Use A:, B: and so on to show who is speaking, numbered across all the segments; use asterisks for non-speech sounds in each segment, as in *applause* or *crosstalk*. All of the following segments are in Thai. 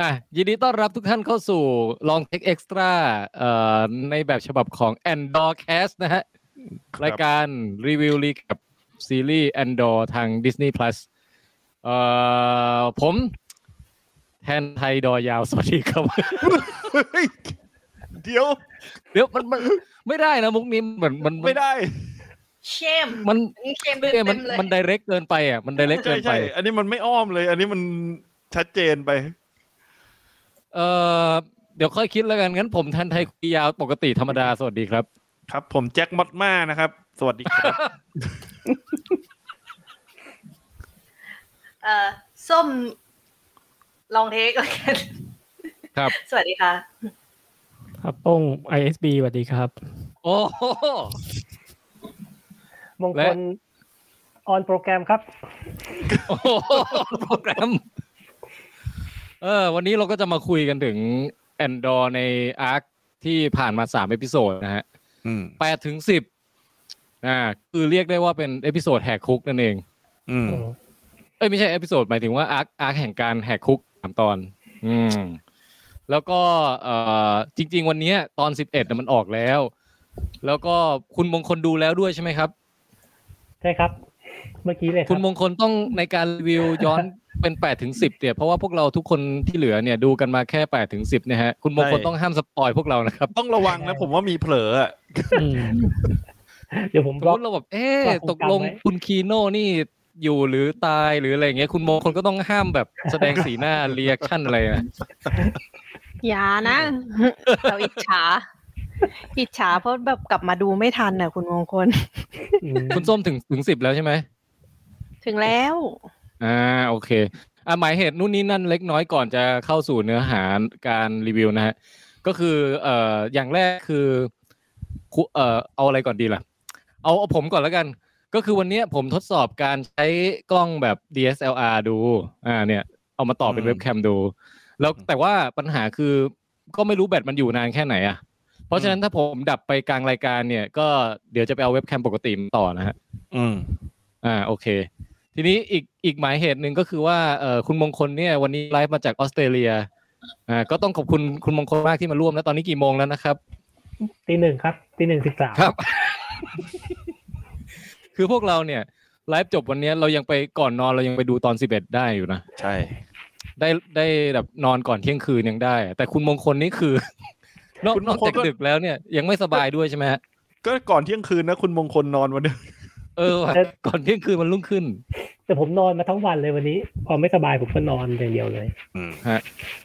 A: อ่ะยินดีต้อนรับทุกท่านเข้าสู่ลองเทคเอ็กซ์ตร้าเอ่อในแบบฉบับของ Andor Cast นะฮะ รายการรีวิวรีกับซีรีส์ Andor ทาง Disney Plus เอ่อผมแทนไทยดอยาว สวัสดีครับ *laughs*
B: เฮ้ยเดี๋ยว
A: เดี๋ยวมันมันไม่ได้นะมุกนี้เหมือนมัน
B: ไม่ได้
C: เข้ม
A: มัน
C: อันนี้เข้ม
A: มั
C: เต็
A: นมัน
C: มๆเลย
A: มันไดเรกเกินไปอ่ะมันไดเรก
B: ใช่
A: เกินไป
B: ใช่อันนี้มันไม่อ้อมเลย อันนี้มันชัดเจนไป
A: เอ่อเดี๋ยวค่อยคิดแล้วกันงั้นผมแทนไทยคุยยาวปกติธรรมดาสวัสดีครับ
B: ครับ ผมแจ็คมอดมานะครับ สวัสดีครับ
C: เอ่อส้ม ลองเทค *laughs* แล้วกัน
A: ครับ
C: สวัสดีค่ะ
D: ครับโป้ง ISB สวัสดีครับ
A: โอ้โห
E: มงค
A: และ
E: ลออนโปรแกรมครับ
A: โอ้โหโปรแกรม เออ วันนี้เราก็จะมาคุยกันถึงแอนดอร์ในอาร์คที่ผ่านมาสามเอพิโซดนะฮะ
B: อืม
A: แปดถึงสิบอ่า คือเรียกได้ว่าเป็นเอพิโซดแหกคุกนั่นเอง
B: อืม
A: เอ้ยไม่ใช่เอพิโซดหมายถึงว่าอาร์คอาร์คแห่งการแหกคุกสามตอน อืม แล้วก็เอ่อจริง ๆ วันเนี้ยตอนสิบเอ็ดมันออกแล้ว แล้วก็คุณมงคลดูแล้วด้วยใช่ไหมครับ
E: ใช่ครับ เมื่อกี้เลยค
A: คุ
E: รั
A: ณ
E: บ
A: มงคลต้องในการรีวิวย้อน *laughs* เป็น8ปดถึงสิเนี่ยเพราะว่าพวกเราทุกคนที่เหลือเนี่ยดูกันมาแค่8ปดถึงสิเนี่ยฮะคุณมงคลต้องห้ามสปอยพวกเรานะครับ
B: ต้องระวังนะ ผมว่ามีเผลออะ
D: อืม
E: เดี๋ยวผม
A: สม
E: บล็อ
A: ม
E: ก
A: ติเราแบบเอ๊ะ
E: ว่าคุณ
A: ตกลง
E: จำไว้
A: คุณคีโน่นี่อยู่หรือตายหรืออะไรอย่างเงี้ยคุณมงคลก็ต้องห้ามแบบแสดงสีหน้า *laughs* รีแอคชั่นอะไรนะ
F: อย่า
C: *laughs*
F: นะ เราอิจฉา อิจฉาเพราะแบบกลับมาดูไม่ทันน่ะ คุณมงคล
E: อืม
A: คุณส้มถึงถึงสิบแล้วใช่ไหม
F: ถึงแล้ว
A: อ่าโอเคอ่าหมายเหตุนู่นนี่นั่นเล็กน้อยก่อนจะเข้าสู่เนื้อหาการรีวิวนะฮะก็คือเอ่ออย่างแรกคือคุเอ่อเอาอะไรก่อนดีล่ะ เอาเอาผมก่อนแล้วกัน ก็คือวันเนี้ยผมทดสอบการใช้กล้องแบบ DSLR ดู อ่า เนี่ย เอามาต่อเป็นเว็บแคมดู แล้วแต่ว่าปัญหาคือก็ไม่รู้แบตมันอยู่นานแค่ไหนอ่ะ เพราะฉะนั้นถ้าผมดับไปกลางรายการเนี่ย ก็เดี๋ยวจะไปเอาเว็บแคมปกติมาต่อนะฮะ
B: อืม
A: อ่า โอเค ทีนี้อีกอีกหมายเหตุหนึ่งก็คือว่าเอ่อคุณมงคลเนี่ยวันนี้ไลฟ์มาจากออสเตรเลีย อ่า ก็ต้องขอบคุณคุณมงคลมากที่มาร่วมนะตอนนี้กี่โมงแล้วนะครับ
E: ตีหนึ่งครับ ตีหนึ่งสิบสาม
A: ครับ *laughs* คือพวกเราเนี่ยไลฟ์จบวันเนี้ยเรายังไปก่อนนอนเรายังไปดูตอนสิบเอ็ดได้อยู่นะ
B: ใช่
A: ได้ได้แบบนอนก่อนเที่ยงคืนยังได้ แต่คุณมงคลนี่คือ *laughs* นอกนอกจากดึกแล้วเนี่ยยังไม่สบายด้วยใช่ไหมฮะ
B: ก็ก่อนเที่ยงคืนนะ คุณมงคลนอนวันเนี้ย
A: เออว่ะก่อนเที่ยงคืนมันรุ่งขึ้น
E: แต่ผมนอนมาทั้งวันเลยวันนี้ พอไม่สบายผมก็นอนอย่างเดียวเลย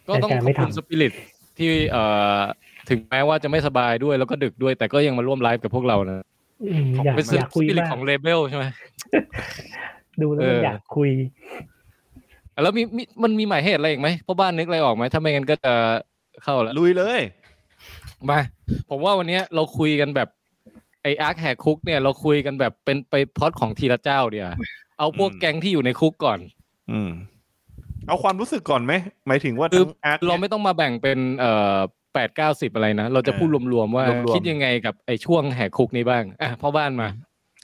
A: ก็ต้องข
E: แต่
A: อบ
E: ไม่
A: คุณ
E: ทำ
A: สปิริตที่เอ่อถึงแม้ว่าจะไม่สบายด้วยแล้วก็ดึกด้วย แต่ก็ยังมาร่วมไลฟ์กับพวกเรานะ
E: อืมอยาก
A: เป็นส
E: อยากคุย
A: ปิริต
E: มาก
A: ของเลเบลใช่ไหม
E: ดูแล้วมัน
A: เอออ
E: อยากคุย
A: แล้วมีมีมันมีหมายเหตุอะไรอีกไหมพ่อบ้านนึกอะไรออกไหมถ้าไม่งั้นก็จะเข้าละ
B: ลุยเลย
A: มาผมว่าวันเนี้ยเราคุยกันแบบไออาร์คแหกคุกเนี่ยเราคุยกันแบบเป็นไปพล็อตของทีละเจ้าเดียวาเอาพวกแก๊งที่อยู่ในคุกก่อน
B: อืมเอาความรู้สึกก่อนไหมหมายถึงว่า
A: คือ
B: ทั้งอาร์ค
A: เราไม่ต้องมาแบ่งเป็นเอ่อแปดเก้าสิบอะไรนะ เราจะพูดรวมๆว่าร
B: วมๆ
A: คิดยังไงกับไอช่วงแหกคุกนี้บ้างอ่ะพ่อบ้านมา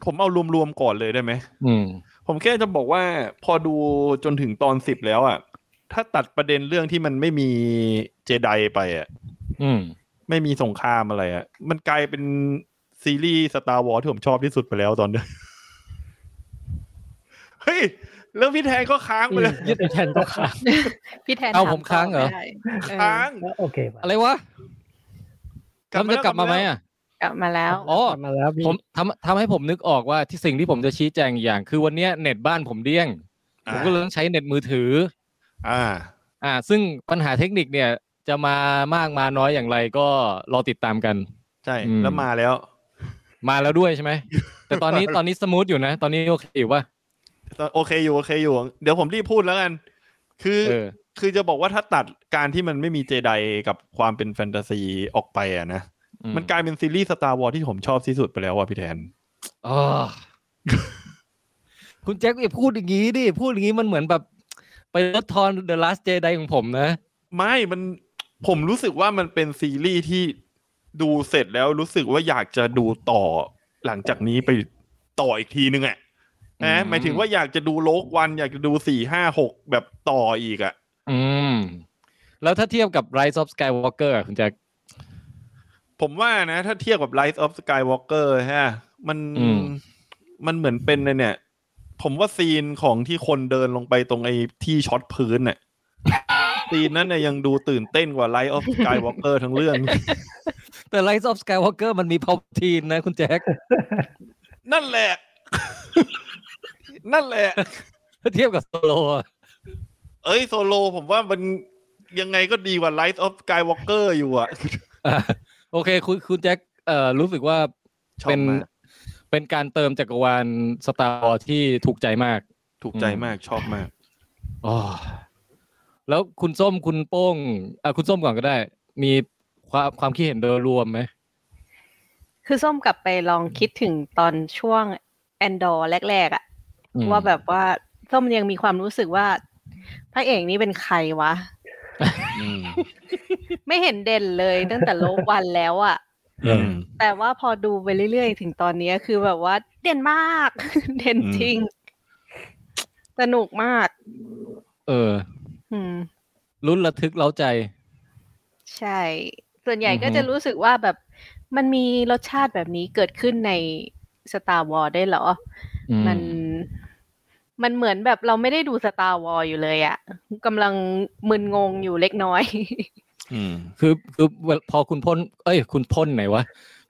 B: ผมเอารวมๆก่อนเลยได้ไหม
A: อืม
B: ผมแค่จะบอกว่าพอดูจนถึงตอนสิบแล้วอ่ะ ถ้าตัดประเด็นเรื่องที่มันไม่มีเจไดไปอ่ะ
A: อืม
B: ไม่มีสงครามอะไรอะมันกลายเป็นซีรีส์สตาร์วอลที่ผมชอบที่สุดไปแล้วตอนเนี้ย *laughs* เฮ้ย เรื่องพี่แทนก็ค้างไปเลย
D: ยึดแทนก็ค่ะ
F: พี่แทน
A: เอ้า
F: ถ
A: ผมค้างเหรอ
F: ต่ไม่ได้เออ
B: *laughs* ค้าง
E: โอเคป่ะ
A: อะไรวะแล้วมันจะกลับมาไหมอ่ะ
F: กลับมาแล้ว
A: อ๋อ
D: มาแล้วพี่
A: ผมทำทำให้ผมนึกออกว่าที่สิ่งที่ผมจะชี้แจงอีกอย่าง คือวันเนี้ยเน็ตบ้านผมเดี้ยง ผมก็เลยต้องใช้เน็ตมือถือ
B: อ่า
A: อ่า ซึ่งปัญหาเทคนิคเนี่ย จะมามากมาน้อยอย่างไรก็รอติดตามกัน
B: ใช่
A: อืม
B: แล้วมาแล้ว
A: มาแล้วด้วยใช่ไหม แต่ตอนนี้ตอนนี้สมูทอยู่นะ ตอนนี้โอเคอยู่ป่ะ
B: โอเคอยู่ โอเคอยู่ เดี๋ยวผมรีบพูดแล้วกัน คือ
A: เออ
B: คือจะบอกว่าถ้าตัดการที่มันไม่มีเจไดกับความเป็นแฟนตาซีออกไปอ่ะนะ มันกลายเป็นซีรีส์สตาร์วอลที่ผมชอบที่สุดไปแล้วว่ะพี่แทน
A: อ๋อ คุณแจ็คอย่าพูดอย่างนี้ดิ พูดอย่างนี้มันเหมือนแบบ ไปลดทอน The Last Jedi ของผมนะ
B: ไม่ มัน ผมรู้สึกว่ามันเป็นซีรีส์ที่ดูเสร็จแล้วรู้สึกว่าอยากจะดูต่อหลังจากนี้ไปต่ออีกทีนึงอะ่ะ
A: อืม
B: นะหมายถึงว่าอยากจะดูโลกวัน อยากจะดูสี่ห้าหกแบบต่ออีกอะ่ะ
A: อืม แล้วถ้าเทียบกับ Rise of Skywalker อะคุณแจ็ค
B: ผมว่านะ ถ้าเทียบกับ Rise of Skywalker ฮะ มัน
A: อืม
B: มันเหมือนเป็นไอ้เนี่ย ผมว่าซีนของที่คนเดินลงไปตรงไอ้ที่ช็อตพื้น
A: *laughs*
B: เนี่ยซีนนั้นน่ยยังดูตื่นเต้นกว่า Rise of Skywalker ทั้งเรื่อง
A: แต่ Rise of Skywalker มันมีพาวทีนนะคุณแจ็ค *laughs*
B: นั่นแหละ *laughs* นั่นแหละ
A: ถ้าเทียบกับโซโลอะ *laughs*
B: เอ้ยโซโลผมว่ามันยังไงก็ดีกว่า Rise of Skywalker อยู่อะ
A: อ่ะโอเค คุณคุณแจ็คเอ่อรู้สึกว่า
B: ชอบ
A: เป็น
B: มาก
A: เป็นการเติมจักรวาลสตาร์ที่ถูกใจมาก
B: ถูกใจมากชอบมาก
A: อ๋อแล้วคุณส้มคุณโป้งอ่ะคุณส้มก่อนก็ได้ มีความความคิดเห็นโดยรวมไหม
F: คือส้มกลับไปลองคิดถึงตอนช่วงแอนดอร์แรกๆอะว่าแบบว่าส้มยังมีความรู้สึกว่า พระเอกนี่เป็นใครวะ
B: อืม
F: ไม่เห็นเด่นเลยตั้งแต่โลกวันแล้วอะ
B: อืม
F: แต่ว่าพอดูไปเรื่อยๆ ถึงตอนเนี้ยคือแบบว่าเด่นมาก *laughs* เด่นจริง สนุกมาก
A: เออ
F: อืม
A: ลุ้นระทึกเล้าใจ
F: ใช่ ส่วนใหญ่ก็
A: อือฮึ
F: จะรู้สึกว่าแบบมันมีรสชาติแบบนี้เกิดขึ้นใน Star War ได้วยเหรอ
A: อื
F: มัน มันเหมือนแบบเราไม่ได้ดู Star War อยู่เลยอะกำลังมึนงงอยู่เล็กน้อย *laughs*
B: อืม
A: คือคือเวลาพอคุณพ่น เอ้ย คุณพ่นไหนวะ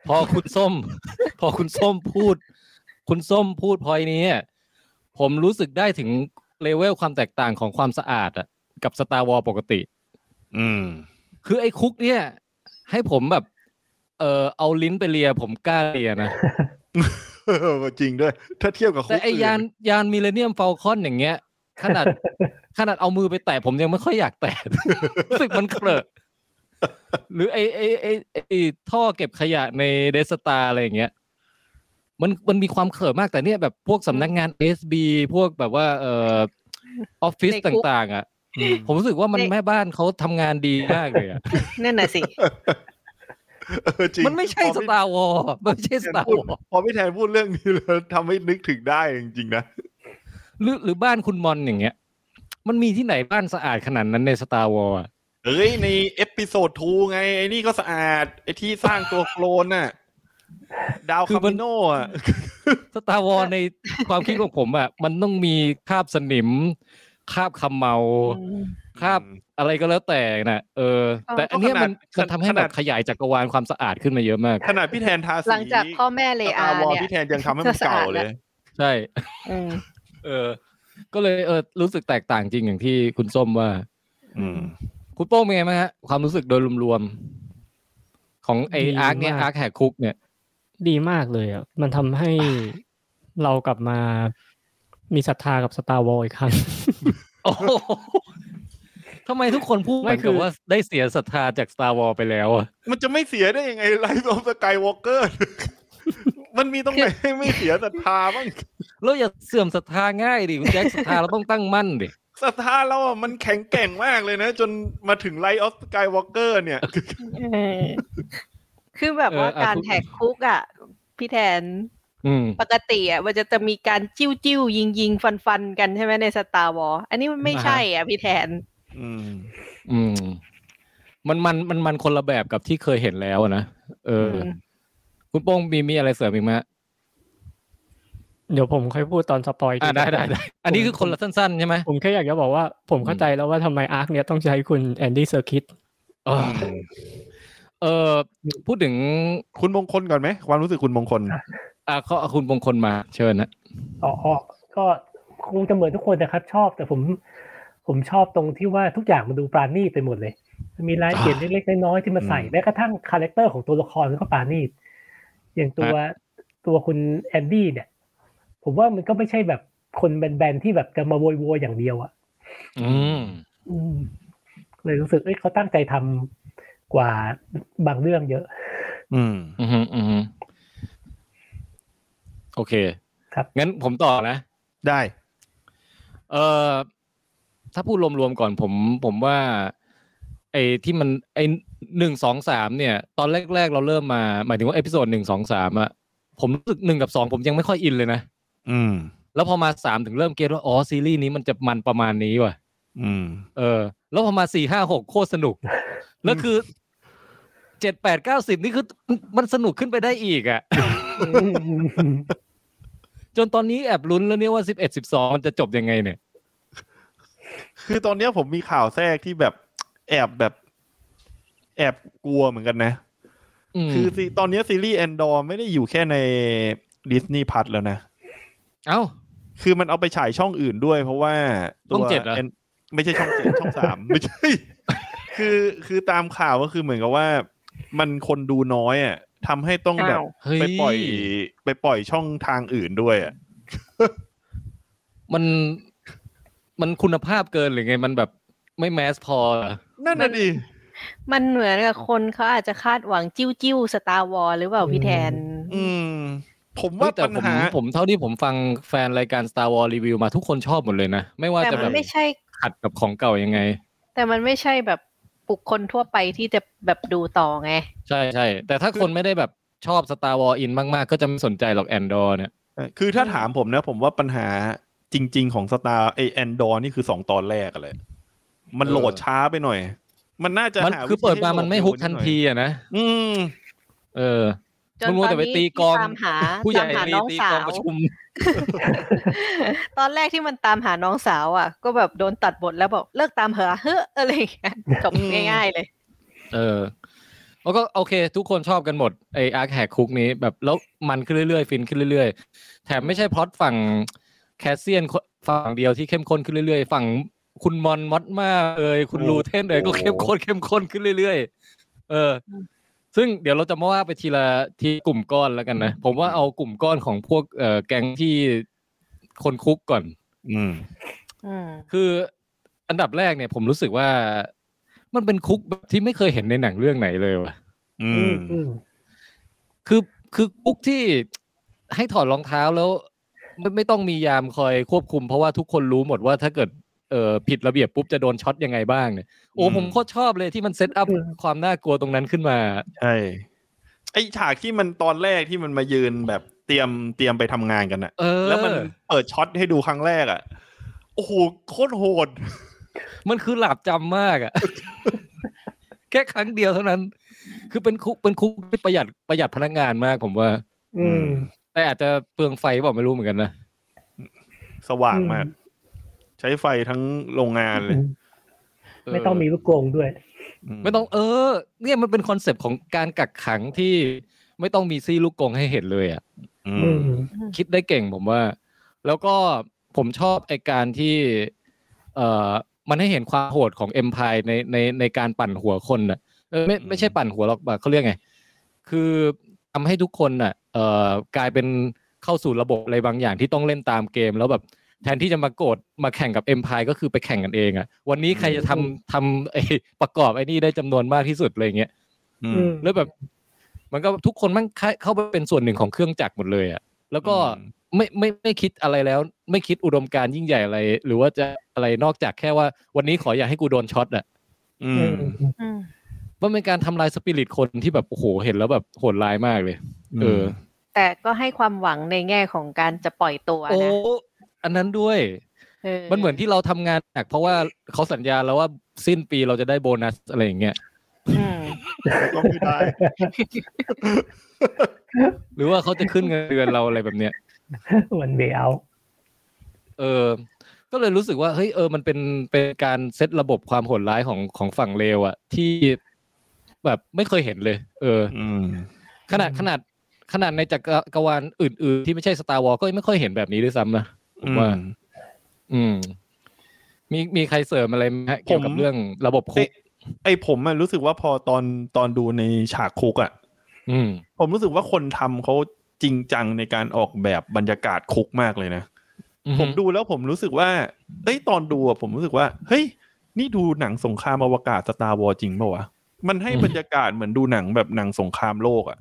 A: พอคุณส้ม *laughs* พอคุณส้มพูด คุณส้มพูดพอยนี้อะผมรู้สึกได้ถึงเลเวลความแตกต่างของความสะอาดอะกับสตาร์วอลปกติ
B: อืม
A: คือไอ้คุกเนี่ย ให้ผมแบบ เออเอาลิ้นไปเลีย ผมกล้าเลียนะ
B: เออจริงด้วย ถ้าเทียบกับ
A: แต่ไอ้
B: คุก
A: ยานยานมิเลเนียมฟ l คอนอย่างเงี้ย ขนาด
B: *laughs*
A: ขนาดเอามือไปแตะผมยังไม่ค่อยอยากแตะ *laughs* รู้สึกมันเกลอะหรือไอ้ไอ้ไอ้ไอ้ท่อเก็บขยะในเดสตาอะไรอย่างเงี้ยมันมันมีความเขลอะมากแต่เนี่ยแบบพวกสำนักงานเอสบีพวกแบบว่าเอ่
F: *laughs*
A: อออฟฟิศ
F: ในคุก่
A: ตางๆ อ่ะ ผมรู้สึกว่ามัน
F: ใน
A: แม่บ้านเขาทำงานดีมากเลยอ่ะ
F: นั่นน่ะสิ
B: เออจริง
A: มันไม่ใช่
B: พ
A: ส
B: อพี่
A: ตาร์วอลมันไม่ใช่ส
B: แทน
A: ตาร์
B: พูด
A: วอล
B: พอพี่แทนพูดเรื่องนี้แล้วทำให้นึกถึงได้จริงๆนะ
A: หรือหรือบ้านคุณมอนอย่างเงี้ย มันมีที่ไหนบ้านสะอาดขนาดนั้นในสตาร์วอลอ่ะ
B: เอ้ย ในเอพิโซดทูไง ไอ้นี่ก็สะอาด ไอ้ที่สร้างตัวโคลนน่ะ ดาว
A: คือ
B: คา
A: มัน
B: มิโน่อะ
A: สตาร์วอลในความคิดของผม *laughs* อ่ะ มันต้องมีคราบสนิมคราบคำเมาคราบอะไรก็แล้วแต่นะเออ แต่อันเนี้ยมันมันทำให้แบบขยายจักรวาลความสะอาดขึ้นมาเยอะมาก
B: ขนาดพี่แทนทาสี
F: หลังจากพ่อแม่เลอา
B: ตาวอ
F: เนี่ย
B: พี่แทนยังทำให้มันเก่าเลย
A: ใช่
F: อืม
A: เออ ก็เลยเออรู้สึกแตกต่างจริงอย่างที่คุณส้มว่า
B: อืม
A: คุณโป้งเป็นไงบ้างฮะความรู้สึกโดยรวมๆของไอ
D: ดี
A: อาร์คเนี่ย
D: มาก
A: อาร์คแหกคุกเนี่ย
D: ดีมากเลยอ่ะ มันทำให้เรากลับมามีศรัทธากับ Star Wars อีกครั้ง
A: โอ้โห *laughs* ทำไมทุกคนพูดเหมือนกับว่าได้เสียศรัทธาจาก Star Wars ไปแล้วอะ
B: มันจะไม่เสียได้ยังไงไลฟ์ออฟสกายวอล์กเกอร์ มันมีตรงไหนให้ไม่เสียศรัทธาบ้าง
A: แล้วอย่าเสื่อมศรัทธาง่ายดิคุณแจ็คศรัทธาเราต้องตั้งมั่นดิ
B: ศรัทธาเราอ่ะมันแข็งแกร่งมากเลยนะ จนมาถึงไลท์ออฟสกายวอล์กเกอร์เนี่ย
F: เออคือแบบว่า
A: เอออ่ะ
F: การ
A: คุณ
F: แหกคุกอ่ะ พี่แทน
A: อืม
F: ปกติอ่ะมันจะจะมีการจิ้วจิ้วยิงยิงฟันฟันกันใช่ไหมในสตาร์วอลอันนี้มันไม่
A: อ่าฮะ
F: ใช่อ่ะพี่แทน
B: อืม
A: อืมมันมันมันมันคนละแบบกับที่เคยเห็นแล้วอะนะเอออ
F: ม
A: คุณโป้งมีมีอะไรเสริมอีกไหมฮะ
D: เดี๋ยวผมค่อยพูดตอนสปอยล์
A: อ่าได้ได้ได้อันนี้คือคนละสั้นๆใช่ไหม
D: ผมแค่อยากจะบอกว่า ผมเข้าใจแล้วว่าทำไมอาร์คเนี้ยต้องใช้คุณแอนดี้เซอร์คิต
A: เออเออพูดถึง
B: คุณมงคลก่อนไหมความรู้สึกคุณมงคล
A: อ่าเขาเอาคุณมงคลมาเชิญนะ
E: อ๋ออ๋อก็คงจะเหมือนทุกคนนะครับ ชอบแต่ผม ผมชอบตรงที่ว่าทุกอย่างมันดูปราณีตไปหมดเลย มันมีรายละเอียดเล็กๆน้อยๆที่มาใส่
B: อืม
E: แม้กระทั่งคาแรคเตอร์ของตัวละครมันก็ปราณีตอย่างตัวตัวคุณแอนดี้เนี่ย ผมว่ามันก็ไม่ใช่แบบคนแบนๆที่แบบจะมาโวยๆอย่างเดียวอะ
A: อืม
E: อืมเลยรู้สึกเอ้ยเขาตั้งใจทำกว่าบางเรื่องเยอะ
B: อืม
A: อือฮึอือฮึโอเค
E: ครับ
A: งั้นผมต่อนะ
B: ได้
A: เออถ้าพูดรวมๆก่อนผมผมว่า ไอ้ที่มันไอ้หนึ่งสองสามเนี่ย ตอนแรกๆเราเริ่มมาหมายถึงว่าเอพิโซดหนึ่งสองสามอะผมรู้สึกหนึ่งกับสองผมยังไม่ค่อยอินเลยนะ
B: อืม
A: แล้วพอมาสามถึงเริ่มเก็ตว่า อ๋อ ซีรีส์นี้มันจะมันประมาณนี้ว่ะ
B: อืม
A: เออ แล้วพอมาสี่ห้าหกโคตรสนุก แล้วคือเจ็ดแปดเก้าสิบนี่คือมันสนุกขึ้นไปได้อีกอ่ะ จนตอนนี้แอบลุ้นแล้วเนี่ยว่าสิบเอ็ดสิบสองมันจะจบยังไงเนี่ย
B: คือตอนเนี้ยผมมีข่าวแทรกที่แบบแอบแบบ แอบกลัวเหมือนกันนะ
A: อืม
B: คือซีตอนเนี้ยซีรีส์แอนดอร์ไม่ได้อยู่แค่ในดิสนีย์พัทแล้วนะ
A: เอ้า
B: คือมันเอาไปฉายช่องอื่นด้วย เพราะว่า
A: ช่
B: ตั
A: อง
B: ว
A: เจ็ดเหรอ
B: แอนไม่ใช่ช่องเจ็ด *laughs* ช่องสามไม่ใช่ คือคือตามข่าวก็คือเหมือนกับว่า มันคนดูน้อยอ่ะทำให้ต้องแบบ
F: อ้าว
A: เฮ้ย
B: ไปปล่อย ไปปล่อยช่องทางอื่นด้วยอ่ะ
A: มัน มันคุณภาพเกินหรือไง มันแบบไม่แมสพอเหรอ
B: นั่นน่ะดิ
F: มันเหมือนกับคนเขาอาจจะคาดหวังจิ้วจิ้วสตาร์วอลหรือเปล่าพี่แทน
B: อืม ผม
A: เฮ้
B: ว่าย
A: แต่
B: ปัญ
A: ผม
B: หา
A: ผมเท่าที่ผมฟังแฟนรายการ Star Wars Review มาทุกคนชอบหมดเลยนะ ไม่ว่า
F: แต่
A: จะ
F: มั
A: แบ
F: น
A: บ
F: ไม่ใช่
A: ขัดกับของเก่ายังไง
F: แต่มันไม่ใช่แบบบุคคลทั่วไปที่จะแบบดูต่อไง
A: ใช่ใช่แต่ถ้าคนไม่ได้แบบชอบ Star Wars in มากๆ ก็จะไม่สนใจหรอกแอนดอร์เนี่ย
B: เอ่อคือถ้าถามผมนะ ผมว่าปัญหาจริง ๆ ของสตาร์ไอแอนดอร์นี่คือสองตอนแรกอะเลยมัน
A: เออ
B: โหลดช้าไปหน่อย มันน่าจะ
A: มัน
B: หา
A: คือเปิดมามันไม่ฮุกทันทีอะนะ
B: อืม
A: เออ
F: จน
A: มัว
F: ตอน
A: แต่ไป
F: นี้
A: ตี
F: ที่
A: กลอง
F: ตามหา
A: ผู้ใหญ่
F: ตามหา
A: ไป
F: น้อง
A: ตี
F: สา
A: อ
F: ก
A: ง
F: ว
A: ประชุม
F: ตอนแรกที่มันตามหาน้องสาวอ่ะ ก็แบบโดนตัดบทแล้วบอกเลิกตามเหอะ *laughs* เฮ้ออะไรอย่างเงี้ยจบ
B: อืม
F: ง่ายๆเลย
A: เออ แล้วก็โอเค ทุกคนชอบกันหมดไออาร์แหกคุกนี้แบบแล้วมันขึ้นเรื่อยๆ ฟินขึ้นเรื่อยๆ แถมไม่ใช่พล็อตฝั่งแคสเซียนฝั่งเดียวที่เข้มข้นขึ้นเรื่อยๆ ฝั่งคุณมอนมอดมาเอ่ยคุณ
B: โอ้โห
A: ลูเทนเอ่ยก็เข้มข้นเข้มข้นขึ้นเรื่อยๆ เออ ซึ่งเดี๋ยวเราจะมาว่าไปทีละทีกลุ่มก้อนแล้วกันนะ ผมว่าเอากลุ่มก้อนของพวกเอ่อแก๊งที่คนคุกก่อน
B: อืม
F: อืม
A: คืออันดับแรกเนี่ยผมรู้สึกว่า มันเป็นคุกแบบที่ไม่เคยเห็นในหนังเรื่องไหนเลยว่ะ
B: อื
E: อื
B: ม
E: มอืม
A: คือคือคุกที่ให้ถอดรองเท้าแล้ว ไม่ไม่ต้องมียามคอยควบคุม เพราะว่าทุกคนรู้หมดว่าถ้าเกิดเอ่อผิดระเบียบปุ๊บจะโดนช็อตยังไงบ้างเนี่ยโอ้ผมโคตรชอบเลยที่มันเซตอัพความน่ากลัวตรงนั้นขึ้นมา
B: ใช่ไอฉากที่มันตอนแรกที่มันมายืนแบบเตรียมเตรียมไปทำงานกันน่ะ
A: เออ
B: แล้วมันเปิดช็อตให้ดูครั้งแรกอ่ะโอ้โหโคตรโหด
A: มันคือหลาบจำมากอะ *laughs* แค่ครั้งเดียวเท่านั้น คือเป็นคุกเป็นคุกที่ประหยัดประหยัดพนักงานมากผมว่า
E: อืม
A: แต่อาจจะเปลืองไฟบอกไม่รู้เหมือนกันนะ
B: สว่างมาก ใช้ไฟทั้งโรงงานเลย
E: ไม่ต้องมีลูกกรงด้วย
A: ไม่ต้องเออ เนี่ยมันเป็นคอนเซปต์ของการกักขังที่ไม่ต้องมีซี่ลูกกงให้เห็นเลยอ่ะ
B: อื
E: อื
B: ม
E: ม
A: คิดได้เก่งผมว่า แล้วก็ผมชอบไอการที่ เอ่อมันให้เห็นความโหดของเอ็มพายในในในการปั่นหัวคนน่ะเออไม่
B: อืม
A: ไม่ใช่ปั่นหัวหรอกแบบเขาเรียกไง คือทำให้ทุกคนน่ะ เอ่อกลายเป็นเข้าสู่ระบบอะไรบางอย่างที่ต้องเล่นตามเกม แล้วแบบแทนที่จะมาโกรธมาแข่งกับเอ็มพายก็คือไปแข่งกันเองอ่ะ วันนี้ใครจะทำทำไอประกอบไอ้นี่ได้จำนวนมากที่สุดอะไรอย่างเงี้ย
B: อื
E: อื
B: ม
E: ม
A: แล้วแบบมันก็ทุกคนมันเข้าเข้าไปเป็นส่วนหนึ่งของเครื่องจักรหมดเลยอะแล้วก็
B: อืม
A: ไม่ไม่ไม่คิดอะไรแล้ว ไม่คิดอุดมการณ์ยิ่งใหญ่อะไร หรือว่าจะอะไรนอกจากแค่ว่า วันนี้ขออย่าให้กูโดนช็อตอะ
B: อื
E: อื
B: ม
E: ม
F: อืม
A: มันเป็นการทำลายสปิริตคนที่แบบโอ้โหเห็นแล้วแบบโหดร้ายมากเลย เออ
F: แต่ก็ให้ความหวังในแง่ของการจะปล่อยตัว
A: โอ้
F: นะ
A: อันนั้นด้วย มันเหมือนที่เราทำงานหนักเพราะว่าเขาสัญญาแล้วว่าสิ้นปีเราจะได้โบนัสอะไรอย่างเงี้ย
F: อืม
B: ก็ไม่ได้
A: หรือว่าเขาจะขึ้นเงินเดือนเราอะไรแบบเนี้ย
E: วันเบลเอา
A: เออ ก็เลยรู้สึกว่าเฮ้ยเออมันเป็นเป็นการเซตระบบความโหดร้ายของของฝั่งเลวอะที่แบบไม่เคยเห็นเลย เออ
B: อืม
A: ขนาดขนาดขนาดในจักรวาลอื่น ๆ ที่ไม่ใช่สตาร์วอลก็ยังไม่ค่อยเห็นแบบนี้ด้วยซ้ำนะผมว่า อืม มีมีใครเสริมอะไรไหมฮะเกี่ยวกับ
B: ผม
A: เรื่องระบบคุก
B: ไอผมอะรู้สึกว่าพอตอนตอนดูในฉากคุกอะ
A: อืม
B: ผมรู้สึกว่าคนทำเขาจริงจังในการออกแบบบรรยากาศคุกมากเลยนะ ผมดูแล้วผมรู้สึกว่าเอ้ยตอนดูอะผมรู้สึกว่า เฮ้ย นี่ดูหนังสงครามอวกาศสตาร์วอจริงปะวะ มันให้
A: อืม
B: บรรยากาศเหมือนดูหนังแบบหนังสงครามโลกอะ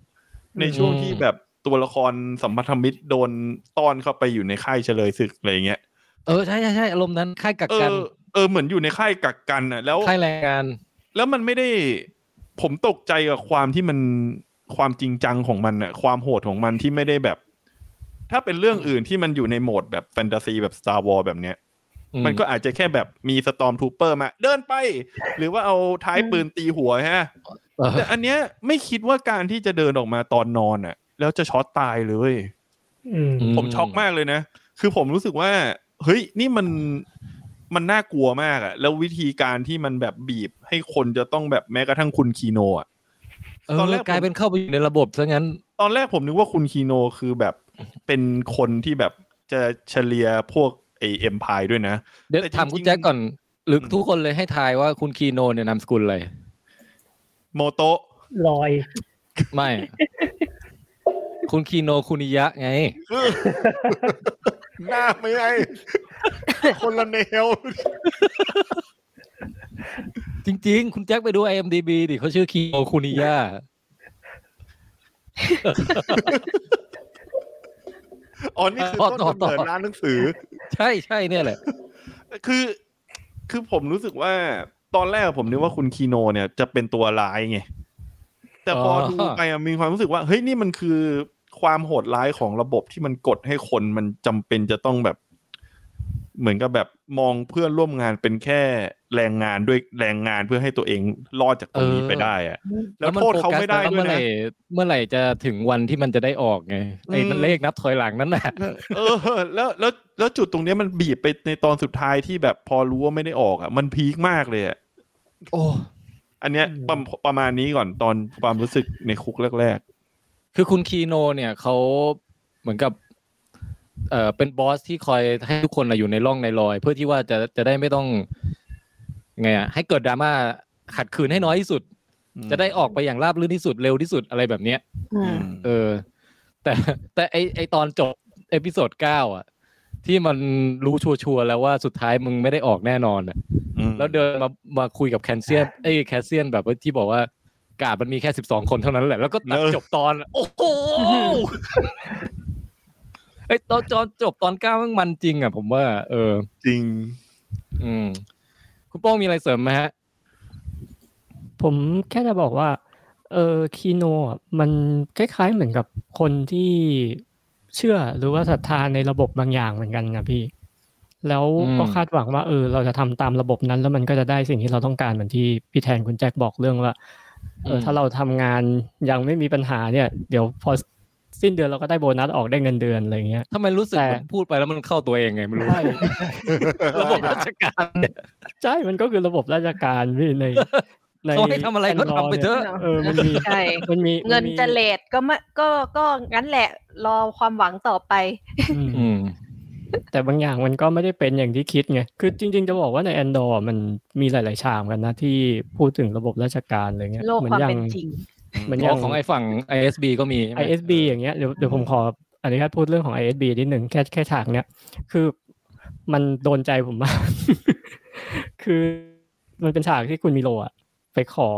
B: ในช่วง
A: อืม
B: ที่แบบตัวละครสัมพันธมิตรโดนต้อนเข้าไปอยู่ในค่ายเฉลยศึกอะไรอย่างเงี้ย
A: เออใช่ใช่ใช่อารมณ์นั้นค่ายกัก
B: เอ
A: กัน
B: อเออเหมือนอยู่ในค่ายกักกันอะแล้ว
A: ค่ายแรงงาน
B: แล้วมันไม่ได้ผมตกใจกับความที่มันความจริงจังของมันอะความโหดของมันที่ไม่ได้แบบ ถ้าเป็นเรื่องอื่นที่มันอยู่ในโหมดแบบแฟนตาซีแบบ Star War แบบเนี้ย
A: อื
B: มันก็อาจจะแค่แบบมีสตอมทูเปอร์มา เดินไป หรือว่าเอาท้ายปืนตีหัวฮะ
A: เออ
B: แต่อันเนี้ยไม่คิดว่าการที่จะเดินออกมาตอนนอนอ่ะ แล้วจะช็อตตายเลย
E: อืม
B: ผมช็อกมากเลยนะ คือผมรู้สึกว่า เฮ้ย นี่มัน มันน่ากลัวมากอะแล้ววิธีการที่มันแบบบีบให้คนจะต้องแบบแม้กระทั่งคุณคีโนอะ
A: เออ
B: ตอนแรกผม
A: กลายเป็นเข้าไปอยู่ในระบบซะงั้น
B: ตอนแรกผมนึกว่าคุณคีโนคือแบบเป็นคนที่แบบจะเฉลียพวกไอเอ็มพายด้วยนะ
A: เดี๋ยว
B: แต่จริงๆ
A: ถามคุณแจ็คก่อน หรืออ
B: ม
A: ทุกคนเลยให้ทายว่าคุณคีโนเนี่ยนามสกุลอะไร
B: โมโตะ
E: ลอย *laughs*
A: ไม่ คุณคีโนคุนิยะไง
B: *laughs*
G: หน้าไม่ไอคนละแนว
A: จริง ๆ คุณแจ็คไปดู IMDB ดิเขาชื่อคีโนคุนิยะ
G: อ๋อ นี่คือ
A: ต่อ
G: ต้
A: ต่
G: นำ
A: อก
G: เนิด
A: ต่อ
G: ร้านหนังสือ
A: ใช่ใช่เนี่ยแหละ
B: คือคือผมรู้สึกว่า ตอนแรกผมนึกว่าคุณคีโนเนี่ยจะเป็นตัวร้ายไง แต่พออ
A: อ
B: ดูไปอะมีความรู้สึกว่า เฮ้ย นี่มันคือความโหดร้ายของระบบที่มันกดให้คนมันจำเป็นจะต้องแบบ เหมือนกับแบบมองเพื่อนร่วมงานเป็นแค่แรงงานด้วยแรงงานเพื่อให้ตัวเองรอดจากตรงนี้ไปได้อะ แล้ว
A: มัน
B: โทษเขาไม่ได้
A: โฟกัสปเมื่
B: ด้วย
A: อไห
B: นะ
A: ร่เมื่อไหร่จะถึงวันที่มันจะได้ออกไงไอ้
B: อืม
A: เลขนับถอยหลังนั่นแหละ
B: เออแล้วแล้วแล้วจุดตรงเนี้ยมันบีบไปในตอนสุดท้ายที่แบบพอรู้ว่าไม่ได้ออกอ่ะ มันพีคมากเลยอ่ะ
A: โอ้
B: อันเนี้ยประมประมาณนี้ก่อนตอนความรู้สึกในคุกแรก
A: คือคุณคีโนเนี่ยเขาเหมือนกับเอ่อเป็นบอสที่คอยให้ทุกคนน่ะอยู่ในร่องในรอย เพื่อที่ว่าจะจะได้ไม่ต้องไงอะให้เกิดดราม่าขัดขืนให้น้อยที่สุด
B: ๆ
A: จะได้ออกไปอย่างราบรื่นที่สุดเร็วที่สุดอะไรแบบเนี้ย
F: อืม
A: เออ แต่แต่ไอไอตอนจบเอพิโซดเก้าอ่ะ ที่มันรู้ชัวร์ๆแล้วว่าสุดท้ายมึงไม่ได้ออกแน่นอนอะ แล้วเดินมามาคุยกับแคนเซียนเอ้ยแคสเซียนแบบว่าที่บอกว่ากาดมันมีแค่สิบสองคนเท่านั้นแหละ แล้วก็ตัด
B: เออ
A: จบตอนโอ้โห *laughs* ไอ้ยตอนจอนจบตอนเก้ามันมันจริงอ่ะผมว่า เออ
B: จริง
A: อืม คุณโป้งมีอะไรเสริมไหมฮะ
D: ผมแค่จะบอกว่า เออคีโนอ่ะมันคล้ายๆเหมือนกับคนที่เชื่อหรือว่าศรัทธาในระบบบางอย่างเหมือนกันนะพี่ แล้วก็
A: อืม
D: คาดหวังว่า เออ เราจะทำตามระบบนั้น แล้วมันก็จะได้สิ่งที่เราต้องการเหมือนที่พี่แทนคุณแจ็คบอกเรื่องว่า เอออถ้าเราทำงานยังไม่มีปัญหาเนี่ย เดี๋ยวพอสิ้นเดือนเราก็ได้โบนัสออกได้เงินเดือนอะไรอย่างเงี้ย
A: ทำไมรู้สึก
D: แต่
A: เหมือนพูดไปแล้วมันเข้าตัวเองไงไม่รู้
D: ใช่
A: *laughs* ระบบราชการเนี่ย
D: ใช่ มันก็คือระบบราชการพี่ในใน
A: เขาให้ทำอะไรก็ทำไปเถอะ
D: นี่ยเออมันมี
F: ใช่
D: มันมี
F: เงิน
D: มัมี
F: จะเลทก็ไม่ก็ก็งั้นแหละรอความหวังต่อไป
D: อืม
A: อืม
D: แต่บางอย่างมันก็ไม่ได้เป็นอย่างที่คิดไง คือจริง ๆ จะบอกว่าในแอนดอร์มันมีหลาย ๆ ฉากเหมือนกันนะที่พูดถึงระบบราชการอะไรเงี้ย
F: โลก
D: หมื
F: ความ
D: อย่
F: เป็นจริง
D: เหมือน
A: ข
D: อ
A: อย่าง
D: ง
A: ของไอ้ฝั่ง ISB ก็มีใช่ไหม
D: ISB อย่างเงี้ยเดี๋ยวเดี๋ยวผมขออนุญาตพูดเรื่องของ ISB นิดหนึ่งแค่แค่ฉากเนี้ยคือมันโดนใจผมมาก *laughs* คือมันเป็นฉากที่คุณมิโลอะไปขอ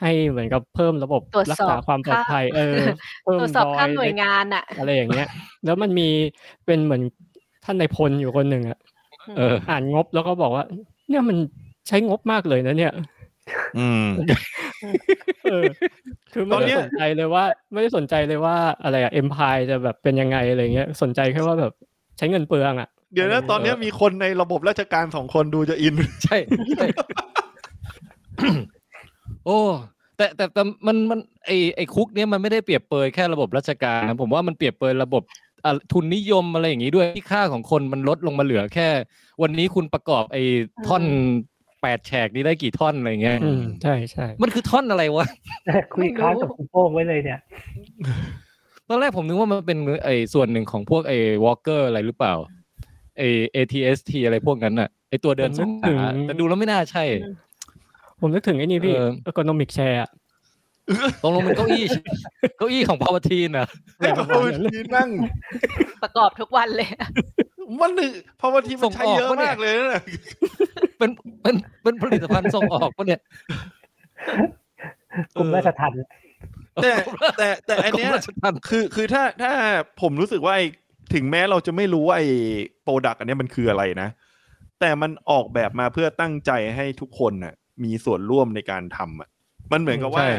D: ให้เหมือนกับเพิ่มระบบ
F: ตรวจ
D: รั
F: สอบ
D: ษาความปลอดภัยเออเพิ่ม
F: ตรวจสอบข้าม
D: รย
F: หน่วยงานอะ
D: อะไรอย่างเงี้ย แล้วมันมีเป็นเหมือนท่านในายพลอยู่คนหนึ่งอะ
A: เออ
D: อ่านงบแล้วก็บอกว่า เนี่ยมันใช้งบมากเลยนะเนี่ย
B: อืม
D: เออ คือไม่
B: ตอนเนี้
D: ได้
B: ย
D: สนใจเลยว่า ไม่ได้สนใจเลยว่าอะไรอะเอ็มพายจะแบบเป็นยังไงอะไรเงี้ย สนใจแค่ว่าแบบใช้เงินเปลืองอ่ะ
B: เดี๋ยวนะตอนเนี้ยมีคนในระบบราชการสองคนดูจะอิน
A: ใช่ใช่ *coughs* โอ้แต่แต่แต่มันมันไอไอคุกเนี้ยมันไม่ได้เปรียบเปยแค่ระบบราชการนะผมว่ามันเปรียบเปยระบบอ่ะทุนนิยมอะไรอย่างนี้ด้วยที่ค่าของคนมันลดลงมาเหลือแค่ วันนี้คุณประกอบไอท่อนแปดแฉกนี้ได้กี่ท่อนอะไรเงี้ย
D: อืมใช่ใช่
A: มันคือท่อนอะไรวะ
E: คุยค้างกับคุณโป้งไว้เลยเนี่ย
A: ตอนแรกผมนึกว่ามันเป็นไอ้ส่วนหนึ่งของพวกไอ้วอลเกอร์อะไรหรือเปล่าไอ้ ATST อะไรพวกนั้นน่ะไอ้ตัวเดินสองขาแต่ดูแล้วไม่น่าใช่
D: ผมนึกถึงไอ้นี่พี่
A: เออ
D: เอโ o นมิกแชร์
A: ตรงลงเป็นเก้าอี้เก้าอี้ของพาวทีนอ่ะ
B: ให้ *laughs* พาวทีนั่ง
F: ประกอบทุกวันเลย
B: มันหนึ่งพาวที
A: ส่
B: มัน
A: งออก
B: ใช้เยอะ
A: ปะเนี่ย
B: มากเลยนะ
A: เป็นเป็นเป็นผลิตภัณฑ์ส่งออกปะเนี่ย
E: กลุ่มราชทัน
B: แต่แต่แต่อันเนี้ย
A: กรมราชทัณฑ์
B: คือคือถ้าถ้าผมรู้สึกว่าไอ้ถึงแม้เราจะไม่รู้ว่าไอ้โปรดักต์อันเนี้ยมันคืออะไรนะ แต่มันออกแบบมาเพื่อตั้งใจให้ทุกคนน่ะ มีส่วนร่วมในการทำอ่ะ มันเหมือนกับว่า
A: ใช่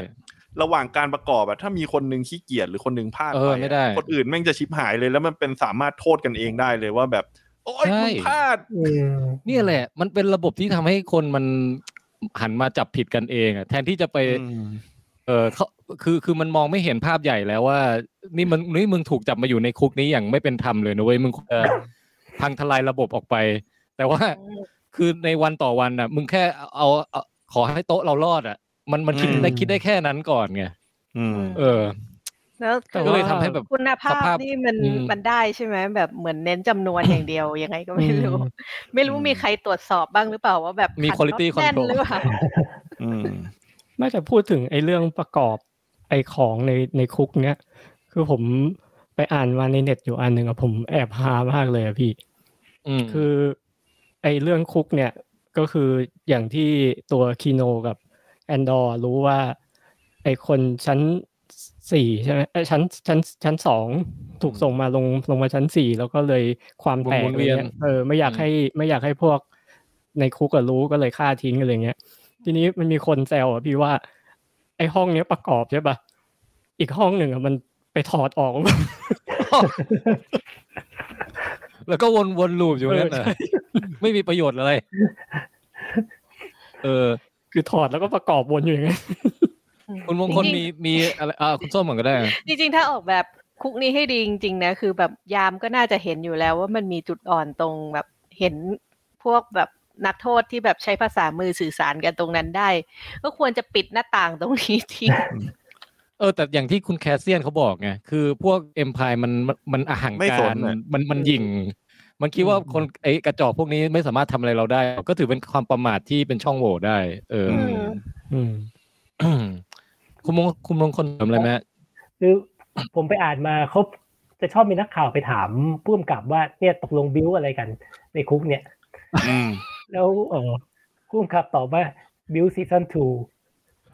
B: ระหว่างการประกอบอะถ้ามีคนหนึ่งขี้เกียจหรือคนหนึ่งพลาด
A: เอ
B: ไป
A: อ
B: อะ
A: ไม่ได้
B: คนอื่นแม่งจะชิบหายเลยแล้วมันเป็นสามารถโทษกันเองได้เลยว่าแบบ โอ้ย
A: ใช่
B: คุณพลาด
E: อืม
A: เนี่ยแหละ มันเป็นระบบที่ทำให้คนมันหันมาจับผิดกันเองอะแทนที่จะไปเออเขาคือคือมันมองไม่เห็นภาพใหญ่แล้วว่า นี่มันนี่มึงถูกจับมาอยู่ในคุกนี้อย่างไม่เป็นธรรมเลยนะเว้ยมึงควรจะพังทลายระบบออกไป แต่ว่า คือในวันต่อวันน่ะ มึงแค่เอาเอาขอให้โต๊ะเรารอดอ่ะ มันมันคิด
B: อืม
A: ได้คิดได้แค่นั้นก่อนไง
B: อืม
A: เออ
F: แล้ว
D: แต่
A: ก็
D: ว่า
A: เลยทำให้แบบ
F: คุณภา
A: สภาพ
F: พนี่มัน
A: อืม
F: มันได้ใช่ไหมแบบเหมือนเน้นจำนวนอย่างเดียว ยังไงก็ไม่รู้
D: อืม
F: ไม่รู้มีใครตรวจสอบบ้างหรือเปล่าว่าแบบ
A: มี
F: ขัด
A: quality
F: แน่น
A: control
F: หรือเปล่า
B: อืม
D: ไม่แต่พูดถึงไอ้เรื่องประกอบไอ้ของในในคุกเนี้ยคือผมไปอ่านมาในเน็ตอยู่อันหนึ่งอะผมแอบฮามากเลยอะพี่
A: ม
D: คือไอ้เรื่องคุกเนี่ยก็คืออย่างที่ตัวคีโนกับแอนดอร์รู้ว่าไอ้คนชั้นสี่ใช่ไหมเอ้ยชั้นชั้นชั้นสองถูกส่งมาลงลงมาชั้นสี่แล้วก็เลยความแตกอะไรเงี้ยเออไม่อยากให้ไม่อยากให้พวกในคุกอะรู้ก็เลยฆ่าทิ้งอะไรเงี้ย ทีนี้มันมีคนแซวอ่ะพี่ว่า ไอ้ห้องเนี้ยประกอบใช่ปะอีกห้องหนึ่งอ่ะมันไปถอดออก *laughs*
A: แล้วก็วนวนลูปอยู่นั่นน่ะ
D: เออใช่
A: ไม่มีประโยชน์อะไร เออ
D: คือถอดแล้วก็ประกอบวนอยู่อย่างเงี้ย
A: *laughs* คุณมงคล
F: จริงๆ
A: มีมีอะไรอ่าคุณส้มเหมือนก็ได้อะ
F: จริงๆ ถ้าออกแบบคุกนี้ให้ดีจริงๆนะคือแบบยามก็น่าจะเห็นอยู่แล้วว่ามันมีจุดอ่อนตรงแบบเห็นพวกแบบนักโทษที่แบบใช้ภาษามือสื่อสารกันตรงนั้นได้ ก็ควรจะปิดหน้าต่างตรงนี้ทิ้ง
A: เออแต่อย่างที่คุณแคสเซียนเขาบอกไงคือพวกเอ็มพายมันมันมันอาหัง
B: ไม่ส
A: กาน ร
B: น่ะ
A: มันมันหยิ่ง มันคิดว่าคนไอ้กระจอกพวกนี้ไม่สามารถทำอะไรเราได้ ก็ถือเป็นความประมาทที่เป็นช่องโหว่ได้ เออ
B: อืม
D: อืม
A: คุณมงคุณมงคลเสริมอะไรไหมฮะ
E: คือผมไปอ่านมาเขาจะชอบมีนักข่าวไปถามผู้กำกับว่าเนี่ยตกลงบิวอะไรกัน ในคุกเนี่ย
B: อืม
E: แล้ว
D: เออ
E: ผู้กำกับตอบว่าบิวซีซั่น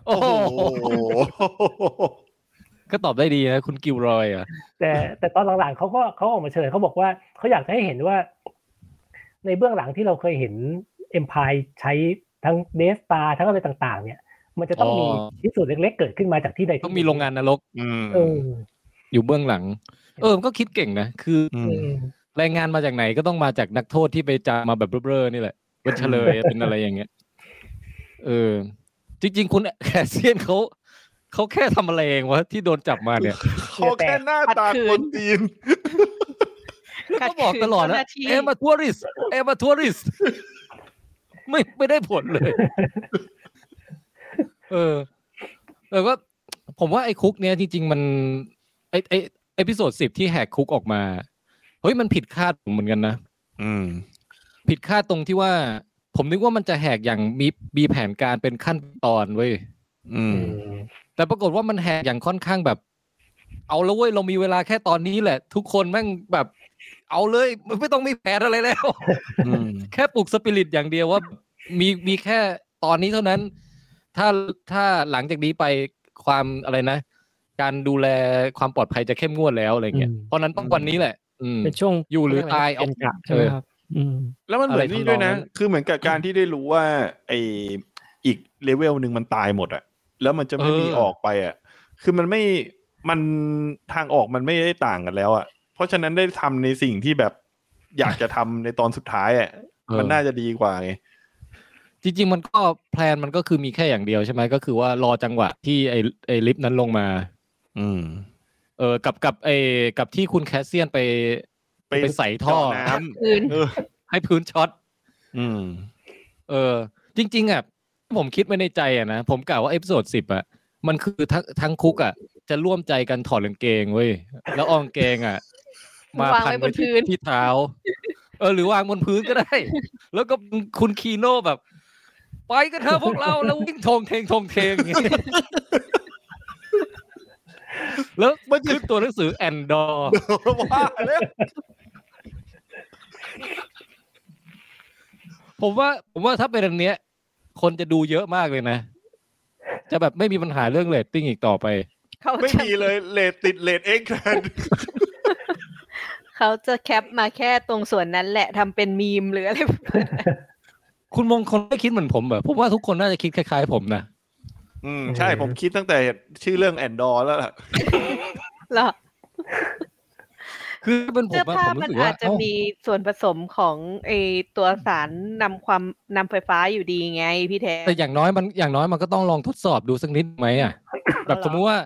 A: โอ้โห
G: โอ้โห
A: ก็ตอบได้ดีนะ คุณกิวรอยอ่ะ
E: 2แต่แต่ตอนหลังๆเขาก็เขาออกมาเฉลยเขาบอกว่าเขาอยากจะให้เห็นว่า ในเบื้องหลังที่เราเคยเห็น Empire ใช้ทั้งเดสตาทั้งอะไรต่าง ๆ เนี่ย มันจะต้องมี
A: อ๋อ
E: ชิ้นส่วนเล็ก ๆ เกิดขึ้นมาจากที่ใดที่
A: ต้องมีโรงงานนรก
B: อืม
E: เออ
A: อยู่เบื้องหลัง เออมันก็คิดเก่งนะ คือ
B: อื
E: อื
B: ม
E: ม
A: แรงงานมาจากไหนก็ต้องมาจากนักโทษที่ไปจามาแบบเบ้อๆนี่แหละ เป็นเฉลย เป็นอะไรอย่างเงี้ย เออ จริง ๆ คุณแคสเซียนเขาเขาแค่ทำอะไรเองวะที่โดนจับมาเนี่ย
G: เขาแค่หน้าตาคนจีน
A: ก็บอกตลอดนะ
F: ขัดขืน
A: เอ
F: เจ้าหน้าที่
A: มาทัวริสเอมาทัวริส *laughs* ไม่ไม่ได้ผลเลย *laughs* เออแต่ว่าผมว่าไอ้คุกเนี้ยจริง ๆ มัน ไอ้ไอ้เอพิโซดสิบที่แหกคุกออกมา เฮ้ยมันผิดคาดผมเหมือนกันนะ
B: อืม
A: ผิดคาดตรงที่ว่า ผมนึกว่ามันจะแหกอย่างมีมีแผนการเป็นขั้นตอนเว้ย
B: อืม
A: แต่ปรากฏว่ามันแหกอย่างค่อนข้างแบบ เอาแล้วเว้ยเรามีเวลาแค่ตอนนี้แหละ ทุกคนแม่งแบบ เอาเลยไม่ไม่ต้องมีแผนอะไรแล้ว *laughs*
B: อืม
A: แค่ปลุกสปิริตอย่างเดียวว่า มีมีแค่ตอนนี้เท่านั้น ถ้าถ้าหลังจากนี้ไปความอะไรนะ การดูแลความปลอดภัยจะเข้มงวดแล้วอะไรเงี้ย
D: อืม
A: เพราะนั้นต้องวันนี้แหละ อืม
D: เป็นช่วง
A: อยู่หรือตาย
D: เอนกะ
A: เอา
D: ใช่ไหมครับ อืม
B: แล้วมันเหมือน
A: อะไร
B: นี่
A: ทำนอง
B: ด้วยนะ
A: นั้น
B: คือเหมือนกับการที่ได้รู้ว่าไออีกเลเวลหนึ่งมันตายหมดอะแล้วมันจะไม่มีออกไปอะคือมันไม่ มันทางออกมันไม่ได้ต่างกันแล้วอะเพราะฉะนั้นได้ทำในสิ่งที่แบบอยากจะทำในตอนสุดท้ายอะมันน่าจะดีกว่าไง
A: จริง ๆ มันก็แพลนมันก็คือมีแค่อย่างเดียวใช่ไหมก็คือว่ารอจังหวะที่ไอ้ไอ้ลิฟต์นั้นลงมา
B: อืม
A: เออกับกับไอ้กับที่คุณแคสเซียนไป
B: ไป
A: ใส่ท่อ
B: เจาะน้
F: คืน *laughs*
B: ำเออ
A: ให้พื้นช็อต
B: อืม
A: เออจริง ๆอ่ะผมคิดไว้ในใจอ่ะนะ ผมกล่าวว่าเอพิโซดสิบอ่ะมันคือทั้งทั้งคุกอ่ะ จะร่วมใจกันถอดกางเกงเว้ยแล้วเอากางเกง
F: *laughs*
A: อ่ะ มาว
F: าง
A: พัน
F: ไว้บน
A: ไว้ที่
F: พื้น
A: ที่เท้า เออ หรือวางบนพื้นก็ได้ *laughs* แล้วก็คุณคีโน่แบบ ไปกันเถอะพวกเราแล้ววิ่งทงเทงทงเทง *laughs* อย่างเงี้ยแล้วมันคือตัวหนังสือแอนดอร์
G: ว่าแล้ว
A: ผมว่า ผมว่าถ้าเป็นอันเนี้ย คนจะดูเยอะมากเลยนะ จะแบบไม่มีปัญหาเรื่องเรตติ้งอีกต่อไป
F: เขา
G: ไม่
F: จะ
G: มีเลยเลดติดเลดเอ็กแทน
F: เขาจะแคปมาแค่ตรงส่วนนั้นแหละทำเป็นมีมหรืออะไร *laughs*
A: คุณมงคลไม่คิดเหมือนผมแบบผมว่าทุกคนน่าจะคิดคล้ายๆผมนะ
B: อืม ใช่ผมคิดตั้งแต่ชื่อเรื่องแอนดอร์แล้วล่ะ
F: หรอ
A: คือเป็นผม
F: เสื้อ
A: อะ
F: ผ้า
A: ผม
F: มั
A: รู้
F: น
A: สึก
F: อา
A: ว่า
F: จจะ
A: เอ้า
F: มีส่วนผสมของไอตัวสารนำความนำไฟฟ้าอยู่ดีไงพี่แท้
A: แต่อย่างน้อยมันอย่างน้อยมันก็ต้องลองทดสอบดูสักนิดไหมอ่ะ แบบสมมุติว่า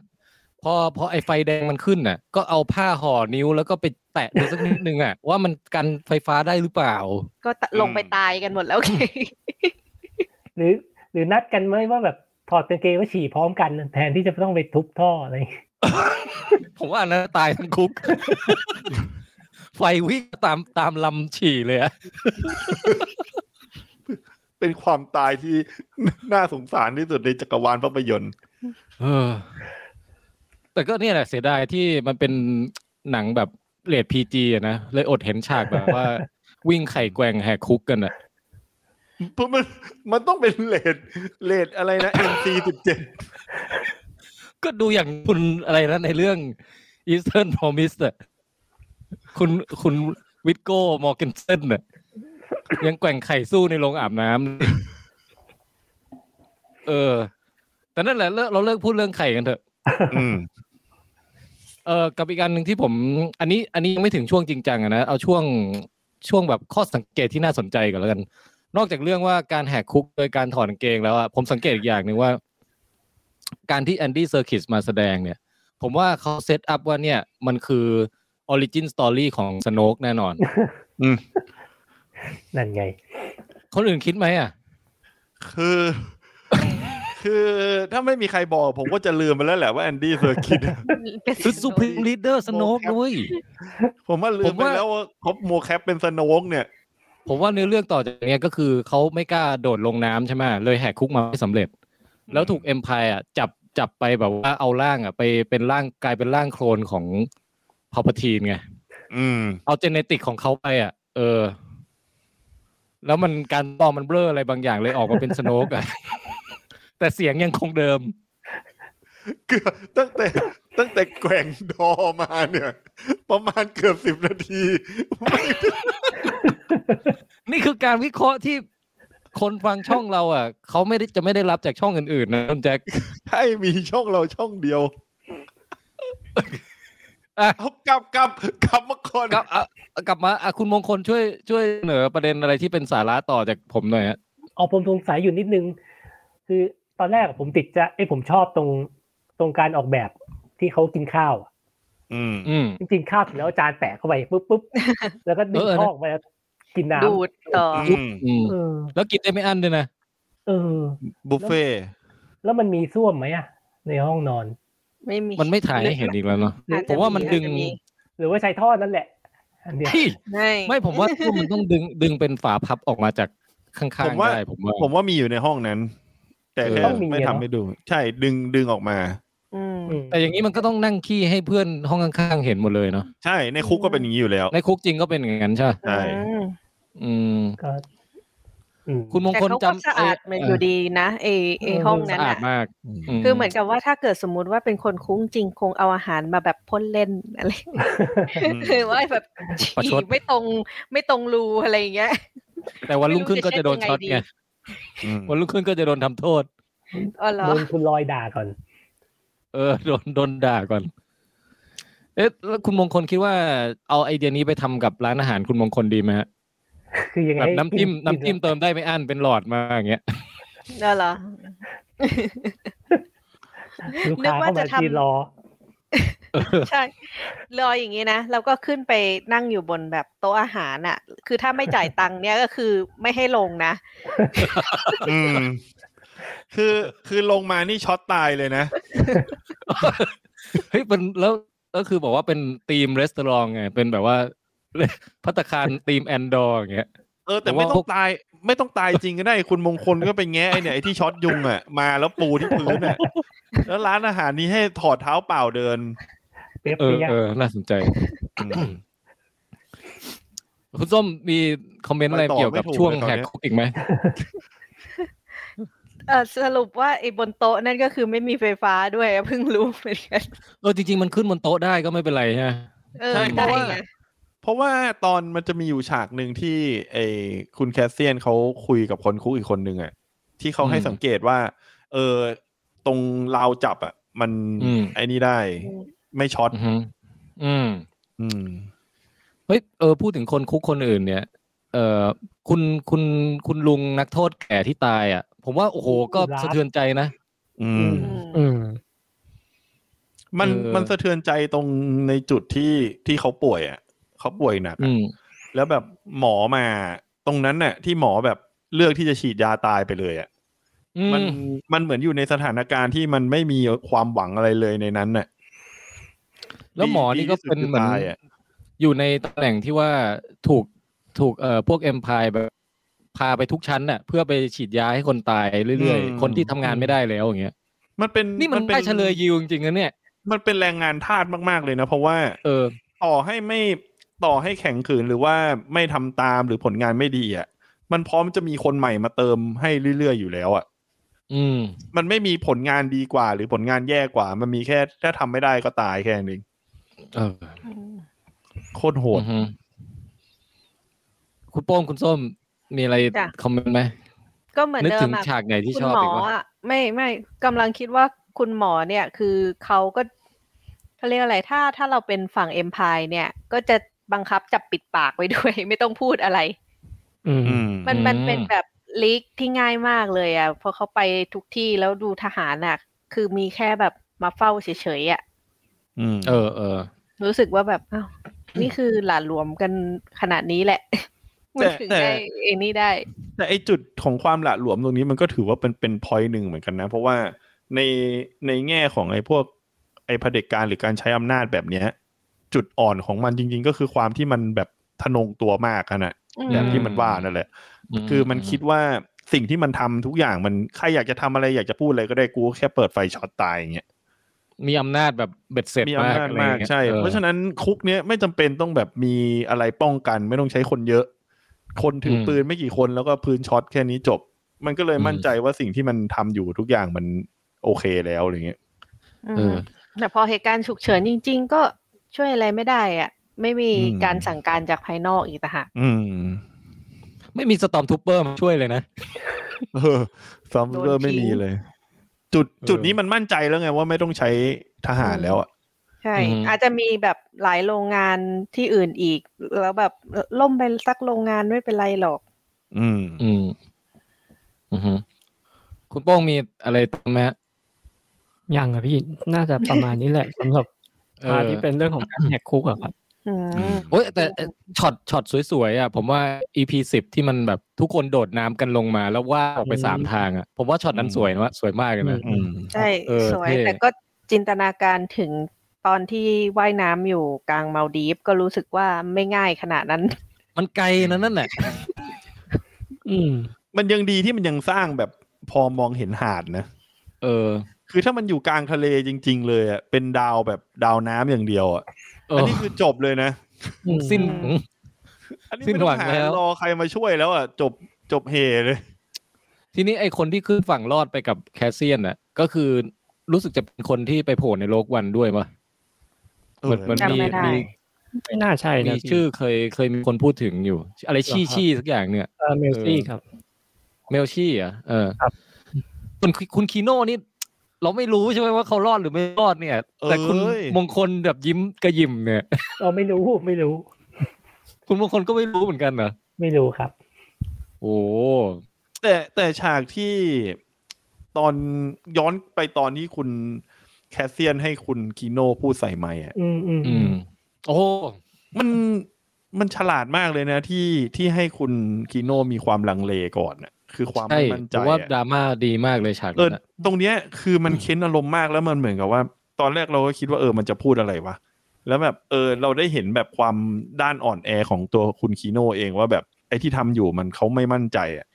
A: พอพอไอไฟแดงมันขึ้นน่ะ ก็เอาผ้าห่อนิ้วแล้วก็ไปแตะดูสักนิดนึงอ่ะ ว่ามันกันไฟฟ้าได้หรือเปล่า
F: ก็ตะลงไปตายกันหมดแล้วไง
E: หรือ หรือนัดกันไหมว่าแบบถอดกางเกงแล้วฉี่พร้อมกัน แทนที่จะต้องไปทุบท่ออะไรอย่างเงี้ย
A: ผมว่าอันนั้นตายทั้งคุก *laughs* ไฟวิ่งตามตามลำฉี่เลยอ่ะ
G: เป็นความตายที่ *laughs* น่าสงสารที่สุดในจักรวาลภาพยนตร์
A: เออ แต่ก็เนี่ยแหละเสียดายที่มันเป็นหนังแบบเรทพีจีอะนะเลยอดเห็นฉากแบบว่า วิ่งไข่แกว่งแหกคุกกันอ่ะ
G: เพราะมันมันต้องเป็นเลดเลดอะไรนะ NC สิบเจ็ด
A: ก็ดูอย่างคุณอะไรนะในเรื่อง Eastern Promise อ่ะคุณคุณวิทโก้มอร์เกนเซนอ่ะยังแกว่งไข่สู้ในโรงอาบน้ำเออ แต่นั่นแหละเลิกเราเลิกพูดเรื่องไข่กันเถอะ
B: อืม
A: เออกับอีกอันหนึ่งที่ผม อันนี้ อันนี้ยังไม่ถึงช่วงจริงจังอะนะ เอาช่วงช่วงแบบข้อสังเกตที่น่าสนใจก่อนแล้วกัน นอกจากเรื่องว่าการแหกคุกโดยการถอดกางเกงแล้วอะผมสังเกตอีกอย่างหนึ่งว่า การที่แอนดี้เซอร์คิสมาแสดงเนี่ย ผมว่าเขาเซตอัพว่าเนี่ยมันคือออริจินสตอรี่ของสโนกแน่นอน
E: นั่นไง
A: คนอื่นคิดไหมอะ
G: คือ คือถ้าไม่มีใครบอก ผมก็จะลืมไปแล้วแหละว่าแอนดี้เซอร์คิต
F: *laughs* เป็น
A: คือซูพรีมลีดเดอร์สโนกด้วย
G: ผมว่าลื
A: ผม ม
G: ไป
A: ว่า
G: แล้วว่าครบโมแคปเป็นสโนกเนี่ย
A: ผมว่าเนื้อเรื่องต่อจากเนี้ยก็คือเขาไม่กล้าโดดลงน้ำใช่ไหมเลยแหกคุกมาไม่สำเร็จ แล้วถูกเอ็มพายอ่ะจับจับไปแบบว่าเอาร่างอ่ะไปเป็นร่างกลายเป็นร่างโคลนของพอพทีนไง
B: อืม
A: เอาเจเนติกของเขาไปอ่ะ เออ แล้วมันการปลอมมันเบลออะไรบางอย่างเลยออกมาเป็นสโนกอ่ะ *laughs* แต่เสียงยังคงเดิม
G: เกือบตั้งแต่ตั้งแต่แกว่งดอมาเนี่ย ประมาณเกือบสิบนาที
A: นี่คือการวิเคราะห์ที่คนฟังช่องเราอ่ะเขาไม่ได้จะไม่ได้รับจากช่องอื่นๆนะคุณแจ็ค
G: ให้มีช่องเราช่องเดียว
A: อ่ะ
G: เอากลับกลับกลับมาก่อน
A: กลับอ่ะกลับมาอ่ะคุณมงคลช่วยช่วยเสนอประเด็นอะไรที่เป็นสาระต่อจากผมหน่อยฮะ
E: เอาผมสงสัยอยู่นิดนึง คือตอนแรกอะผมติดจะไอ้ยผมชอบตรงตรงการออกแบบที่เขากินข้าวอะ
B: อืม
A: อืม
E: จริงๆข้าวเสร็จแล้วเอาจานแปะเข้าไปปุ๊บปุ๊บแล้วก็ดึง
A: เออเออ
E: ท่อออกมากินน้
F: ดูดต่อ
B: อืม
A: อืม
E: ำเออ
A: แล้วกินได้ไม่อั้นด้วยนะ
E: เออ
B: บุฟเฟ่
E: แล้วมันมีส้วมไหมอะในห้องนอน
F: ไม่มี
A: มันไม่ถ่ายให้เห็นอีกแล้วเนาะ
F: อาจจะ
A: ผมว่ามันดึง
F: อาจจะมี
E: หรือว่าใช้ท่อนั่นแหละ อันเดียว
A: เฮ้ย
F: ไม่
A: ไม่ผมว่าตู้มันต้องดึงดึงเป็นฝาพับออกมาจากข้างๆได้ผมว่า
B: ผมว่ามีอยู่ในห้องนั้น แต่แค่
A: ต้องมี
B: ไม่ทำให้ดู ใช่ดึงดึงออกมา
F: อืม
E: อืม
A: แต่อย่างนี้มันก็ต้องนั่งขี้ให้เพื่อนห้องข้างๆเห็นหมดเลยเนาะ
B: ใช่ในคุกก็เป็นอย่างนี้อยู่แล้ว
A: ในคุกจริงก็เป็นอย่างนั้นใช่ปะ
B: ใช่
A: อืม
E: ก็อืม
A: คุณมง
F: แต่
A: คล
F: เขาก็
A: จำ
F: สะอาดมันอยู่ดีนะเอเอ
E: เออ
F: ห้อง
A: เออ
F: นั้
A: สะ
F: น
A: อาด
F: อ่ะ
A: มาก
F: คือเหมือนกับว่าถ้าเกิดสมมุติว่าเป็นคนคุ้งจริงคงเอาอาหารมาแบบพ่นเล่นอะไร *laughs* คือว่าแบบ
A: ประช
F: ฉี
A: ด
F: กไม่ตรงไม่ตรงรูอะไรอย่างเงี้ย
A: แต่วันรุ่งขึ้นก็จะโดนช็อต
F: ไม่รู้จะ
A: ไง
F: เช็ดยังไงดี
B: อืม
A: วันรุ่งขึ้นก็จะโดนทำโทษ
F: อ๋อเหรอ
E: โดนคุณลอยด่าก่อน
A: เออ *laughs* โดนโดนด่าก่อน เอ๊ะแล้วคุณมงคลคิดว่าเอาไอเดียนี้ไปทำกับร้านอาหารคุณมงคลดีไหมฮะ
E: คือยังไง
A: แบบน้ำจิ้
G: *laughs*
A: ม
E: กิ
A: น้ำจิ้มเติมได้ไม่อั้นเป็นหลอดมาอย่างเงี้ย *laughs*
F: อ๋อเหรอ
E: ลูกค้าเข้า
F: นึกว่าจะ
E: มา
F: ทำ
E: จีรอ
A: *laughs*
F: ใช่ลอยอย่างนี้นะเราก็ขึ้นไปนั่งอยู่บนแบบโต๊ะอาหารน่ะ คือถ้าไม่จ่ายตังค์เนี่ยก็คือไม่ให้ลงนะ
B: อืม
G: คือคือลงมานี่ช็อตตายเลยนะ
A: เฮ้ยเป็นแล้วก็คือบอกว่าเป็นทีมรีสอร์ทไงเป็นแบบว่า *laughs* พัตตาคารทีมแอนดอร์อย่างเงี้ย
G: เออแต่
A: ผม
G: ไม่
A: ว่า
G: ต้
A: พ
G: อง
A: วก
G: ตาย ไม่ต้องตายจริงก็ได้ คุณมงคลก็ไปแงะไอเนี่ยไอที่ช็อตยุงอ่ะมาแล้วปูที่พื้นอ่ะแล้วร้านอาหารนี้ให้ถอดเท้าเปล่าเดิน
E: เปียก
A: เออ
E: เปียก
A: เออน่าสนใจ *coughs* คุณส้มมีคอมเมนต์อะไร
G: มันตอบ
A: เกี่ยวกับ
G: ไม่ถูก
A: ช่วง
G: เลยตอน
A: แห
G: เนี้
A: ก
G: ย
A: คุกอีกไหม
F: เออสรุปว่าไอ้บนโต๊ะนั่นก็คือไม่มีไฟฟ้าด้วยอะเพิ่งรู้เหมือนกัน
A: เออจริง ๆ มันขึ้นบนโต๊ะได้ก็ไม่เป็นไรฮะ
F: เออ
A: ใช่เพราะว่า
F: ได้ไง
B: เพราะว่าตอนมันจะมีอยู่ฉากหนึ่งที่ไอ้คุณแคสเซียนเขาคุยกับคนคุกอีกคนหนึ่งอะที่เขาให้
A: อืม
B: สังเกตว่า เออตรงราวจับอะมัน
A: อืม
B: ไอ้นี่ได้ ไม่ช็อต
A: อือฮึอืม
B: อืม
A: เฮ้ยเออพูดถึงคนคุกคนอื่นเนี่ย เออคุณคุณคุณลุงนักโทษแก่ที่ตายอ่ะ ผมว่าโอ้โหก็
E: รัก
A: สะเทือนใจนะ
B: อืม
F: อืม
D: อืม
B: มัน
A: เออ
B: มันสะเทือนใจตรงในจุดที่ที่เขาป่วยอ่ะเขาป่วยหนักอะ
A: อืม
B: แล้วแบบหมอมาตรงนั้นน่ะ ที่หมอแบบเลือกที่จะฉีดยาตายไปเลยอ่ะ
A: อื
B: มัน
A: ม
B: มันเหมือนอยู่ในสถานการณ์ที่มันไม่มีความหวังอะไรเลยในนั้นน่ะ
A: แล้วหมอ
B: ดี
A: นี่ก็
B: ดีที่สุด
A: เป็น
B: คือ
A: เหมือน
B: ตายอะ
A: อยู่ในตำแหน่งที่ว่าถูกถูกเอ่อพวกเอ็มพายแบบพาไปทุกชั้นน่ะ เพื่อไปฉีดยาให้คนตายเรื่อยๆ คนที่ทำงานไม่ได้แล้วอย่างเงี้ย
B: มันเป็น
A: นี่มัน
B: ป็
A: ได้เฉลยยิวจริงๆนะเนี่ย
B: มันเป็นแรงงานทาสมาก ๆ เลยนะ เพราะว่า
A: เออ
B: ต่อให้ไม่ต่อให้แข็งขืนหรือว่าไม่ทำตามหรือผลงานไม่ดีอ่ะมันพร้อมจะมีคนใหม่มาเติมให้เรื่อย ๆ อยู่แล้วอ่ะ
A: อืม
B: มันไม่มีผลงานดีกว่า หรือผลงานแย่กว่า มันมีแค่ถ้าทำไม่ได้ก็ตายแค่นั้นเอง
A: เออ
F: อืม
B: โคตรโหด
A: อือฮึคุณโป้งคุณส้มมีอะไร
F: จ้ะ
A: คอมเมนต์ไหม
F: ก็เหมือน
A: นึก
F: เดิ
A: ถึ
F: ม
A: ง
F: อะ
A: ฉากไหนที่
F: คุณ
A: ชอบ
F: หม
A: อีก
F: อ
A: วะ
F: อะไม่ไม่กำลังคิดว่าคุณหมอเนี่ยคือเขาก็เขาเรียกอะไรถ้าถ้าเราเป็นฝั่งเอ็มพายเนี่ย ก็จะบังคับจับปิดปากไว้ด้วย *laughs* ไม่ต้องพูดอะไร
D: อืม
B: อืม
F: มันมันเป็นแบบลีกที่ง่ายมากเลยอะเพอเขาไปทุกที่แล้วดูทหารอะคือมีแค่แบบมาเฝ้าเฉยๆอะ
B: อืม
A: เออเออ
F: รู้สึกว่าแบบอ้าวนี่คือหลานหลวมกันขนาดนี้แหละ *laughs* มันถึงได้เองนี่ได้
B: แต่ไอจุดของความหละหลวมตรงนี้มันก็ถือว่าเป็นเป็นพอยหนึ่งเหมือนกันนะ เพราะว่าในในแง่ของไอพวกไอเผด็จการหรือการใช้อำนาจแบบเนี้ย จุดอ่อนของมันจริง ๆ ก็คือความที่มันแบบทะนงตัวมากอะนะ
A: อืม
B: อย่างที่มันว่านั่นแหละ คือมันคิดว่าสิ่งที่มันทำทุกอย่างมันใครอยากจะทำอะไรอยากจะพูดอะไรก็ได้กูแค่เปิดไฟช็อตตายอย่างเงี้ย
A: มีอำนาจแบบเบ็ดเสร็จ
B: มี
A: มาก
B: อำนาจ
A: อะไรอ
B: มา
A: ย่
B: ก
A: งงี้ย
B: ใช่
A: ออ
B: เพราะฉะนั้นคุกเนี้ยไม่จำเป็นต้องแบบมีอะไรป้องกัน ไม่ต้องใช้คนเยอะ คนถืออ
A: ม
B: ปืนไม่กี่คนแล้วก็พื้นช็อตแค่นี้จบ มันก็เลย
A: อืม
B: มั่นใจว่าสิ่งที่มันทำอยู่ทุกอย่างมันโอเคแล้วอะไรเงี้ย
A: เออ
F: แต่พอเหตุการณ์ฉุกเฉินจริง ๆ ก็ช่วยอะไรไม่ได้อะไม่มีการสั่งการจากภายนอกอีกต่างหาก
B: อืม
A: ไม่มีสตอมทูเปอร์มาช่วยเลยนะ
B: เออซอมเบอร์ไม่มีเลย จุดจุดนี้มันมั่นใจแล้วไงว่าไม่ต้องใช้ทหารแล้วอะ
F: ใช่
A: อืม
F: อาจจะมีแบบหลายโรงงานที่อื่นอีก แล้วแบบล่มไปสักโรงงานไม่เป็นไรหรอก
B: อืม
A: อืมอือฮึคุณโป้งมีอะไรเติมไหมฮะ
D: ยังอะพี่น่าจะประมาณนี้แหละ *laughs* สำหรับ
A: เอ
D: พาร์ท
A: อ
D: ที่เป็นเรื่องของการแหกคุกอะครับ
F: อืม
B: อืม
A: โอ้ยแต่เอ่อช็อตช็อตสวยๆอ่ะผมว่า EP สิบที่มันแบบทุกคนโดดน้ำกันลงมา แล้วว่าออกไป
D: อืม
A: สามทางอ่ะผมว่าช็อตนั้นสวยนะสวยมากเลยนะ
B: อืม
F: ใช่
A: เออ
F: สวย
A: เท่
F: แต่ก็จินตนาการถึงตอนที่ว่ายน้ำอยู่กลางมาลดีฟก็รู้สึกว่าไม่ง่ายขนาดนั้น
A: มันไกลนะนั่นแหละ
D: อืม
B: มันยังดีที่มันยังสร้างแบบพอมองเห็นหาดนะ
A: เออ
B: คือถ้ามันอยู่กลางทะเลจริง ๆ เลยอ่ะ เป็นดาวแบบดาวน้ำอย่างเดียวอ่ะ
A: เอ
B: อัน
A: อ
B: นี้คือจบเลยนะ
A: สิ้น
B: อันนี้
A: สิ้น
B: ไม่ต้
A: หวั
B: อง งหา
A: แล้ว
B: รอใครมาช่วยแล้วอ่ะ จบจบเฮเลย
A: ทีนี้ไอคนที่ขึ้นฝั่งรอดไปกับแคสเซียนน่ะ ก็คือรู้สึกจะเป็นคนที่ไปโผล่ในโลกวันด้วยปะ
B: เอ
A: มั
B: อน
A: มัน
F: จำ
A: มี
F: ไม่ได้
A: มี
D: ไม่น่าใช่
A: มี
D: นะพี่
A: ชื่อเคยเคยมีคนพูดถึงอยู่ อะไรชี่ชี่สักอย่างเนี่ย
D: เออเมลซี่ครับ
A: เมลชี่อ่ะเออ
D: ครับ
A: คุณคุณคีโน่นี่ เราไม่รู้ใช่ไหมว่าเขารอดหรือไม่รอดเนี่ย แต่คุณ
B: เอ้ย
A: มงคลแบบยิ้มกระยิมเนี่ย *laughs*
E: เราไม่รู้ไม่รู้
A: คุณมงคลก็ไม่รู้เหมือนกันเหรอ
E: ไม่รู้ครับ
A: โอ้โห
B: แต่แต่ฉากที่ตอนย้อนไปตอนที่คุณแคสเซียนให้คุณคีโน่พูดใส่ไมค์อ่ะ
E: อืมอืม
A: อืม โอ้โห
B: มันมันฉลาดมากเลยนะที่ที่ให้คุณคีโน่มีความลังเลก่อนน่ะคือความ
A: ใช่
B: ไม่มั่น
A: ผ
B: ใจ
A: มว่าด
B: อะ
A: ราม่าดีมากเลยฉาก
B: เออ
A: นั้นอะ
B: ตรงเนี้ยคือมันเค้นอารมณ์มากแล้วมันเหมือนกับว่า ตอนแรกเราก็คิดว่าเออมันจะพูดอะไรวะแล้วแบบเออเราได้เห็นแบบความด้านอ่อนแอของตัวคุณคีโน่เองว่าแบบไอ้ที่ทำอยู่มันเขาไม่มั่นใจอ่ะ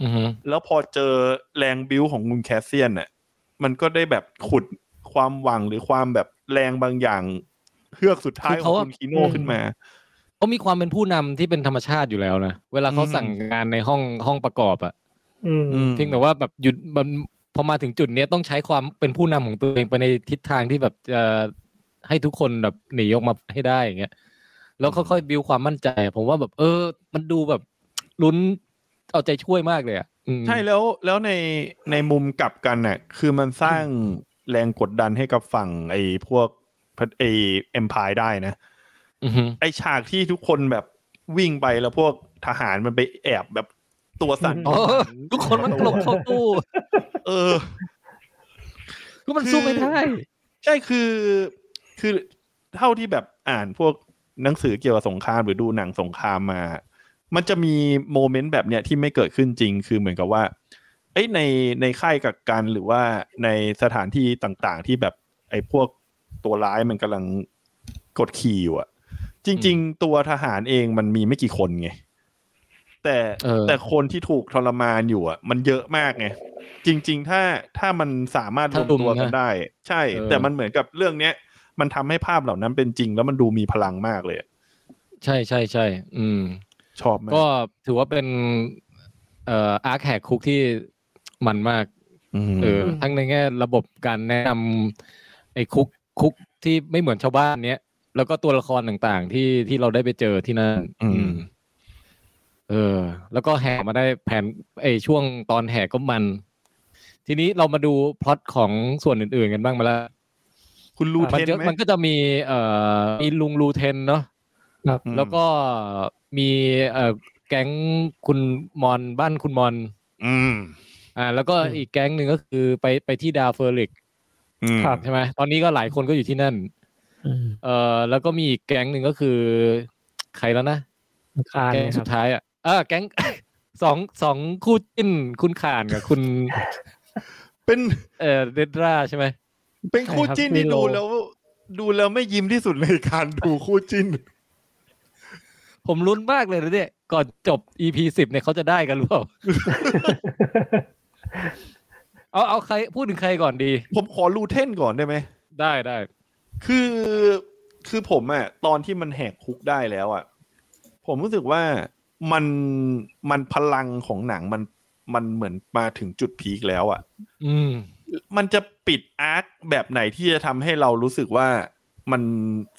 A: อือฮึ
B: แล้วพอเจอแรงบิ้วของคุณแคสเซียนน่ะมันก็ได้แบบขุดความหวังหรือความแบบแรงบางอย่างเฮือกสุดท้ายของคุณคีโน่ขึ้นมา
A: เขามีความเป็นผู้นำที่เป็นธรรมชาติอยู่แล้วนะเวลาเขา
B: อืม
A: สั่งงานในห้องห้องประกอบอะ
E: อืม
B: อืม
A: เพียงแต่ว่าแบบหยุดมันพอมาถึงจุดเนี้ยต้องใช้ความเป็นผู้นำของตัวเองไปในทิศทางที่แบบจะให้ทุกคนแบบหนีออกมาให้ได้อย่างเงี้ยแล้วค่อยๆบิวความมั่นใจ ผมว่าแบบ เออ มันดูแบบลุ้นเอาใจช่วยมากเลยอ่ะอืม
B: ใช่แล้วแล้วในในมุมกลับกันน่ะคือมันสร้างแรงกดดันให้กับฝั่งไอ้พวกไอ้เอ็มพายได้นะ
A: อือฮึ
B: ไอฉากที่ทุกคนแบบวิ่งไปแล้วพวกทหารมันไปแอบแบบตัวสั่น *laughs*
E: อ๋อ
A: ทุกคนมันหลบเข้าตู้
B: เออ
A: ก็มันสู้ไม่ได้
B: ใช่คือคือเท่าที่แบบอ่านพวกหนังสือเกี่ยวกับสงครามหรือดูหนังสงครามมา มันจะมีโมเมนต์แบบเนี้ยที่ไม่เกิดขึ้นจริง คือเหมือนกับว่า เอ้ยในในค่ายกักกันหรือว่าในสถานที่ต่างๆ ที่แบบไอ้พวกตัวร้ายมันกำลังกดขี่อยู่อะจริง ๆ ตัวทหารเองมันมีไม่กี่คนไงแต่
A: เออ
B: แต่คนที่ถูกทรมานอยู่อะมันเยอะมากไง จริง ๆ ถ้าถ้ามันสามารถรวมตัวกันได้ ใช่
A: เออ
B: แต่มันเหมือนกับเรื่องเนี้ย มันทำให้ภาพเหล่านั้นเป็นจริง แล้วมันดูมีพลังมากเลยอะ
A: ใช่ใช่ใช่อืม
B: ชอบมาก
A: ก็ถือว่าเป็นเอ่ออาร์คแหกคุกที่มันมาก
B: ม
A: เออทั้งในแง่ระบบการแนะนำไอ้คุกคุกที่ไม่เหมือนชาวบ้านเนี้ยแล้วก็ตัวละครต่างๆ ที่ที่เราได้ไปเจอที่นั่นอืม เออ แล้วก็แหกมาได้แผนไอ้ช่วงตอนแหกก็มัน ทีนี้เรามาดูพล็อตของส่วนอื่นๆกันบ้างมาแล้ว
B: คุณรู
A: มั
B: เทน
A: จะ
B: ไหม
A: มันก็จะมี เอ่อมีลุงลูเทนเนาะ
B: อืม
A: แล้วก็มีเอ่อแก๊งคุณมอนบ้านคุณมอน
B: อืม
A: อ่า แล้วก็อีกแก๊งหนึ่งก็คือไปไปที่ดาวเฟอริก
B: อืม
D: ครับ
A: ใช่ไหมตอนนี้ก็หลายคนก็อยู่ที่นั่น
D: อืม
A: เอ่อแล้วก็มีอีกแก๊งหนึ่งก็คือ ใครแล้วนะ
D: อังคาร
A: แก๊ง
D: นะค
A: สุ
D: รั
A: ด
D: บ
A: ท้ายอ่ะเออแก๊ง *laughs* สองสองคู่จิ้นคุณข่านกับคุณ *laughs*
B: เป็น
A: เอ่อเดดราใช่ไหม
B: เป็นคู่จิ้นที่ดูแล้ว ดูแล้วไม่ยิ้มที่สุดในการดูคู่จิ้น
A: ผมลุ้นมากเลยนะเนี่ยก่อนจบ EP สิบเนี่ยเขาจะได้กันหรือเปล่า เอาเอาใครพูดถึงใครก่อนดี
B: ผมขอรูเทนก่อนได้ไหม
A: ได้ได้
B: คือคือผมอะตอนที่มันแหกคุกได้แล้วอะผมรู้สึกว่ามันมันพลังของหนังมันมันเหมือนมาถึงจุดพีคแล้วอะ
A: อืม
B: มันจะปิดอาร์คแบบไหนที่จะทำให้เรารู้สึกว่ามัน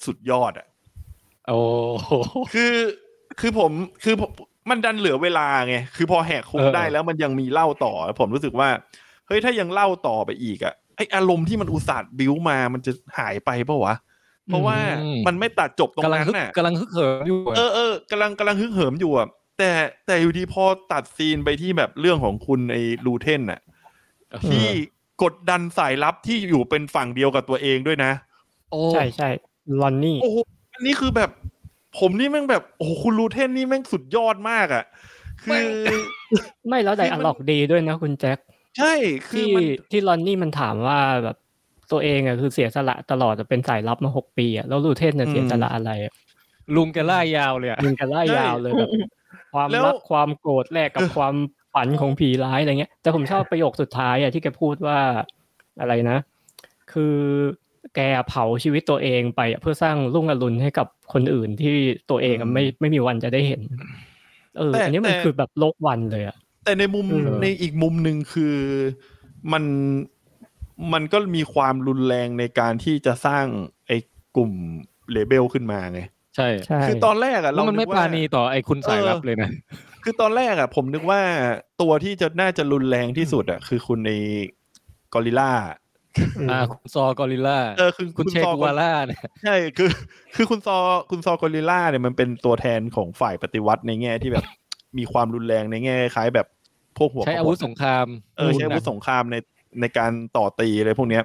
B: สุดยอดอะ
A: โอ้โห
B: คือคือผมคือผมมันดันเหลือเวลาไงคือพอแหกคุก
A: เออ
B: ได้แล้วมันยังมีเล่าต่อ ผมรู้สึกว่าเฮ้ยถ้ายังเล่าต่อไปอีกอะไออารมณ์ที่มันอุตส่าห์บิ้วมามันจะหายไปปะวะ เพราะว่ามันไม่ตัดจบตรง
A: กำลัง
B: นั้น
A: ฮึก
B: น่ะ
A: กำลังฮึกเหิมอยู่อะ
B: เออเออกำลังกำลังฮึกเหิมอยู่อะแต่แต่อยู่ดีพอตัดซีนไปที่แบบเรื่องของคุณไอ้ลูเทนน่ะที่กดดันสายลับที่อยู่เป็นฝั่งเดียวกับตัวเองด้วยนะ
A: โอ้
D: ใช่ใช่ลอนนี่
B: โอ้โหอันนี้คือแบบ ผมนี่แม่งแบบโอ้โหคุณลูเทนนี่แม่งสุดยอดมากอะคือ
D: ไม่แล้วไดอะล็อกดีด้วยนะคุณแจ็ค
B: ใช่คือ
D: ที่
B: มัน
D: ที่ลอนนี่มันถามว่าแบบตัวเองอ่ะคือเสียสละตลอดแต่เป็นสายลับมาหกปีอ่ะแล้วลูเทนเนี่ย
B: อืม
D: เสียสละอะไรอะ
A: ลุงแกล่ายาวเลยอะ
D: *laughs* ยิงกันไล่ยาวเลยแบบความ
B: แล้ว
D: รักความโกรธแลกกับความฝันของผีร้ายอะไรเงี้ย แต่ผมชอบประโยคสุดท้ายอ่ะที่แกพูดว่าอะไรนะ คือแกเผาชีวิตตัวเองไปอะเพื่อสร้างรุ่งอรุณให้กับคนอื่นที่ตัวเองอะไม่ไม่มีวันจะได้เห็นเออ
B: แต่
D: อันนี้มัน
B: แต่
D: คือแบบโลกวันเลยอ่ะ
B: แต่ในมุม
D: อืม
B: ในอีกมุมหนึ่งคือมันมันก็มีความรุนแรงในการที่จะสร้างไอ้กลุ่มเลเบลขึ้นมาไง
A: ใช่
D: ใช่
B: คือตอนแรกอะ
A: แล้ว
B: เรา
A: มันไม่
B: กว่
A: ปราณีต่อไอ้คุณสายลับเลยนะ
B: คือตอนแรกอะผมนึกว่าตัวที่จะน่าจะรุนแรงที่สุดอะคือคุณในกอริลล่า
A: อ่า คุณซอกอริลล่า
B: เออคือ
A: คุณเช
B: ซอ
A: กูวาล่าเนี่ย
B: ใช่คือ คือคุณซอคุณซอกอริลล่าเนี่ยมันเป็นตัวแทนของฝ่ายปฏิวัติในแง่ที่แบบ
A: *laughs*
B: มีความรุนแรงในแง่คล้ายแบบพวกหัว
A: ใช้
B: ขบน
A: อาวุธสงคราม
B: เออใช้อาวุธสงครามในในการต่อตีอะไรพวกเนี้ย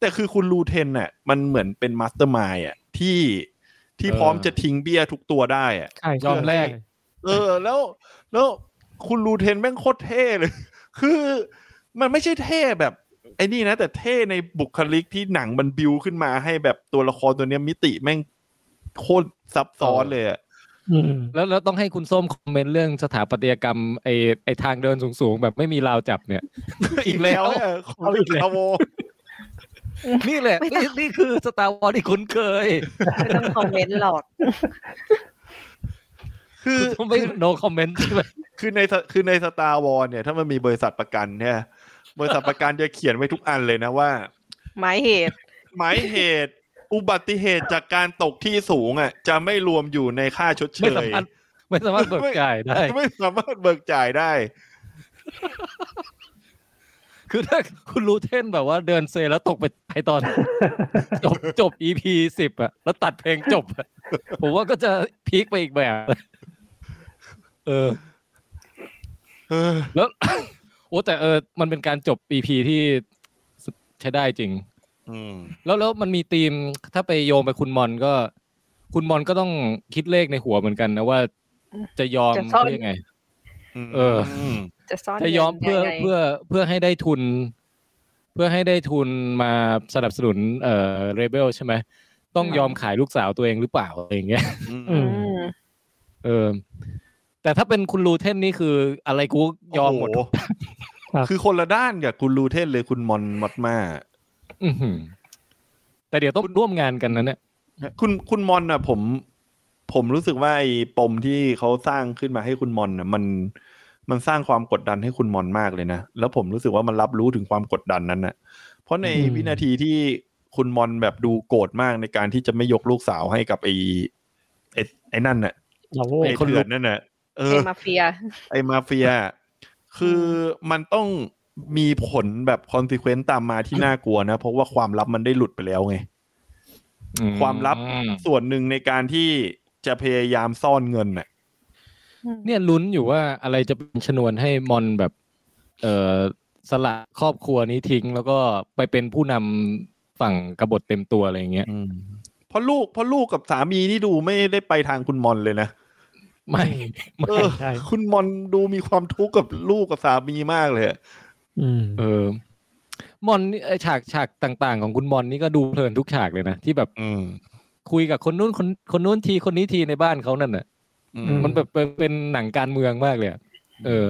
B: แต่คือคุณลูเทนน่ะมันเหมือนเป็นมาสเตอร์มายอะที่ที่พร้อมจะทิ้งเบี้ยทุกตัวได้อะ
D: ใช่
A: ยอมแลก
B: เออแล้วแล้วคุณรูเทนแม่งโคตรเท่เลย *laughs* คือมันไม่ใช่เท่แบบ ไอ้นี่นะ แต่เท่ในบุคลิกที่หนังมันบิวขึ้นมาให้แบบตัวละครตัวเนี้ยมิติแม่งโคตรซับซ้อนเลยอะ
D: อืม
A: แล้วแล้วต้องให้คุณส้มคอมเมนต์เรื่องสถาปัตยกรรมไอ้ไอ้ทางเดินสูงๆ แบบไม่มีราวจับเนี่ย อีกแล้ว
B: เนี่ยของอีกแล้วโว
A: นี่แหละนี่นี่คือสตาร์วอลที่คุ้นเคย
F: ไม่ต้องคอมเมนต์หรอก
B: คื
A: คือ อไม่ no comment ใช่ไหม
B: คือในคือในสตาร์วอลเนี่ย ถ้ามันมีบริษัทประกันเนี่ยบริษัทประกันจะเขียนไว้ทุกอันเลยนะว่า
F: หมายเหตุ
B: หมายเหตุอุบัติเหตุจากการตกที่สูงอ่ะ จะไม่รวมอยู่ในค่าชดเช
A: ไม่สาย มารถไม่สามารถ
B: *laughs*
A: เบิกจ่ายได้
B: ไม่สามารถเบิกจ่ายได้
A: คือถ้าคุณรู้เท่นแบบว่าเดินเซแล้วตกไปไพตอน *laughs* จบจบ EP สิบอะแล้วตัดเพลงจบอะ *laughs* ผมว่าก็จะพีคไปอีกแบบ เออ
B: เออ
A: แล้ว *coughs* โอ้แต่เออมันเป็นการจบ EP ที่ใช้ได้จริง
B: อืม
A: แล้วแล้วมันมีธีมถ้าไปโยงไปคุณมอนก็ คุณมอนก็ต้องคิดเลขในหัวเหมือนกันนะว่า จะยอม
F: จะซ่อน
A: เพื่อยังไง
B: ม
A: เออ
B: ม
F: จะซ่อน
A: จะยอมเพื่อ
F: งินยังไง
A: เพื่อเพื่อให้ได้ทุน เพื่อให้ได้ทุนมาสนับสนุนเอ่อเรเบลใช่ไหมต้องยอมขายลูกสาวตัวเองหรือเปล่าอะไรอย่างเงี้ย
B: อืม
F: อืม
A: เออ แต่ถ้าเป็นคุณลูเทนนี่คืออะไรกูยอมหมด *laughs*
B: โโ
D: ครับ
B: คือคนละด้านกับคุณลูเทนเลยคุณมอนมอดมา
A: อื้อหือแต่เดี๋ยวต้องร่วมงานกันนะเนี่ย
B: คุณคุณมอนอ่ะ ผม ผมรู้สึกว่าไอ้ปมที่เขาสร้างขึ้นมาให้คุณมอนน่ะมัน มันสร้างความกดดันให้คุณมอนมากเลยนะ แล้วผมรู้สึกว่ามันรับรู้ถึงความกดดันนั้นน่ะ เพราะใน
D: อืม
B: วินาทีที่คุณมอนแบบดูโกรธมากในการที่จะไม่ยกลูกสาวให้กับไอ้ไอ้ไอ้นั่นน่ะ
D: เราโว้
B: ไอ้
D: คน
B: เถื่อนนั่นน่ะเออ
F: ไอ้มาเฟีย
B: ไอมาเฟีย คือมันต้องมีผลแบบคอนซ e เควนต์ตามมาที่น่ากลัวนะ เพราะว่าความลับมันได้หลุดไปแล้วไง
A: อื
B: ความลับส่วนหนึ่งในการที่จะพยายามซ่อนเงินน่ะ
A: เนี่ยลุ้นอยู่ว่าอะไรจะเป็นชนวนให้มอนแบบ เอ่อสละครอบครัวนี้ทิ้ง แล้วก็ไปเป็นผู้นำฝั่งกบฏเต็มตัวอะไรอย่างเงี้ย
B: เพราะลูกเพราะลูกกับสามีนี่ดูไม่ได้ไปทางคุณมอนเลยนะ
A: ไม่
B: เอ
A: ไม่
B: อ
D: ใช่
B: คุณมอนดูมีความทุกข์กับลูกกับสามีมากเลยอะ
D: อืม
A: เออ มอนนี่เอ่อฉากฉากต่าง ๆ ของคุณมอนนี่ก็ดูเพลินทุกฉากเลยนะ ที่แบบ
B: อืม
A: คุยกับคนนู้นคนคนนู้นทีคนนี้ทีในบ้านเขานั่นน่ะ
B: อืม
A: มันแบบเป็นเป็นหนังการเมืองมากเลยอะเออ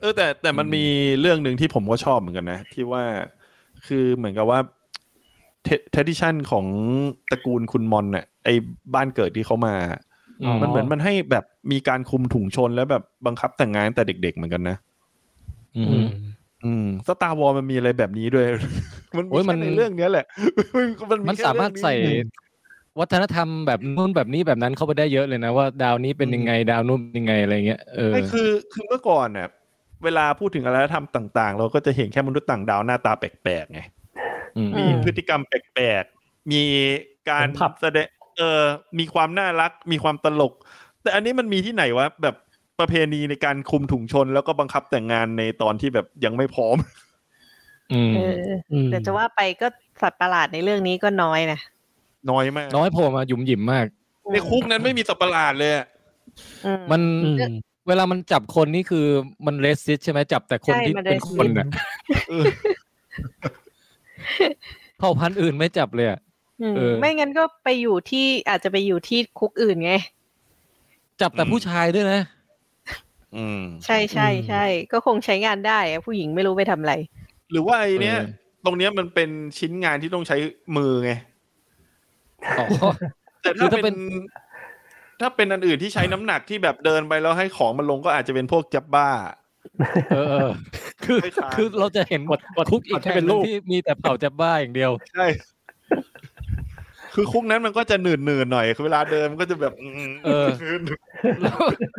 B: เออแต่แต่มัน
A: อืม
B: มีเรื่องหนึ่งที่ผมก็ชอบเหมือนกันนะ ที่ว่าคือเหมือนกับว่าเทดิชันของตระกูลคุณมอนน่ะไอ้บ้านเกิดที่เขามา
A: อืม
B: มันเหมือนมันให้แบบมีการคุมถุงชนแล้วแบบบังคับแต่งงานตั้งแต่เด็ก ๆ เหมือนกันนะ
A: อื
D: อื
A: ม
D: ม
B: อืมสตาร์วอลมันมีอะไรแบบนี้ด้วย *laughs* มัน
A: โอ้
B: มี
A: ยมัน
B: แค่ในเรื่องเนี้ยแหละ *laughs* มัน
A: มัน
B: แค่
A: สามารถ
B: เองนี้
A: ใส่ วัฒนธรรมแบบนู้นแบบนี้แบบนั้นเข้าไปได้เยอะเลยนะว่าดาวนี้เป็นยังไงดาวนู้นเป็นยังไงอะไรเงี้ยเออ
B: ไม่คือคือเมื่อก่อนน่ะเวลาพูดถึงอารยธรรมต่าง ๆ เราก็จะเห็นแค่มนุษย์ต่างดาวหน้าตาแปลกๆไง
A: อืม
F: อื
B: มีพฤติกรรมแปลกๆ มีการแสดงเออ มีความน่ารัก มีความตลก แต่อันนี้มันมีที่ไหนวะ แบบประเพณีในการคุมถุงชน แล้วก็บังคับแต่งงานในตอนที่แบบยังไม่พร้อม *laughs*
A: อืม
F: เออ
D: อืม
F: แต่จะว่าไปก็สัตว์ประหลาดในเรื่องนี้ก็น้อยนะ
B: น้อยมาก
A: น้อยโผล่มาหยุมหยิมมาก
B: ในคุกนั้นไม่มีสัตว์ประหลาดเลยอะ
F: อืม
A: มัน
D: อืม
A: เวลามันจับคนนี่คือมันเลสซิสใช่ไหมจับแต่คน
F: ใช่
A: ที่
F: มัน
A: เป็นคนน่ะ
D: racist
B: เออ
A: เผ่าพันธุ์อื่นไม่จับเลยอะ
F: อืม
A: เออ
F: ไม่งั้นก็ไปอยู่ที่อาจจะไปอยู่ที่คุกอื่นไง
A: จับแต่ผู้ชายด้วยนะ
B: อืม
F: ใช่ใช่
D: อืม
F: ใช่ก็คงใช้งานได้อะผู้หญิงไม่รู้ไปทำอะไร
B: หรือว่าไอเนี้ย
A: เออ
B: ตรงเนี้ยมันเป็นชิ้นงานที่ต้องใช้มือไง
A: อ๋อ
B: แต่
A: คือถ้า
B: ถ้า
A: เป็
B: เป็น น ถ้าเป็นอันอื่นที่ใช้น้ำหนักที่แบบเดินไปแล้วให้ของมันลงก็อาจจะเป็นพวกจับบ้า
A: เออเออคือ
B: ไม่ทัน
A: คือเราจะเห็น
D: กดกด
A: คุกอี
D: ก
A: ก
D: ดให้
A: แห่
D: เป็
A: ง
D: น
A: หนึ่
D: รู
A: ง
D: ป
A: ที่มีแต่เผ่าจับบ้าอย่างเดียว *laughs*
B: ใช่ คือคุกนั้นมันก็จะหนืดหนืดๆหน่อยคือเวลาเดินมันก็จะแบบม
A: เออ แล้ว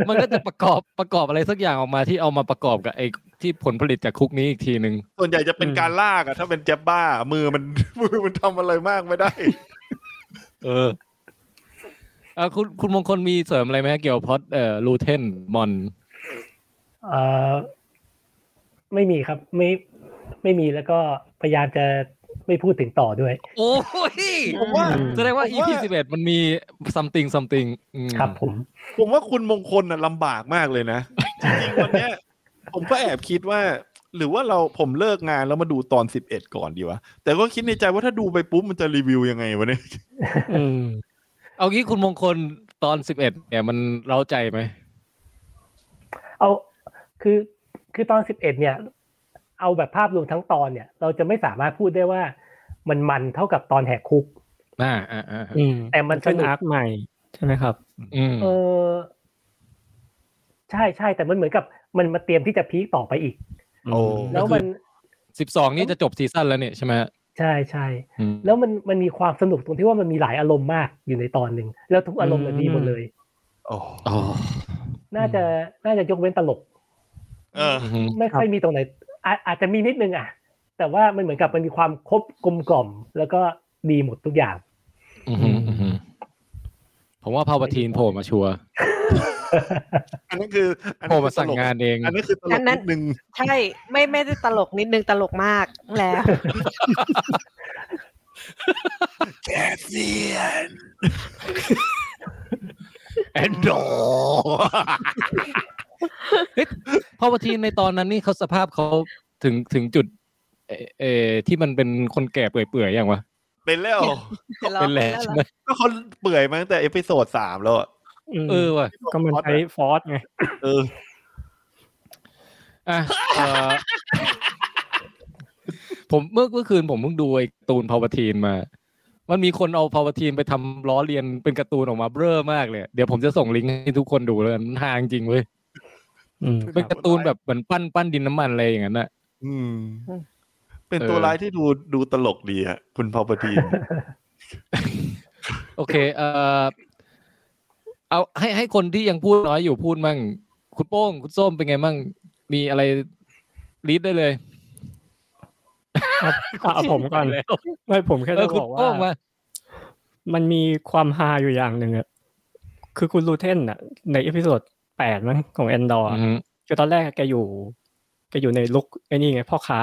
A: มันก็จะประกอบประกอบอะไรสักอย่างออกมาที่เอามาประกอบกับไอ้ที่ผลผลิตจากคุกนี้อีกทีหนึ่ง
B: ส่วนใหญ่จะเป็น
D: อืม
B: การลากอะถ้าเป็นแจ็บบ้า มือมัน *laughs* มือมันทำอะไรมากไม่ได้
A: เออเอ่อคุณคุณมงคลมีเสริมอะไรไหมเกี่ยวกับพล็อดเอ่อลูเทนมอน
E: เออไม่มีครับ ไม่ไม่มีแล้วก็พยายามจะไม่พูดถึงต่อด้วย
A: โอ้ย
B: ผมว่า
D: อืม
A: แสดงว่า
B: ผมว่า
A: EP สิบเอ็ดมันมี something something อืม
E: ครับผม
B: ผมว่าคุณมงคลน่ะลำบากมากเลยนะ จริงๆวันเนี้ย ผมก็แอบคิดว่า หรือว่าเราผมเลิกงานแล้วมาดูตอนสิบเอ็ดก่อนดีวะ แต่ก็คิดในใจว่าถ้าดูไปปุ๊บมันจะรีวิวยังไงวะเนี่ย
D: อืม
A: เอางี้คุณมงคลตอนสิบเอ็ดเนี่ยมันเร้าใจไหม
E: เอาคือคือตอนสิบเอ็ดเนี่ย เอาแบบภาพรวมทั้งตอนเนี่ย เราจะไม่สามารถพูดได้ว่า มันมันเท่ากับตอนแหกคุก
A: อ่าอ่าอ่า
D: อืม
E: แต่มันส
D: ขึ้น
E: นุก
D: อาร์คใหม่ใช่ไหมครับ
A: อืม
E: เออใช่ใช่แต่มันเหมือนกับมันมาเตรียมที่จะพีคต่อไปอีก
B: โอ้
E: แล้วมัน
A: สิบสองนี่จะจบซีซั่นแล้วเนี่ยใช่ไหมฮะ
E: ใช่ใช่
A: อืม
E: แล้วมันมันมีความสนุกตรงที่ว่ามันมีหลายอารมณ์มากอยู่ในตอนหนึ่งแล้วทุกอารมณ์น่ะดีหมดเลย
B: โอ้
A: อ๋อ
E: น่าจะน่าจะยกเว้นตลก
B: เออ
A: อืม
E: ไม่ค่อยมีตรงไหน อาจอาจจะมีนิดนึงอ่ะ แต่ว่ามันเหมือนกับมันมีความครบกลมกล่อม แล้วก็ดีหมดทุกอย่าง
A: อือหืออื้อหือผมว่าพาวทีนโผล่มาชัวร์
B: อันนั้นคืออัน
A: โผล่มา
B: นั้นคือต
A: สั่ง
B: ลก
A: งานเอง
B: อันนั้นคือตล
F: อั
B: ก
F: นนั้
B: นิ
F: น
B: ดนึง
F: ใช่ไม่ไม่ได้ตลกนิดนึงตลกมากแล้ว
A: *laughs*
B: แกเซีย *laughs* น
A: แอนโดพาวทีนในตอนนั้นนี่เขาสภาพเขาถึงถึงจุด เอ่อเออที่มันเป็นคนแก่เปื่อยๆอย่างวะ
B: *laughs* เป็นแล้ว
A: เป็นแล้วใช่ไหม
B: ก็เขาเปื่อยมาตั้งแต่เอพิโซดสามแล้วอะ
D: ม
A: เออว่ะ
D: ก็มันใช้ฟอสไง
B: เออ
A: อ่ะเอ่อผมเมื่อเมื่อคืนผมเพิ่งดูไอ้การ์ตูนพาวทีนมา มันมีคนเอาพาวทีนไปทำล้อเลียนเป็นการ์ตูนออกมาเบ้อมากเลยเดี๋ยวผมจะส่งลิงก์ให้ทุกคนดูเลยมันทางจริงเว้ย
D: อืม
A: เป็นการ์ตูนแบบเหมือนปั้นปั้นดินน้ำมันอะไรอย่างนั้นน่ะ
B: อืม
F: อืม
B: เป็น
A: เออ
B: ตัวร้ายที่ดูดูตลกดีอะคุณพอพ
A: *laughs*
B: ทีน
A: โอเค เอ่อเอาให้ให้คนที่ยังพูดน้อยอยู่พูดมั่ง คุณโป้ง คุณส้มเป็นไงมั่ง มีอะไรรีดได้เลย
D: *laughs* อ่ะผมก่อน
A: แล้ว
D: ไม่ผมแค่
A: เอ
D: จะ
A: อคุ
D: บ
A: ณ
D: อก
A: โป้
D: ว่า
A: งมา
D: มันมีความฮาอยู่อย่างหนึ่งอะคือคุณลูเทนอะในเอพิโซดแปดมั้งของแอนดอร์
A: อืม
D: คือตอนแรกแกอยู่แกอยู่ในลุกไอ้นี่ไงพ่อค้า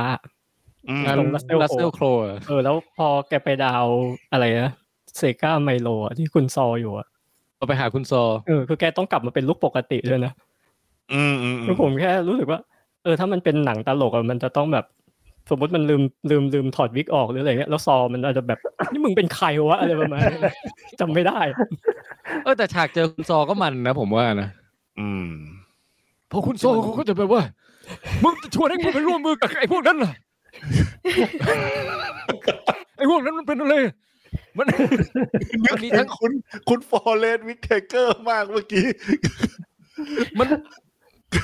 B: อืม
A: งาน
D: ลง Russell
A: รัสเซลโครว์
D: เออ แล้วพอแกไปดาวอะไรนะเซกาไมโลอะที่คุณซออยู่อะ
A: เราไปหาคุณซอ
D: เออคือแกต้องกลับมาเป็นลุกปกติด้วยนะ
B: อืมอืม
D: คือผมแค่รู้สึกว่า เออ ถ้ามันเป็นหนังตลกอะมันจะต้องแบบ สมมติมันลืมลืมลืมถอดวิกออกหรืออะไรเงี้ยแล้วซอมันอาจจะแบบ นี่มึงเป็นใครวะอะไรประมาณนี้จำไม่ได้
A: เออแต่ฉากเจอคุณซอก็มันนะผมว่านะ
B: อืม
A: เพราะคุณซอเขาก็จะแบบว่า มึงจะชวนให้กูไปร่วมมือกับไอ้พวกนั้นเหรอ *laughs* ไอ้พวกนั้นมันเป็นอะไร
F: *laughs*
A: มัน
B: นึก
A: มันมีทั้
B: ถึ
A: ง
B: งคุณคุณฟอเรสวิกเทเกอร์มากเมื่อกี้
A: มัน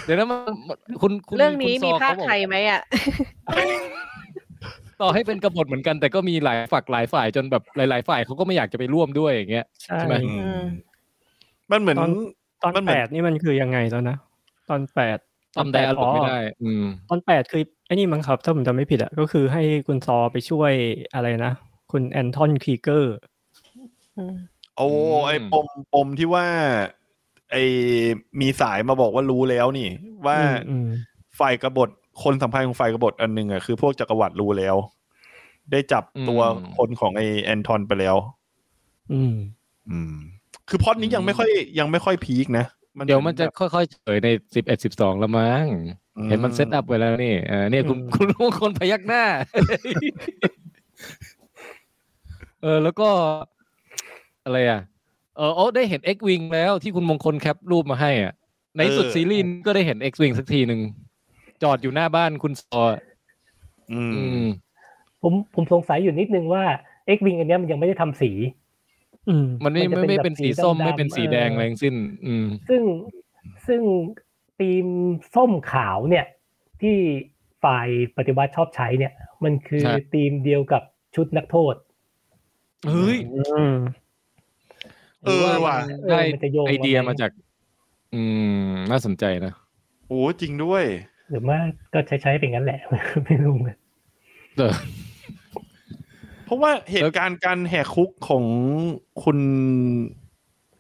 A: เดี๋ยวนะมันคุณคุณ
F: เรื่องนี้
A: คุณซ
F: มีภาค
A: เขบอก
F: ไทยไหมอ่ะ
A: ต่อให้เป็นกบฏเหมือนกัน แต่ก็มีหลายฝักหลายฝ่ายจนแบบหลาย ๆ ฝ่ายเขาก็ไม่อยากจะไปร่วมด้วยอย่างเงี้ย
D: ใช่
A: ใช่ไหม
F: อืม
B: มันเหมือน
D: ตอน ตอน
B: มันเหมื
D: แป
B: อน
D: ดนี่มันคือยังไงแล้วนะ ตอนแปด
A: ทำได้อารมณ์ไม่ได้ อืม
D: ตอนแปดคือไอ้นี่มั้งครับ ถ้าผมจำไม่ผิดอะก็คือให้คุณซอไปช่วยอะไรนะ คุณแอนทอนคีเกอร์
F: อืม
B: โอ้ไอ
A: อืม
B: ปมปมที่ว่า ไอมีสายมาบอกว่ารู้แล้วนี่ ว่า
D: อืม
B: ฝ่ายกบฏคนสำคัญของฝ่ายกบฏอันหนึ่งอ่ะคือพวกจักรวรรดิรู้แล้ว ได้จับตัว
A: อืม
B: คนของไอแอนทอนไปแล้ว
D: อืม
B: อืม คือพล็อดนี้ยังไม่ค่อยยังไม่ค่อยพีคนะ
A: เดี๋ยวมันจะ
B: แบบ
A: ค่อยๆเฉยในสิบเอ็ดสิบสองละมั้ง
B: อื
A: เห็นมันเซตอัพไว้แล้วนี่เออเนี่ยคุณคุณมงคลพยักหน้า *laughs* เออแล้วก็ อะไรอ่ะ เออโอ้ได้เห็น X Wing แล้วที่คุณมงคลแคปรูปมาให้อ่ะ ในที่สุดซีรีส์ก็ได้เห็น X Wing สักทีหนึ่ง จอดอยู่หน้าบ้านคุณซออ่ะ
B: อื
A: อื
B: ม
A: ม
E: ผมผมสงสัยอยู่นิดนึงว่า X Wing อันเนี้ยมันยังไม่ได้ทำสี
D: อืม
A: มันไม่
E: มันจะ
A: ไม่ไม่
E: เป็นแบบ
A: เป็น
E: สี
A: สีส้ม
E: ดำๆ
A: ไม่เป็นสีแดง
E: เอออ
A: อะไรทั้งสิ้น อืม
E: ซึ่งซึ่งธีมส้มขาวเนี่ยที่ฝ่ายปฏิวัติชอบใช้เนี่ย มันคือ
A: ใช่
E: ธีมเดียวกับชุดนักโทษ
A: เฮ้ย
D: อืม
B: เออว่ะ
E: เออ
A: ได้
E: มันจะโยง
A: ไอเดีย
E: มาไหม
A: มาจาก อืม น่าสนใจนะ
B: โอ้จริงด้วย
E: หรือว่าก็ใช้ใช้ๆเป็นงั้นแหละ *laughs* ไม่รู้เหมือน
A: เออ
B: เพราะว่าเหตุการณ์การแหกคุกของคุณ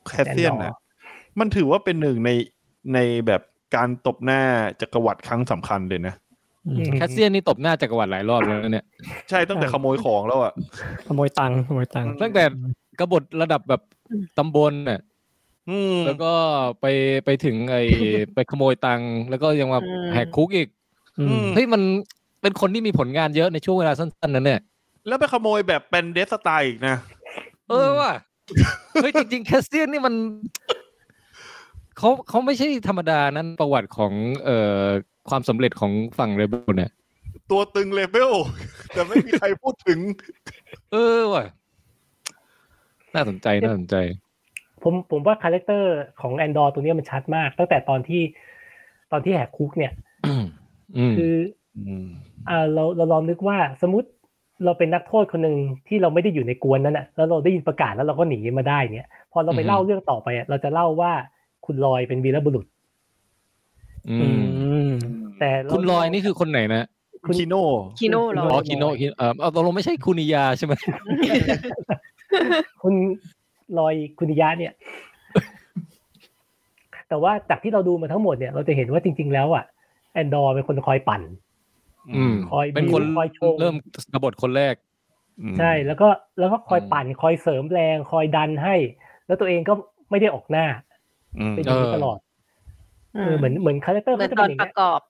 B: แคสเซียนน่ะ มันถือว่าเป็นหนึ่งในในแบบการตบหน้าจักรวรรดิครั้งสำคัญเลยนะ
D: อืม
A: แคสเซียนนี่ตบหน้าจักรวรรดิหลายรอบแล้วนะเนี่ย
B: ใช่ตั้งแต่ขโมยของแล้วอ่ะ
D: ขโมยตังค์ขโมยตังค์
A: ตั้งแต่กบฏระดับแบบตำบลน่ะ
B: อืม
A: แล้วก็ไปไปถึงไอ ไปขโมยตังค์แล้วก็ยังมา
F: อืม
A: แหกคุกอีก
D: อืม
A: เฮ้ยมันเป็นคนที่มีผลงานเยอะในช่วงเวลาสั้นๆนั้นเนี่ย
B: แล้วไปขโมยแบบเป็นเดสสไตล์อีกนะ
A: เออว่ะเฮ้ยจริงๆแคสเซียนนี่มัน *coughs* เขาเขาไม่ใช่ธรรมดานั้นประวัติของเอ่อความสำเร็จของฝั่งเรเบลเนี่ย
B: ตัวตึงเลเวล *laughs* แต่ไม่มีใครพูดถึง
A: เออว่ะน่าสนใจน่าสนใจ *coughs*
E: ผมผมว่าคาแรคเตอร์ของแอนดอร์ตัวเนี้ยมันชัดมาก ตั้งแต่ตอนที่ตอนที่แหกคุกเนี่ย
A: อืม
E: คือ
B: อืม
E: อ่าเราเราลองนึกว่าสมมติเราเป็นนักโทษคนหนึ่งที่เราไม่ได้อยู่ในกวนนั้นอ่ะแล้วเราได้ยินประกาศแล้วเราก็หนีมาได้เนี่ย พอเราไป
A: อือฮึ
E: เล่าเรื่องต่อไปอะเราจะเล่าว่าคุณลอยเป็นวีรบุรุษ
A: อื
D: อื
A: ม
D: ม
E: แต่เา
A: คุณลอยนี่คือคนไหนนะ
E: คุณ
B: คิโน่
F: คิโน่เหรอ
A: อ๋อคิโนคิเอ่อเอาตกลงไม่ใช่คุนิยาใช่ไหม
E: คุณลอยคุณยะเนี่ย *laughs* แต่ว่าจากที่เราดูมาทั้งหมดเนี่ย เราจะเห็นว่าจริง ๆ แล้วอ่ะแอนดอร์เป็นคนคอยปั่น
A: อืม
E: คอย
A: เป็นคน
E: บิวคอยชง
A: เริ่มกบฏคนแรก
E: ใช่แล้วก็แล้วก็คอยปั่นคอยเสริมแรงคอยดันให้ แล้วตัวเองก็ไม่ได้ออกหน้า
B: อืม
E: เป็นอย่างนี้
A: เออ
E: ตลอด
F: อื
E: เอ
F: ม
E: อเหมือนเหมือนคาแรคเตอร์
F: เหมือน
E: เขา
F: ต
E: จะเป็
F: อน น
E: อย่า
F: ป
E: งเงี้
F: ระ
E: ย
F: กอบ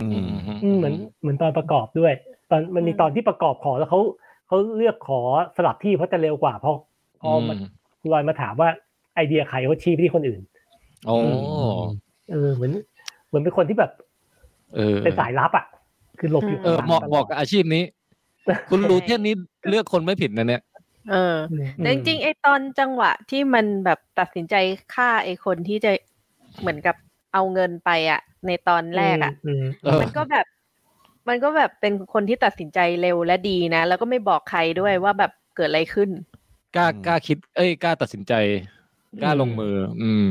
B: อืม
E: อืมเหมือนเหมือนตอนประกอบด้วย ตอนมันมีตอนที่ประกอบขอแล้วเขาเขาเลือกขอสลับที่เพราะจะเร็วกว่าเพราะพออมันลอยมาถามว่าไอเดียใครเขาชี้ไปที่คนอื่น
A: โอ้
E: เออเหมือนเหมือนเป็นคนที่แบบ
A: เออ
E: เป็นสายลับอ่ะ คือหลบอยู่
A: เออเหมาะเหมาะกับอาชีพนี้ คุณรูเทนนี้เลือกคนไม่ผิดนะเนี่ย
F: เออ
E: ๆ
F: แต่จริงๆไอ้ตอนจังหวะที่มันแบบตัดสินใจฆ่าไอ้คนที่จะเหมือนกับเอาเงินไปอ่ะ ในตอนแรกอ่ะ
E: ม
A: เออ
F: มันก็แบบ มันก็แบบเป็นคนที่ตัดสินใจเร็วและดีนะ แล้วก็ไม่บอกใครด้วยว่าแบบเกิดอะไร
E: *laughs*
F: ขึ้น
A: กล้ากล้าคิด เอ้ยกล้าตัดสินใจกล้าลงมือ อืม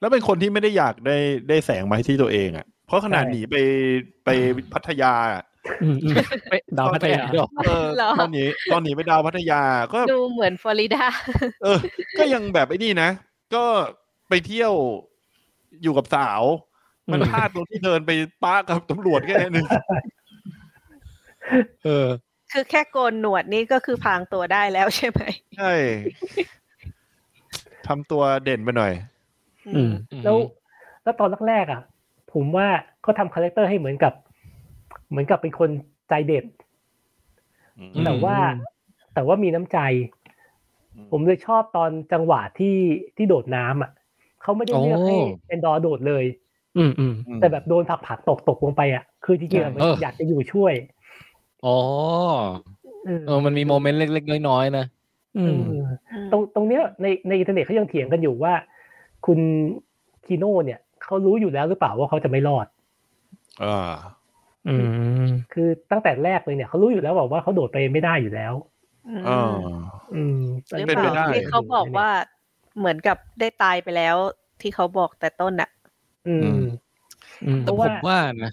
B: แล้วเป็นคนที่ไม่ได้อยากได้ได้แสงมาที่ตัวเองอ่ะ เพราะขนาดหนีไปไปพัทยาอะ
D: อืมอืม *laughs* ดาวพัทยา
B: เออ
F: เหรอ
B: ตอนหนี้ตอนหนีไปดาวพัทยาก็
F: ดูเหมือนฟลอริดา *laughs*
B: เออ ก็ยังแบบไอ้นี่นะ ก็ไปเที่ยวอยู่กับสาว มัน
D: อืม
B: พลาดตรงที่เดินไปป้ากับตำรวจแค่นั้นเอง
A: เออ
F: คือแค่โกนหนวดนี่ก็คือพรางตัวได้แล้วใช่ไหม
B: ใช่ทำตัวเด่นไปหน่อย
D: อืม
E: แล้วแล้วตอนแรกๆอ่ะ ผมว่าเขาทำคาแรคเตอร์ให้เหมือนกับ เหมือนกับเป็นคนใจเด็ด
A: อืม
E: แต่ว่า แต่ว่ามีน้ำใจ
B: อืม
E: ผมเลยชอบตอนจังหวะที่ที่โดดน้ำอ่ะเขาไม่ได้เลือก
A: โอ้
E: ให้เอนดอร์โดดเลย
D: อืมอืม
E: แต่แบบโดนผลักผลักๆตกตกลงไปอ่ะคือจริงๆอะมัน
A: เออ
E: อยากจะอยู่ช่วย
A: อ๋อ
E: เออ
A: เออมันมีโมเมนต์เล็กๆน้อยๆนะ
D: อืม
E: เออ
F: อืม
E: ตรงตรงเนี้ยในในอินเทอร์เน็ตเขายังเถียงกันอยู่ว่า คุณคีโน่เนี่ยเขารู้อยู่แล้วหรือเปล่าว่าเขาจะไม่รอด
B: อ่า
D: อืม
E: คือตั้งแต่แรกเลยเนี่ยเขารู้อยู่แล้วบอกว่าเขาโดดไปไม่ได้อยู่แล้ว
B: อ่า
E: อืม
F: หรือ
B: เป็น
F: เป
B: ไป
F: ล่า
B: ได้
F: ที่เขาบอกว่าเหมือนกับได้ตายไปแล้ว ที่เขาบอกแต่ต้นอ่ะ
E: อืม
D: อืม
A: แต่ผ
E: เพราะว่า
A: มว่านะ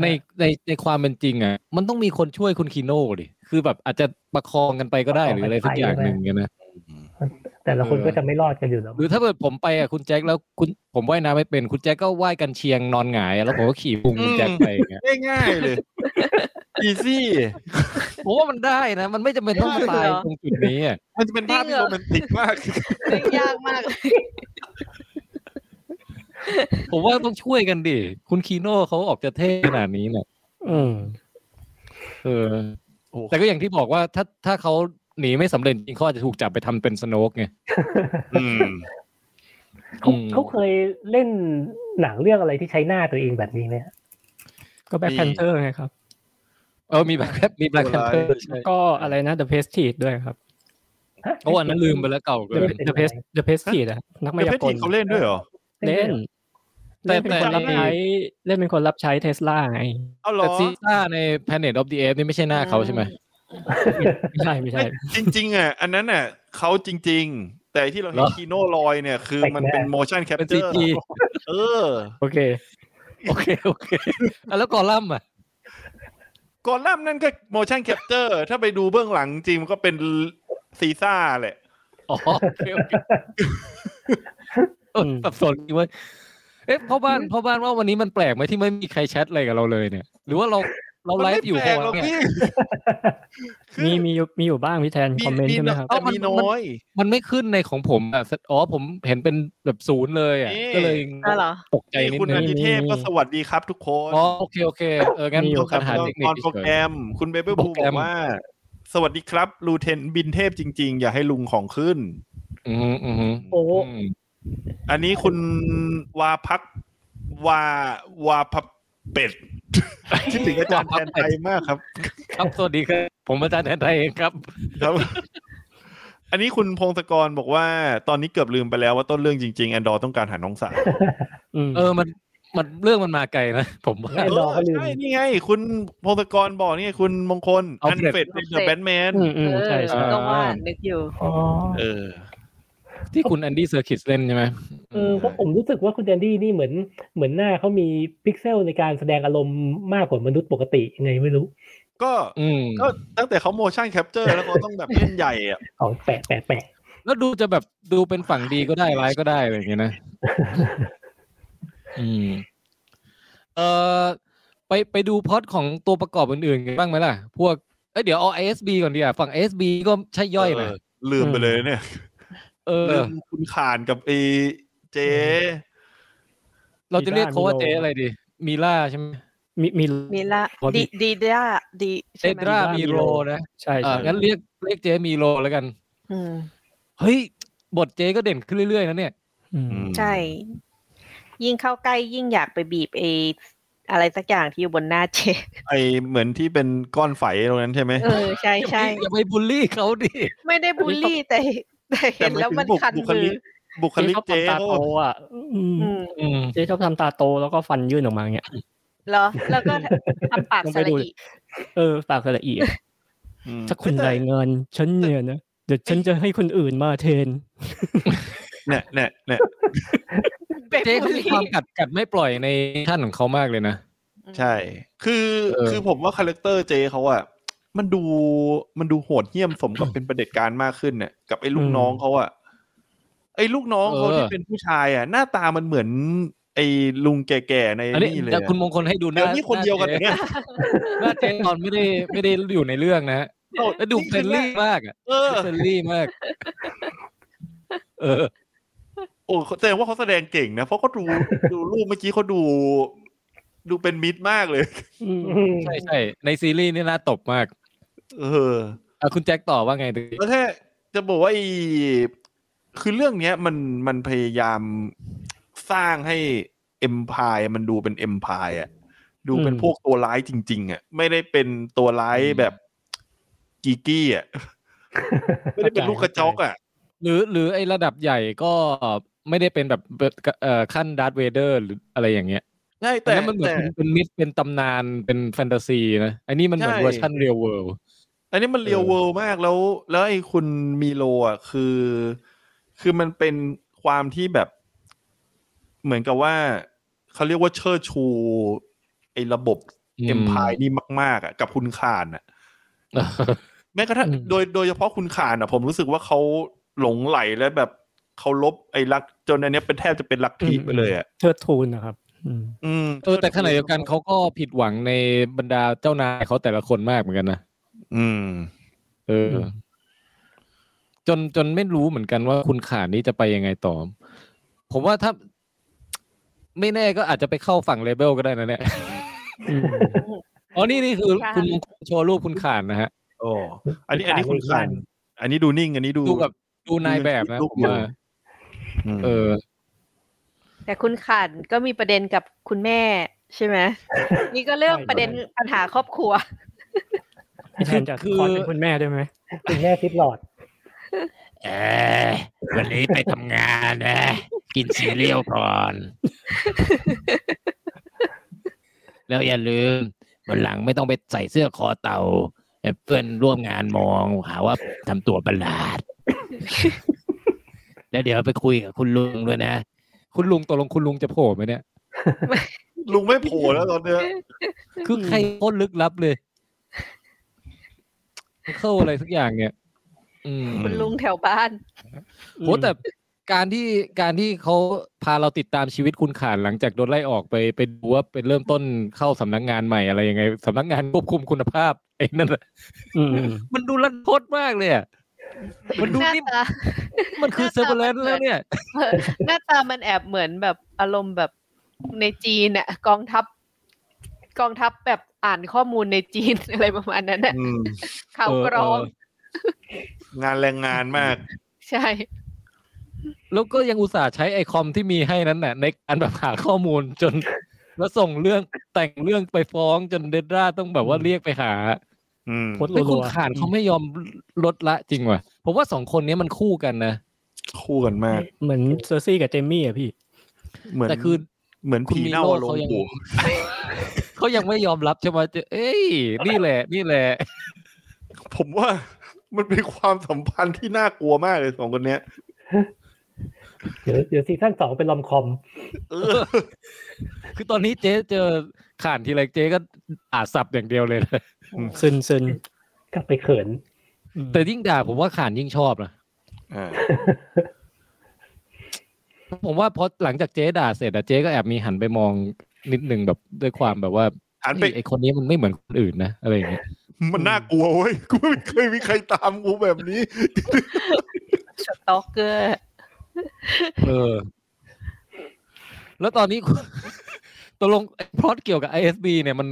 A: ในในในความเป็นจริงอ่ะ มันต้องมีคนช่วยคุณคีโน่ดิคือแบบอาจจะประคองกันไปก็ได้หรืออะไรสักอย่างหนึ่งกันนะ
E: แต่ละคนก็จะไม่รอดกันอยู่แล้ว
A: หรือถ้าเกิดผมไปอ่ะคุณแจ็คแล้วคุณผมว่ายน้ำไม่เป็นคุณแจ็คก็ว่ายกันเชียงนอนหงายอะแล้วผมก็ขี่พุงคุณแจ็คไปอย่างเงี้ย
B: ได้ง่าย *laughs* เลย อีซี่
A: ผมว่ามันได้นะ มันไม่จำเป็นต้องมาตาย
F: ได้เหรอ
A: ตรงจุดนี้อ่ะ
B: มันจะเป็นภาพที่โรแมนติกมาก
F: ยากมากเลย
A: ผมว่าต้องช่วยกันดิคุณคีโน่เขาออกจะเท่ขนาดนี้เนี่ย
D: อืม
A: เออ
B: โอ้
A: แต่ก็อย่างที่บอกว่าถ้าถ้าเขาหนีไม่สำเร็จจริงเขาอาจจะถูกจับไปทำเป็นสโนกไง
B: อืม
E: เขา
A: อืม
E: เขาเคยเล่นหนังเรื่องอะไรที่ใช้หน้าตัวเองแบบนี้ไหม
D: ก็แบ็คแพนเทอร์ไงครับ
A: เออมีแบล็คมีแบล็คแพนเทอร์ใช่
D: ก็อะไรนะ The p e s t i d ด้วยครับ
E: ฮะ
A: โอ้อันนั้นลืมไปแล้วเก่าเกิน
E: เป็น
D: The p e s The p e s t i d อะนัก
B: เดี๋ยวย
D: มาา
B: เพชรจี
D: กล
B: นเขาเล่นด้วยเหรอ
D: เล่น
A: แต่
D: เล่นเป็นคน
A: แต่
D: รับใช้เล่นเป็นคนรับใช้เทสลา *laughs* ไง
B: เอาเหร
A: แต่
B: อ
A: ซีซ่าใน Planet of the Apes นี่ไม่ใช่หน้าเขาใช่ไหม
D: ไม่ใช่ไม่ใช่
B: ไม่จริง ๆอ่ะอันนั้นอ่ะเขาจริง ๆ แต่ที่เราเห็นคีโน่ลอยเนี่ย คือมันเป็น motion
A: เป็นซี
B: capture
A: จี
B: เออ
D: โอเค
A: โอเค โอเคอ่ะแล้วกอลัมน์อ่ะ
B: ก่อนล่ามนั่นก็ motion capture ถ้าไปดูเบื้องหลังจริงมันก็เป็นซีซ่าแหละ
A: อ๋อโอเคโอเคเออ
D: อืม
A: สับสนจริงเว้ยเอ๊ะพ่อบ้านพ่อบ้านว่าวันนี้มันแปลกไหมที่ไม่มีใครแชทอะไรกับเราเลยเนี่ย หรือว่าเราเรา
B: มัน
A: ไล
B: ไม่
A: ฟ์อยู่
B: แปล
A: แค่
B: กหร
A: วะ
B: อก
A: เนี่ย
B: พี่คือ
D: มีมีอยู่มีอยู่บ้างพี่แทนคอมเมนต์ใช่ไหมครับ
B: แต่มีน้อย
A: มันไม่ขึ้นในของผมอ่ะอ๋อผมเห็นเป็นแบบศูนย์เลยอ่ะ
B: นี่
A: ก็เลย
F: อ๋อเหรอ
A: ตกใจ
B: มี
A: นิด
B: คุณ
A: นึ
B: อาง ทิเทพก็
D: มี
B: สวัสดีครับทุกคน
A: อ๋อโอเคโอเคเอองั้น
D: มีอ
A: ผ
D: ยู่
A: มปัญหาเทคนิค
B: ตอนโปร
A: เฉ
B: แก
A: ย
B: รม คุณเบเบอร์บู
A: โปรแก
B: บ
A: ร
B: อ
A: ม
B: กว่า สวัสดีครับลูเทนบินเทพจริง ๆ อย่าให้ลุงของขึ้น
A: อืมอืม
E: โอ้
A: อืม
B: อันนี้คุณวาพักวาวาพับเป็ด คิดถึงอาจารย์แทนไทย
A: *laughs*
B: มากครับ
A: ครับสวัสดีครับ ผมอาจารย์แทนไทยเองครับ
B: ครับ *laughs* อันนี้คุณพงศกรบอกว่า ตอนนี้เกือบลืมไปแล้วว่าต้นเรื่องจริงๆแอนดอร์ต้องการหาน้อง
A: *laughs*
B: สาว
D: อืม
A: เออมันมันเรื่องมันมาไกลนะผมว่า
E: แอนดอร์ก็ลืม
B: ใช่นี่ไง คุณพงศกรบอกนี่ไงคุณมงคลอันเฟ
A: Alfred
B: ดเป็นเดอะแบทแมน
D: อืมอืม
F: เออ
D: ใช่ใช่
F: ก็ว่านึกอยู่
E: อ๋อ
B: เออ
A: ที่คุณแอนดี้เซอร์คิสเล่นใช่ไหม
E: เออเพราะผมรู้สึกว่าคุณแอนดี้นี่เหมือนเหมือนหน้าเขามีพิกเซลในการแสดงอารมณ์มากกว่ามนุษย์ปกติยังไงไม่รู้
B: ก็
A: อืม
B: ก็ตั้งแต่เขาโมชั่นแคปเจอร์แล้วเขาต้องแบบเล่นใหญ่อะ
E: เอาแปะแปะแปะ
A: แล้วดูจะแบบดูเป็นฝั่งดีก็ได้ร้ายก็ได้อะไรอย่างเงี้ยนะ
E: *laughs*
A: อืม เออไปไปดูพล็อดของตัวประกอบอื่นๆกันบ้างไหมล่ะ พวกเอ้ยเดี๋ยวเอา ISB ก่อนดีกว่าฝั่ง ISB ก็ใช่ย่อยนะ
B: เลืมไปเลยเนี่ย
A: เออ
B: ลืมคุณขานกับไอเจ
A: เราจะเรียกเขาว่าเจอะไรดี มีล่าใช่ไหม
D: มีมี
F: มีละ
D: พอดี
F: ดีดีด้าดี
A: เจ
F: ใช่ไหม
A: ดรามีโรนะ
D: ใช่
A: เออ
D: ใช่
A: งั้นเรียกเรียกเจมีโรแล้วกัน
F: อืม
A: เฮ้ย บทเจก็เด่นขึ้นเรื่อยๆนะเนี่ย
D: อืม
F: ใช่ ยิ่งเข้าใกล้ยิ่งอยากไปบีบเออะไรสักอย่างที่อยู่บนหน้าเจ
B: ไอเหมือนที่เป็นก้อนไฝตรงนั้นใช่ไหม
F: เออใช่ใช่
A: อย่าไปบูลลี่เขาดิ
F: ไม่ได้บูลลี่แต่แต่เห็นแล้วมันคัน
B: บุค
F: มื
B: ลิ
F: อก
B: บุคลิก
D: ชอบ
B: เจ๊
D: ทำตา
B: เขา
D: โตอ่ะอืม
F: อืม
A: อืม
D: เจ๊ชอบทำตาโตแล้วก็ฟันยื่นออกมาอย่างเงี้ย
F: เหรอ แล้วก็ทำปาก
D: ต้อง
F: ส
D: ไป
F: ระ
D: ดู
F: อี
D: เออปากละเอียด
B: อืม
D: ถ้าคุณได้เงินฉันเนี่ยนะเดี๋ยวฉันจะให้คนอื่นมาเทน
B: เนี่ยเนี่ยเนี่ย
F: ไป
A: เจ
F: บู
A: เขา
F: ล
A: มี
F: ลี่
A: ความกัดกัดไม่ปล่อยในท่านของเขามากเลยนะ
B: ใช่ คือ
A: เออ
B: คือผมว่าคาแรคเตอร์เจเขาอะมันดูมันดูโหดเหี้ยมสมกับเป็นประเผด็จการมากขึ้นเนี่ยกับไอ้ลูกน้องเขาอะไอ้ลูกน้องเขาที่เป็นผู้ชายอะหน้าตามันเหมือน ไอ้ลุงแก่ๆใน
A: อันนี้
B: นี่เลย
A: แต่
B: อะ
A: คุณมงคลให้ดูห
B: เดี๋ย
A: น้าว
B: นี่คนเดียวกันเหรอเนี่ย
A: หน้าเจตอนไม่ได้ไม่ได้อยู่ในเรื่องนะฮะ
B: โอ้
A: แล้วดู
B: นี่
A: เฟ
B: คื
A: ร
B: อน หน้า
A: ลี่มากอ่ะ
B: เออ
A: เฟรนลี่มาก เออ
B: โอ้แสดงว่าเขาแสดงเก่งนะเพราะเขาดู
A: *laughs*
B: ดูรูปเมื่อกี้เขาดู ดูเป็นมิตรมากเลย
A: ใช่ใช่ในซีรีส์นี่น่าตบมาก
B: เออ
A: อ่ะคุณแจ็คต่อว่าไงดี
B: แล้วแค่จะบอกว่าไอ้คือเรื่องเนี้ยมันมันพยายามสร้างให้เอ็มพายมันดูเป็นเอ็มพายอะดูเป็น
D: อืม
B: พวกตัวร้ายจริง ๆอะไม่ได้เป็นตัวร้ายแบบกีกี้อะ *laughs* ไม่ได้เป็นลูกกระจอกอะ
A: หรือหรือไอ้ระดับใหญ่ก็ไม่ได้เป็นแบบเอ่อขั้นดาร์ธเวเดอร์หรืออะไรอย่างเงี้ย
B: ใช่
A: แต่
B: แต่
A: นั้นมันเหมือน
B: แต่
A: เป็นเป็นมิตรเป็นตำนานเป็นแฟนตาซีนะอันนี้มันเหมือน
B: ใช่
A: เวอร์ชันเรียลเวิลด์
B: อันนี้มันเรียล
A: เออ
B: เวิลด์มากแล้ว แล้วไอ้คุณมิโลอ่ะคือ คือมันเป็นความที่แบบ เหมือนกับว่าเขาเรียกว่าเชิดชู ไอ้ระบบเอ็มพายนี่มาก ๆ อ่ะ กับคุณขานอ่ะ แม้กระทั่ง
D: อืม
B: โดยโดยเฉพาะคุณขานอ่ะ ผมรู้สึกว่าเขาหลงไหลและแบบเขาลบไอ้ลักจนอันเนี้ยเป็นแทบจะเป็นลักทีไปเลยอ่ะ
D: เทิดทูนนะครับ อืม
B: อืม
A: เออ *laughs* แต่ขณะเดียวกันเขาก็ผิดหวังในบรรดาเจ้านายเขาแต่ละคนมากเหมือนกันนะ
B: อืม
A: เอออ จนจนไม่รู้เหมือนกันว่าคุณขานี้จะไปยังไงต่อ ผมว่าถ้า ไม่แน่ก็อาจจะไปเข้าฝั่งเลเบลก็ได้นะเนี่ย
D: อืม
A: อ๋อนี่นี่คือคุณมงคลโชว์รูปคุณขานนะฮะ
B: โอ้อันนี้อันนี้คุณขานอันนี้ดูนิ่ง อันนี้ดู
A: ดูแบบดูนายแบบนะ
B: ดู
A: ผ
B: เป็
A: ม
B: น
A: ว่า
B: ลูก ม
A: เออ
F: แต่คุณขันก็มีประเด็นกับคุณแม่ใช่ไหมนี่ก็เรื่องประเด็นปัญหาครอบครัว
D: พี่แทนจะ
A: คือ
D: ขอเป็นคุณแม่ได้ไหม
E: คุณแม่ซิปหลอด
H: เออวันนี้ไปทำงานนะ กินซีเรียลก่อน แล้วอย่าลืมวันหลังไม่ต้องไปใส่เสื้อคอเต่าให้เพื่อนร่วมงานมองหาว่าทำตัวประหลาด แล้วเดี๋ยวไปคุยกับคุณลุงด้วยนะ
A: คุณลุงตกลงคุณลุงจะโผล่ไหมเนี่ย
B: ลุงไม่โผล่แล้วตอนเนี้ย
A: คือใครโคตรลึกลับเลยเข้าอะไรสักอย่างเนี่ย อืม
F: คุณลุงแถวบ้าน
A: โหแต่การที่การที่เขาพาเราติดตามชีวิตคุณขานหลังจากโดนไล่ออกไปไปดูว่าเป็นเริ่มต้นเข้าสำนักงานใหม่อะไรยังไงสำนักงานควบคุมคุณภาพ *laughs* ไอ้นั่นน่ะ
D: อืม
A: มันดูรันทดมากเลยอะมันดู
F: หน้า
A: นี่
F: ตา
A: มันคือ
F: หน้า
A: เซอร์
F: ตา
A: เ l a
F: มั
A: n ลน
F: น
A: แล้วเนี่ย
F: หน้าตามันแอบเหมือนแบบอารมณ์แบบในจีนน่ะกองทัพ กองทัพแบบอ่านข้อมูลในจีน *laughs* อะไรประมาณนั้นน่ะ
B: อืม
F: ข่าว
A: เออก
F: รอง
A: เออ
B: งานแรงงานมาก
F: ใช่
A: แล้วก็ยังอุตส่าห์ใช้ไอคอมที่มีให้นั้นน่ะในการแบบหาข้อมูลจน แล้วส่งเรื่องแต่งเรื่องไปฟ้องจนเดดราต้องแบบว่าเรียกไปหา
B: อืม
D: โคตร
A: แต่คุ
D: รั
A: ณ
D: วๆ
A: ขานเขาไม่ยอมลดละจริงว่ะผมว่าสองคนเนี้ยมันคู่กันนะ
B: คู่กันมาก
D: เหมือนเซอร์ซี่กับเจมมี่อ่ะพี่
B: เหมือน
A: แต่คือ
B: เหมือน
A: คุณ
B: พี
A: มี
B: เน่า
A: โล
B: ลง
A: เขายัง
B: ปู่
A: เขายังไม่ยอมรับใช่ไหมเจเอ้ย นี่แหละ นี่แหละ
G: *laughs*
B: ผมว่า มันเป็นความสัมพันธ์ที่น่ากลัวมากเลยสองคนเนี้ย
E: เดี๋ยวเดี๋ยวซีซั่นสองเป็นลอมคอม
G: เออ
A: คือตอนนี้เจ๊เจอข่านทีไรเจ๊ก็อาสับอย่างเดียวเลยนะ
D: ซึนซึน
E: กลับไปเขิน
A: แต่ยิ่งด่าผมว่าข่านยิ่งชอบนะ
G: อ่า
A: ผมว่าพอหลังจากเจ๊ด่าเสร็จอะเจ๊ก็แอบมีหันไปมองนิดนึงแบบด้วยความแบบว่า
G: หันไป
A: เฮ้ยไอคนนี้มันไม่เหมือนคนอื่นนะอะไรอย่างเงี้ย
G: มันน่ากลัวเว้ย *laughs* กูไม่เคยมีใครตามกูแบบนี้
F: สตอกเกอร์
A: เออ แล้วตอนนี้ *laughs* คุณตกลงไอ้พล็อตเกี่ยวกับ ISB เนี่ยมัน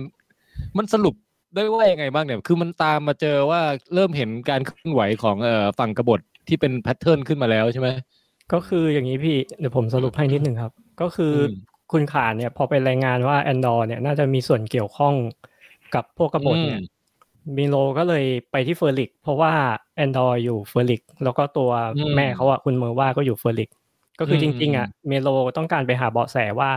A: มันสรุปได้ว่ายังไงบ้างเนี่ย คือมันตามมาเจอว่าเริ่มเห็นการเคลื่อนไหวของเอ่อฝั่งกบฏที่เป็นแพทเทิร์นขึ้นมาแล้วใช่ไหม
D: ก็คืออย่างนี้พี่เดี๋ยวผมสรุปให้นิดหนึ่งครับ ก็คืออ
A: ม
D: คุณขานเนี่ยพอไปรายงานว่าแอนดอร์เนี่ยน่าจะมีส่วนเกี่ยวข้องกับพวกกบฏเนี่ย มิโลก็เลยไปที่เฟอร์ลิก เพราะว่าแอนดอร์อยู่เฟอร์ลิก แล้วก็ตัว
A: อืม
D: แม่เขาอะคุณเมอร์ว่าก็อยู่เฟอร์ลิก ก็คืออจ
A: ม
D: ริง ๆอะเมโลต้องการไปหาเบาะแสว่า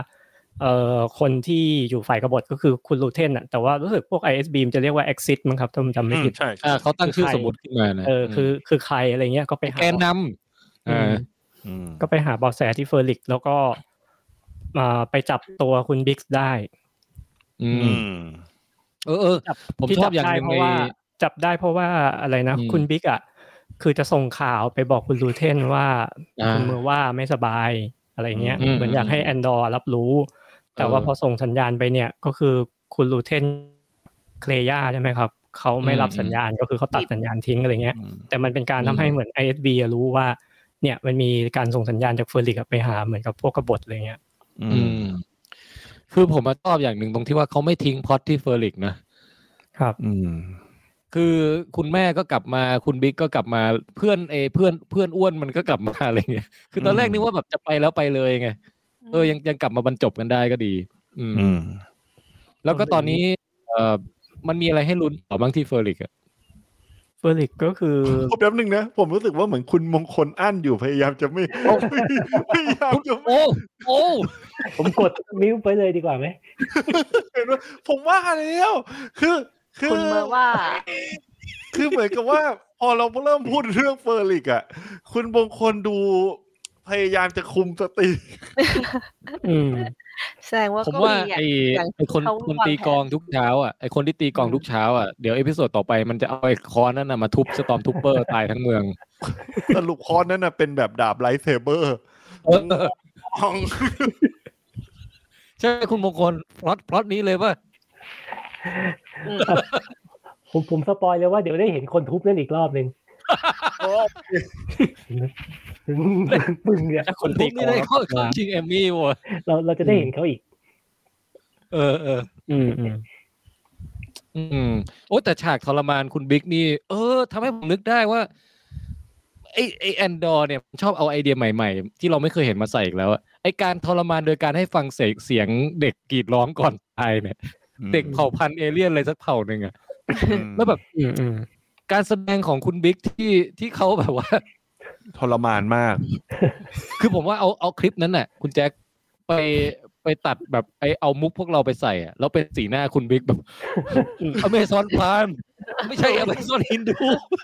D: เอ่อคนที่อยู่ฝ่ายกบฏก็คือคุณลูเทนอะแต่ว่ารู้สึกพวก ISB มันจะเรียกว่า Exit มั้งครับถ้าผมจำไม่ผิด
G: ใช่
A: อ่าเขาตั้งชื่อ
D: คื
A: ส
D: อใคร
A: มมติขึ้นมานะ
D: เออคือคือใครอะไรเงี้ยก็ไปหา
A: แกนนำ
D: อื
A: อ่าม
G: อืม
D: ก็ไปหาเบาะแสที่เฟอร์ลิกแล้วก็อ่าไปจับตัวคุณบิ๊กซ์ได้
A: อื
G: อื
A: ม
G: ม
A: เออเออผม
D: ที่
A: ชอ
D: จั
A: บอย่าง
D: ได้
A: หนึ่ง
D: เพ
A: ใน
D: ราะว่าจับได้เพราะว่าอะไรนะ
A: อืม
D: คุณบิ๊กอ่ะคือจะส่งข่าวไปบอกคุณลูเทนว่า
A: อ่า
D: คุณมือว่าไม่สบายอะไรเงี้ย
A: อืม
D: เหมือนอยากให้
A: อืม
D: แอนดอร์รับรู้ แต่
A: เออ
D: ว่าพอส่งสัญญาณไปเนี่ย ก็คือคุณลูเทนเคลย่าใช่ไหมครับเขาไม่รับ
A: อืม
D: สัญญาณก็คือเขาตัดสัญญาณทิ้งอะไรเงี้ย แต่มันเป็นการ
A: อืม
D: ทำให้เหมือน ISB อะรู้ว่า เนี่ยมันมีการส่งสัญญาณจากเฟอร์ลิกอะไปหาเหมือนกับพวกกบฏอะไรเงี้ย
A: อืม คือผมมาชอบอย่างหนึ่งตรงที่ว่าเขาไม่ทิ้งพล็อตที่เฟอร์ลิกนะ
D: ครับ
G: อืม
A: คือคุณแม่ก็กลับมาคุณบิ๊กก็กลับมาเพื่อนเอเพื่อนเพื่อนอ้วนมันก็กลับมาอะไรเงี้ย *laughs* คือตอนแรกนึกว่าแบบจะไปแล้วไปเลยไงเออยังยังกลับมาบรรจบกันได้ก็ดี อืม
G: อืม
A: แล้วก็ตอนนี้เออมันมีอะไรให้ลุ้นต่อบ้างที่เฟอร์ลิกอะ
D: เฟอร์ลิกก็ *laughs* คือ
G: ผมแป๊บนึงนะ ผมรู้สึกว่าเหมือนคุณมงคลอั้นอยู่พยายามจะไม่ *laughs* พยายามจะไม่
A: โอ้โอ้
E: ผมกดมิวไปเลยดีกว่าไหม
G: เห็นว่าผมว่าแล้วคือคือ
F: คุณเมอร์ว่า
G: คือเหมือนกับว่า พอเราเริ่มพูดเรื่องเฟอร์ลิกอ่ะ คุณมงคลดูพยายามจะคุมสติ *laughs*
D: อืม
F: แสดงว่า
A: ผม
F: ก็
A: ว่า
F: มีอย่า
A: ไอง
F: ย่าง
A: ไอคน
F: เขา
A: คน
F: วาง
A: ตี
F: แผน
A: กลองทุกเช้าอ่ะไอคนที่ตีกลองทุกเช้าอ่ะเดี๋ยวเอพิโซดต่อไปมันจะเอาไอคอนนั่นนะมาทุบสตอมทูปเปอร์ ตายทั้งเมือง
G: สรุปคอนนั้นน่ะเป็นแบบดาบไลท์เซเบอร์
A: เออใช่ไหมคุณมงคลพล็อตพล็อตนี้เลยว่า
F: อืม
E: ผมผมสปอยเลยว่าเดี๋ยวได้เห็นคนทุบนั่นอีกรอบหนึ่งปึ้งเนี่ย
D: ถ้าคน
A: ทุ
D: ตี
A: บ
D: กล
A: นี่
D: อง
A: ได้
D: แล้ว
A: เข้า
D: มา
A: ชิงแอมมี่ว่ะ
E: เราเราจะได้เห็นเขาอีก
A: เออเออ
D: อืมอืม
A: อืมโอ้แต่ฉากทรมานคุณบิ๊กนี่ เออทำให้ผมนึกได้ว่าไอไอแอนดอร์เนี่ยชอบเอาไอเดียใหม่ๆ ที่เราไม่เคยเห็นมาใส่อีกแล้วอะไอการทรมานโดยการให้ฟังเสียงเสียงเด็กกรีดร้องก่อนตายเนี่ย เด็กเผ่าพันธุ์เอเลี่ยนอะไรสักเผ่าหนึ่งอะแล้วแบบ
D: อืมอืม
A: การแสดงของคุณบิ๊กที่ที่เขาแบบว่า
G: ทรมานมาก
A: คือผมว่าเอาเอาคลิปนั้นน่ะ คุณแจ็คไปไปตัดแบบไอเอามุกพวกเราไปใส่อะแล้วเป็นสีหน้าคุณบิ๊กแบบ *laughs* อเมซอนพามไม่ใช่อเมซอนฮินดู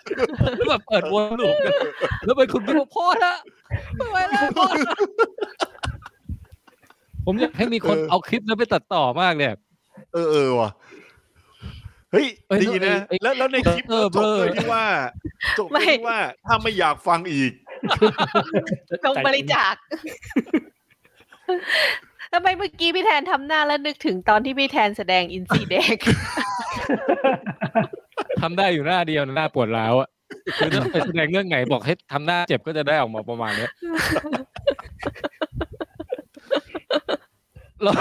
A: *laughs* แล้วแบบเปิดวนลูปกันแล้วเป็นคุณบิ๊กบอกพอละไม่ไหวแล้วพอละผมอยากให้มีคน
G: เออ
A: เอาคลิปนั้นไปตัดต่อมากเลย
G: เออเออว่ะเฮ้ย
A: เอ้ย
G: ดีนะ
A: เอ้ย
G: แล้วแล้วในคลิป
A: เออ
G: จบด้วย
A: เบลอ
G: ที่ว่าจบด้วยที่ว่าถ้าไม่อยากฟังอีก
F: จงบริจาคทำไมเมื่อกี้พี่แทนทำหน้าแล้วนึกถึงตอนที่พี่แทนแสดงอินซีเด็ก
A: ทำได้อยู่หน้าเดียวหน้าปวดร้าวอะคือถ้าไปแสดงเรื่องไหนบอกให้ทำหน้าเจ็บก็จะได้ออกมาประมาณ
D: *laughs*
A: เนี้ยแล้ว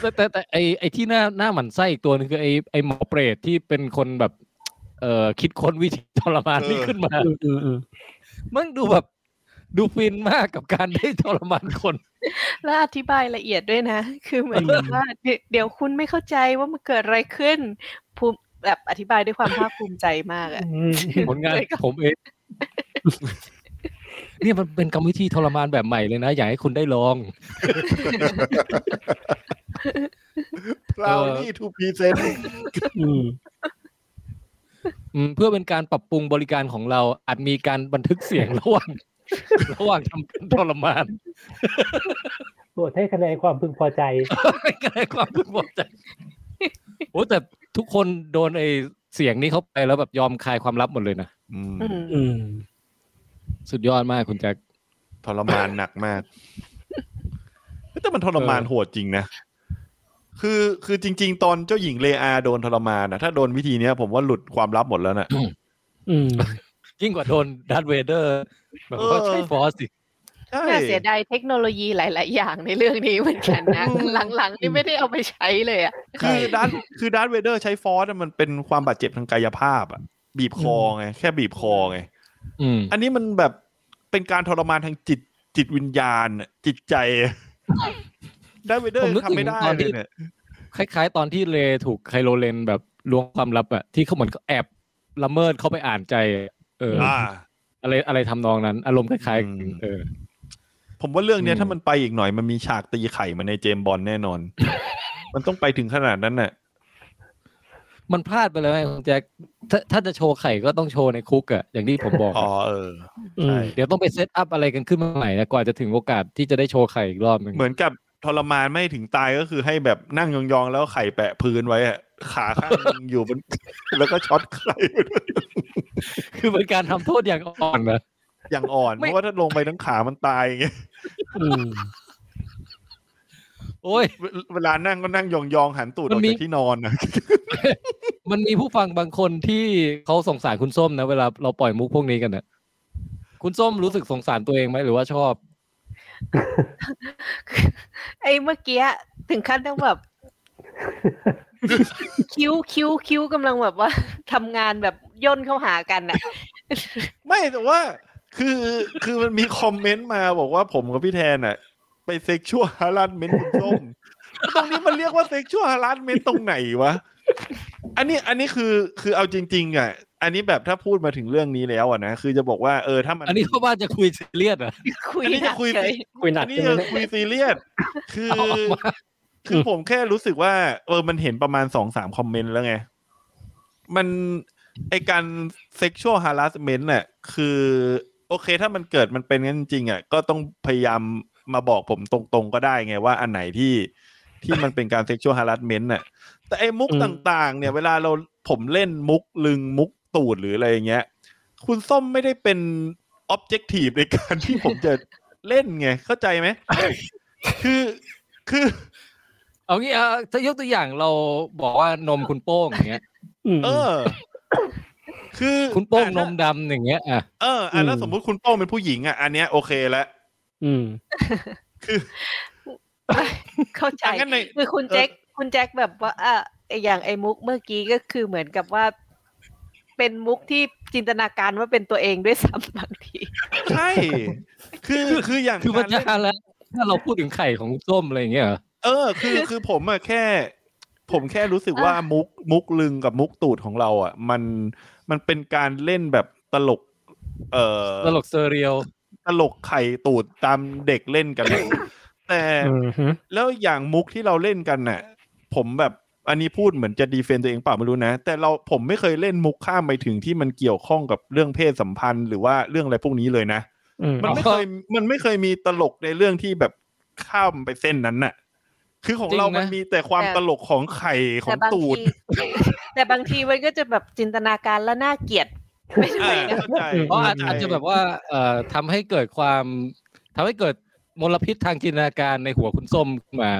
A: แต่แต่แต่ไอไอที่หน้าหน้าหมันไส้อีกตัวหนึงคือไอไอหมอเปรตที่เป็นคนแบบ เอ่อคิดค้นวิธีทรมานนี่ขึ้นมา
D: อืมอืมอืม
A: มันดูแบบ ดูฟินมากกับการได้ทรมาน
D: *laughs*
A: คน
F: แล้วอธิบายละเอียดด้วยนะ คือเหมือนกับว่าเดี๋ยวเดี๋ยวคุณไม่เข้าใจว่ามันเกิดอะไรขึ้นภูมิแบบอธิบายด้วยความภาคภูมิใจมากอะ
A: ผลงานผมเอง *laughs* เนี่ยมันเป็นกรรมวิธีทรมานแบบใหม่เลยนะ อยากให้คุณได้ลอง
G: เรานี่ทูพีเซน
D: อืม
B: *laughs*
A: อืมเพื่อเป็นการปรับปรุงบริการของเราอาจมีการบันทึกเสียงระหว่าง *laughs* ระหว่างทำการทรมาน
E: โหวตให้คะแนนความพึงพอใจ
A: ไม่เกิดความพึงพอใจโอ้แต่ทุกคนโดนไอเสียงนี้เข้าไปแล้วแบบยอมคลายความลับหมดเลยนะ
B: อืม
F: อืม
D: อืม
A: สุดยอดมากคุณแจ็ค
B: ทรมานหนักมากเฮ้ยแต่มันทรมาน
A: เออ
B: โหดจริงนะ คือคือจริง ๆ ตอนเจ้าหญิงเลอาโดนทรมานนะถ้าโดนวิธีเนี้ยผมว่าหลุดความลับหมดแล้วน่ะ
D: อืม
A: ยิ่งกว่าโดนดัตเวเดอร์แบบว่าใช้ฟอสสิ
B: ใช่
F: น่าเสียดายเทคโนโลยีหลาย ๆ อย่างในเรื่องนี้เหมือนกันนะ
B: *laughs*
F: หลัง ๆ นี่ไม่ได้เอาไปใช้เลยอะ
B: คือดาร์ธคือดาร์ธเวเดอร์ใช้ฟอสอะมันเป็นความบาดเจ็บทางกายภาพอะบีบคอไงแค่บีบคอไง
A: อืม
B: อันนี้มันแบบเป็นการทรมานทางจิตจิตวิญญาณอะจิตใจ
F: *laughs*
B: อะดาร์ธเวเดอร์
A: ผมนึกถึง
B: ทำไม่ได้
A: ตอน
B: เล
A: ที่
B: ยเนี่ย
A: คล้ายๆ ตอนที่เลถูกไคโลเลนแบบล้วงความลับอะที่เขาเหมือนก็แอบละเมิดเข้าไปอ่านใจอะเอออ
B: อ่า
A: อะไรอะไรทำนองนั้น อารมณ์คล้ายๆกัน
B: อืม
A: เออ
B: ผมว่าเรื่องเนี้ย
A: อืม
B: ถ้ามันไปอีกหน่อยมันมีฉากตีไข่มาในเจมส์บอลแน่นอน มันต้องไปถึงขนาดนั้นน่ะ
A: มันพลาดไปแล้วไงคุณแจ็คถ้าถ้าจะโชว์ไข่ก็ต้องโชว์ในคุกอะอย่างที่ผมบอก
B: อ๋อเออ
D: อื
B: ใช่
D: ม
A: เดี๋ยวต้องไปเซตอัพอะไรกันขึ้นมาใหม่นะกว่าจะถึงโอกาสที่จะได้โชว์ไข่อีกรอบหนึ่ง
B: เหมือนกับทรมานไม่ถึงตายก็คือให้แบบนั่งยองๆ แล้วไข่แปะพื้นไว้อะขาข้างหนึ่งอยู่บน *laughs* แล้วก็ช็อตไข่ไปด้วย
A: คือเป็นการทำโทษอย่างอ่อนนะ
B: อย่างอ่อน เพ
A: ไม่
B: ราะว่าถ้าลงไปทั้งขามันตายอย่างเงี้ย
D: อืม
A: โอ้ย
B: เวเวลานั่งก็นั่งยองๆหันตูดอ
A: มั
B: อก
A: นมี
B: จากที่นอนนะ
A: มันมีผู้ฟังบางคนที่เขาสงสารคุณส้มนะเวลาเราปล่อยมุกพวกนี้กันนะคุณส้มรู้สึกสงสารตัวเองไหมหรือว่าชอบ
F: ไอ้เมื่อกี้ถึงขั้นต้องแบบ คิ้วคิ้วคิ้วกำลังแบบว่าทำงานแบบย่นเข้าหากันน่ะ
B: ไม่แต่ว่าคือคือมันมีคอมเมนต์มาบอกว่าผมกับพี่แทนอะไปเซ็กชวลฮาร์ดเมนต์คุณส้ม ตรงนี้มันเรียกว่าเซ็กชวลฮาร์ดเมนต์ตรงไหนวะ อันนี้อันนี้คือคือเอาจริง ๆอะอันนี้แบบถ้าพูดมาถึงเรื่องนี้แล้วอะนะคือจะบอกว่าเออถ้ามัน
A: อันนี้เขาว่าจะคุยซีเรียสเหรอ่ะ
F: คุ
B: *laughs*
F: ย
B: อันนี้
F: ห
B: จะ
F: นัก
B: คุย
F: เฉย
D: คุยหนั
B: อั
D: ก
B: นนี้
D: ใช่ไหม
B: จะ
D: เนี่ย
B: คุยซีเรียสคือ
A: เอาออกมา
B: คือผมแค่รู้สึกว่า เออมันเห็นประมาณสองสามคอมเมนต์แล้วไง มันไอการ sexual harassment น่ะคือ โอเคถ้ามันเกิดมันเป็นงั้นจริงๆอ่ะก็ต้องพยายามมาบอกผมตรงๆก็ได้ไงว่าอันไหนที่ที่มันเป็นการ sexual harassment น่ะ แต่ไอ้มุกต่างๆ เนี่ย เวลาเราผมเล่นมุกลึงมุกตูดหรืออะไรอย่างเงี้ย คุณส้มไม่ได้เป็น objective ในการที่ผมจะเล่นไง เข้าใจไหม คือคือ
A: เอางี้เอาถ้ายกตัวอย่างเราบอกว่านมคุณโป้งอย่างเงี้ย
D: ม
B: เออ คือ
A: คุณโป้ง
B: อ่ะ
A: น
B: ถ้าม
A: ดำอย่างเงี้ยอ่ะ
B: เอออ่ะแล้ว
D: อืม
B: สมมุติคุณโป้งเป็นผู้หญิงอ่ะอันเนี้ยโอเคแล้ว
D: อืม
B: คือ
F: เข้าใจ
B: อ่ะงั้น *laughs* ใน
F: คือคุณ
B: เออ
F: แจ็คคุณแจ็คแบบว่าอ่ะไอ้อย่างไอ้มุกเมื่อกี้ก็คือเหมือนกับว่า เป็นมุกที่จินตนาการว่าเป็นตัวเองด้วยซ้ำบาง
B: *laughs*
F: ที
B: ใช่ คือคืออย่าง
A: คือมันจะ
B: การเล่น
A: แล้วถ้าเราพูดถึงไข่ของส้มอะไรอย่างเงี้ยเหรอ
B: เออคือคือผมอะแค่ ผมแค่รู้สึกว่ามุกมุกลึงกับมุกตูดของเราอะมันมันเป็นการเล่นแบบตลก เอ่อ
A: ตลกเซเรียล
B: ตลกไข่ตูดตามเด็กเล่นกันเลยแต่
D: อืมฮึ
B: แล้วอย่างมุกที่เราเล่นกันน่ะ ผมแบบอันนี้พูดเหมือนจะดีเฟนต์ตัวเองเปล่าไม่รู้นะ แต่เราผมไม่เคยเล่นมุกข้ามไปถึงที่มันเกี่ยวข้องกับเรื่องเพศสัมพันธ์หรือว่าเรื่องอะไรพวกนี้เลยนะ
D: อืม
B: มันไม่เคยมันไม่เคยมีตลกในเรื่องที่แบบข้ามไปเส้นนั้นน่ะ คือของเรา มันมีแต่ความ
F: แต่
B: ตลกของไข่ขอ
F: แต่
B: ง
F: บาง
B: ตูด
F: ที *laughs* แต่บางทีมันก็จะแบบจินตนาการและน่าเกลียดไม่ใช่
B: อ่า
F: นะ
B: เข้าใจ
A: เพราะอาจ
B: เข้
A: อาจจะแบบว่าเอ่อทำให้เกิดความทำให้เกิดมลพิษทางจินตนาการในหัวคุณส้มขึ้นมา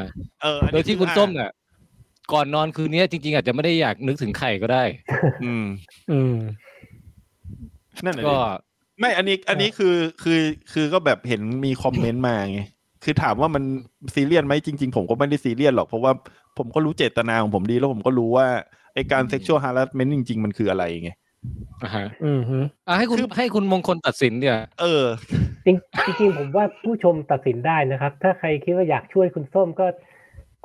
B: เอออัน
A: โด
B: นี้
A: ยที่คุณส้มเนี่ยก่อนนอนคืนนี้จริง ๆ อาจจะไม่ได้อยากนึกถึงไข่ก็ได้
B: อืม
D: อืม
B: นั่นแหละ
A: ก็
B: ดิไม่อันนี้อันนี้คือคือคือก็แบบเห็นมีคอมเมนต์มาไงคือถามว่ามันซีเรียสไหมจริง ๆ ผมก็ไม่ได้ซีเรียสหรอกเพราะว่าผมก็รู้เจตนาของผมดีแล้วผมก็รู้ว่าไอการเซ็กชวลฮาร์ดเมนต์จริง ๆ มันคืออะไรไง
A: อ่ะฮะ
D: อืมฮึ
A: อ่ะให้คุณ
B: คือ
A: ให้คุณมงคลตัดสินเนี่ย
B: เออ
E: จริงจริงๆผมว่าผู้ชมตัดสินได้นะครับ ถ้าใครคิดว่าอยากช่วยคุณส้มก็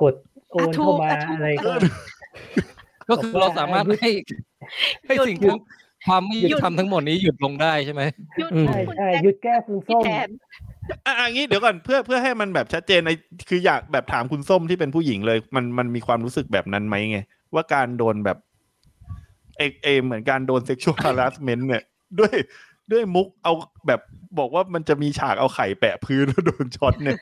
E: กดโอน
F: อ่ะถูก
E: เข้ามา
F: อ่ะถูก
E: อะไรก็
A: ก็คือเราสามารถให้ให้สิ่งทั้งความไม่ยุติธรรมทั้งหมดนี้หยุดลงได้ใช่ไหม
F: หยุด
E: ใช่
F: คุณ
E: ใช่
F: แจ็ค
E: หยุดแก้คุณ
F: พี่
E: ส้ม
F: แท
B: *laughs*
F: น
B: อ่ะอ่ะงี้เดี๋ยวก่อนเพื่อเพื่อให้มันแบบชัดเจนไอคืออยากแบบถามคุณส้มที่เป็นผู้หญิงเลย มันมันมีความรู้สึกแบบนั้นไหมไง ว่าการโดนแบบเอเอเหมือนการโดนเซ็กชวล a า a s เมน t เนี่ย ด้วย ด้วยมุกเอาแบบบอกว่ามันจะมีฉากเอาไข่แปะพื้นแล้วโดนช็อตเนี่ย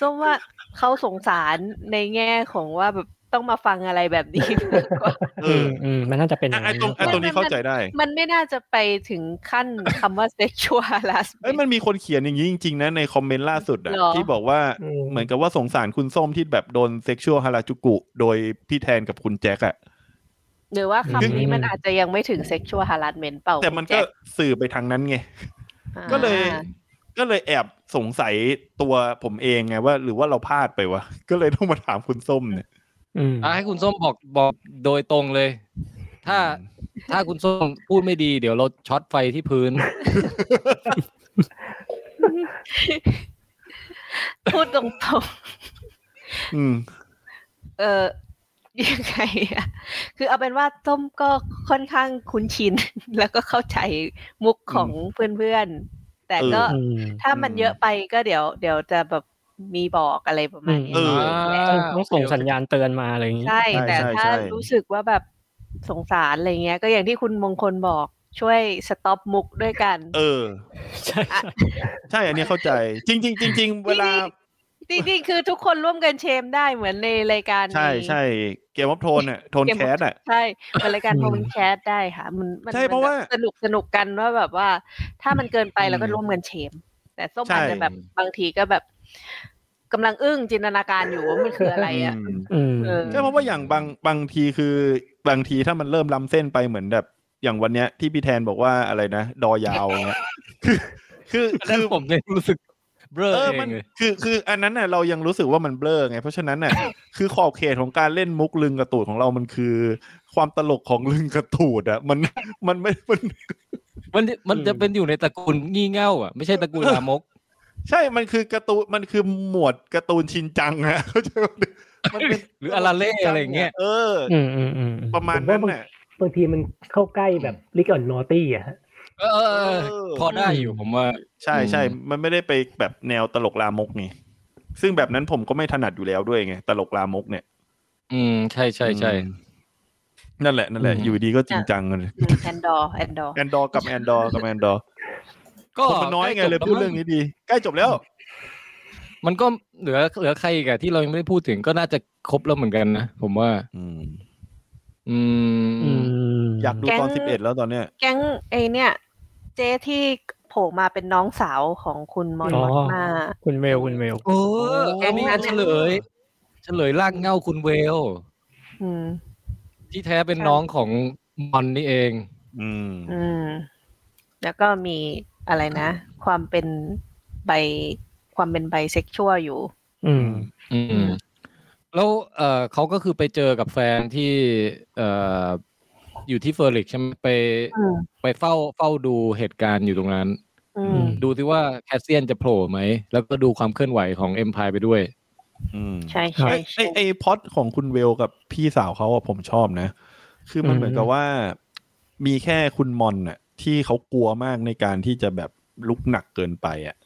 F: ส้มว่าเขาสงสารในแง่ของว่าแบบต้องมาฟังอะไรแบบ
B: *laughs*
F: นี้มากกว่า
B: เอ
D: อื
B: อ
D: มอืมมันน่าจะเป็น
B: อ่ะไอ้ตรง
F: มั
B: ไอ้
F: น
B: ตรงนี้เข้าใจได้
F: มันไม่น่าจะไปถึงขั้นคำว่า sexual
B: เอ้ย
F: harassment
B: มันมีคนเขียนอย่างนี้จริง ๆ นะในคอมเมนต์ล่าสุดอะ
F: หรอ
B: ที่บอกว่า
E: อืม
B: เหมือนกับว่าสงสารคุณส้มที่แบบโดนเซ็กชวลฮาราจูกุ โดยพี่แทนกับคุณแจ็คอะ
F: หรือว่าคำนี้
B: คือ
F: มันอาจจะยังไม่ถึง sexual harassment เปล่า
B: แต่มันก็
F: คุณแจ็ค
B: สื่อไปทางนั้นไง ก็เลย
F: อ่า
B: ก็เลยแอบสงสัยตัวผมเองไงว่า หรือว่าเราพลาดไปวะ *laughs* ก็เลยต้องมาถามคุณส้มเนี่ย
D: อืม
A: อ่ะให้คุณส้มบอกบอกโดยตรงเลย ถ้าถ้าคุณส้มพูดไม่ดี เดี๋ยวเราช็อตไฟที่พื้น
F: พูดตรง
B: อืม
F: ๆเออยังไงอะคือเอาเป็นว่าส้มก็ค่อนข้างคุ้นชิน *laughs* แล้วก็เข้าใจมุกของเพื่อนๆ แต่ก็
B: เ
D: อืม
F: ถ้ามันเยอะไปก็เดี๋ยว เดี๋ยวจะแบบมีบอกอะไรประมาณนี้
D: เอ
B: อ
D: ต้องต้องส่งสัญญาณเตือนมาอะไรอย่างนี้
F: ใช่
B: ใช่
F: แต่
B: ใช่
F: ถ้า
B: ใช่
F: รู้สึกว่าแบบสงสารอะไรเงี้ย ก็อย่างที่คุณมงคลบอกช่วยสต็อปมุกด้วยกัน
B: เออ
D: ใช่ใช่
B: ใช่อันเนี้ยเข้าใจ จริงจริงจริงจริงเวลา
F: จริงๆ คือทุกคนร่วมกันเชมได้เหมือนในรายการ
B: ใช่
F: นี้
B: ใช่เกมวับโทนอ่ะโทน
F: Game
B: แค
F: of
B: สอ่ะ
F: ใช่เหมือนรายการ
D: อืม
F: โมเมนต์แคสได้ค่ะ มันมัน
B: ใช่เพราะว่า
F: แบบสนุกสนุกกันว่าแบบว่า ถ้ามันเกินไปเราก็ร่วมกันเชม แต่ส้ม
B: ใช่
F: อาจจะแบบบางทีก็แบบกำลังอึ้งจินตนาการอยู่ว่ามันคืออะไรอ่ะ
B: อืม
D: อืม
F: เออ
B: ใช่เพราะว่าอย่างบางบางทีคือบางทีถ้ามันเริ่มล้ำเส้นไปเหมือนแบบ อย่างวันเนี้ยที่พี่แทนบอกว่าอะไรนะ ดอยาวเนี้ย *laughs* คือ
A: คือผมเนี่ยรู้สึกเบลอ
B: เออ
A: เอ
B: มัน
A: งเลย
B: คือคืออันนั้นน่ะเรายังรู้สึกว่ามันเบลอไง เพราะฉะนั้น
A: *laughs*
B: น่ะ คือขอบเขตของการเล่นมุกลึงกระตูดของเรามันคือ ความตลกของลึงกระตูดอ่ะ *laughs* มันมันไม่มัน
A: มันมันจะเป็นอยู่ในตระกูลงี่เง่าอ่ะไม่ใช่ตระกูล
B: *laughs*
A: ลามก
B: ใช่มันคือการ์ตูนมันคือหมวดการ์ตูนชินจังฮะ *laughs* เข้าใจไหมมันเป็น
A: หรืออาราเล่อะไรอย่างเงี้ย
B: เออ
D: อืมอืมอืม
B: ประมาณนั้นน่ะ
E: บางทีมันเข้าใกล้แบบลิกออนนอตี้อ่ะฮะ
A: เออเออเออ
B: เออ
A: พอได้อยู่ผมว่า
B: ใช่ใช่มันไม่ได้ไปแบบแนวตลกลามกนี่ซึ่งแบบนั้นผมก็ไม่ถนัดอยู่แล้วด้วยไงตลกลามกเนี่ย
A: อืม ใช่ใช่ใช่
B: อืมนั่นแหละนั่นแหละ อยู่ดีก็จริงจังเลย
F: แอนดอร์แอนดอร์
B: แอนดอร์กับแอนดอร์กับแอนดอร์
A: ก็
B: คนมันน้อยไงเลย
A: ใกจบ
B: พูดเรื่องนี้ดี ใกล้จบแล้ว
A: มันก็เหลือเหลือใครอีกอะที่เรายังไม่ได้พูดถึงก็น่าจะครบแล้วเหมือนกันนะผมว่า อืม
D: อืม
B: อยากดูตอนสิบเอ็ดแล้วตอนเนี้ย
F: แก๊งไอเนี่ย เจ๊ที่โผล่มาเป็นน้องสาวของคุณมอนมอสมา
D: คุณเวลคุณเวล
A: โอ้
F: แก๊
A: อัน
F: ง
A: นี้
F: นั้น
A: เฉลย เฉลยร่างเงาคุณเวล
F: อืม
A: ที่แท้เป็น
F: ใช่
A: น้องของมอนนี่เอง
B: อืม
F: อืม แล้วก็มีอะไรนะ ความเป็นใบความเป็นใบเซ็กชวลอยู่
D: อืม
A: อืม แล้วเออเขาก็คือไปเจอกับแฟนที่เอออยู่ที่เฟอร์ลิกซ์ใช่ไหมไป
F: อืม
A: ไปเฝ้าเฝ้าดูเหตุการณ์อยู่ตรงนั้น
F: อื
D: อื
F: ม
D: ม
A: ดูที่ว่าแคสเซียนจะโผล่ไหม แล้วก็ดูความเคลื่อนไหวของเอ็มพายไปด้วย
B: อืม
F: ใช่ใช่
B: ไอ้ไอ
F: ใช่
B: ไอพล็อดของคุณเวลกับพี่สาวเขาอะผมชอบนะ คือมัน
D: อืม
B: เหมือนกับว่า มีแค่คุณมอนน่ะ ที่เขากลัวมากในการที่จะแบบลุกหนักเกินไปอ่ะ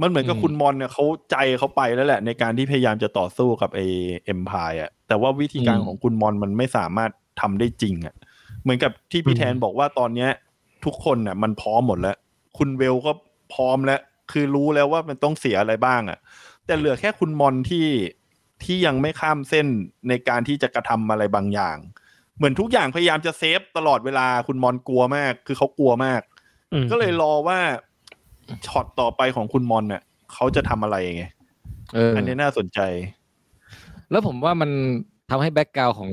B: มันเหมือนกับ
A: อืม
B: คุณมอนเนี่ยเขาใจเขาไปแล้วแหละ ในการที่พยายามจะต่อสู้กับไอเอ็มพายอ่ะ แต่ว่าวิธีการของคุณมอนมันไม่สามารถทำได้จริงอ่ะ เหมือนกับที่พี่แทนบอกว่าตอนเนี้ย ทุกคนน่ะ มันพร้อมหมดแล้ว คุณเวลก็พร้อมแล้ว คือรู้แล้วว่ามันต้องเสียอะไรบ้างอ่ะ แต่เหลือแค่คุณมอนที่ที่ยังไม่ข้ามเส้นในการที่จะกระทำอะไรบางอย่าง เหมือนทุกอย่างพยายามจะเซฟตลอดเวลาคุณมอนกลัวมาก คือเขากลัวมาก
D: อืม
B: ก็เลยรอว่าช็อตต่อไปของคุณมอนน่ะเขาจะทำอะไรไง
A: เอออ
B: อันนี้น่าสนใจ
A: แล้วผมว่ามันทำให้แบ็กกราวของ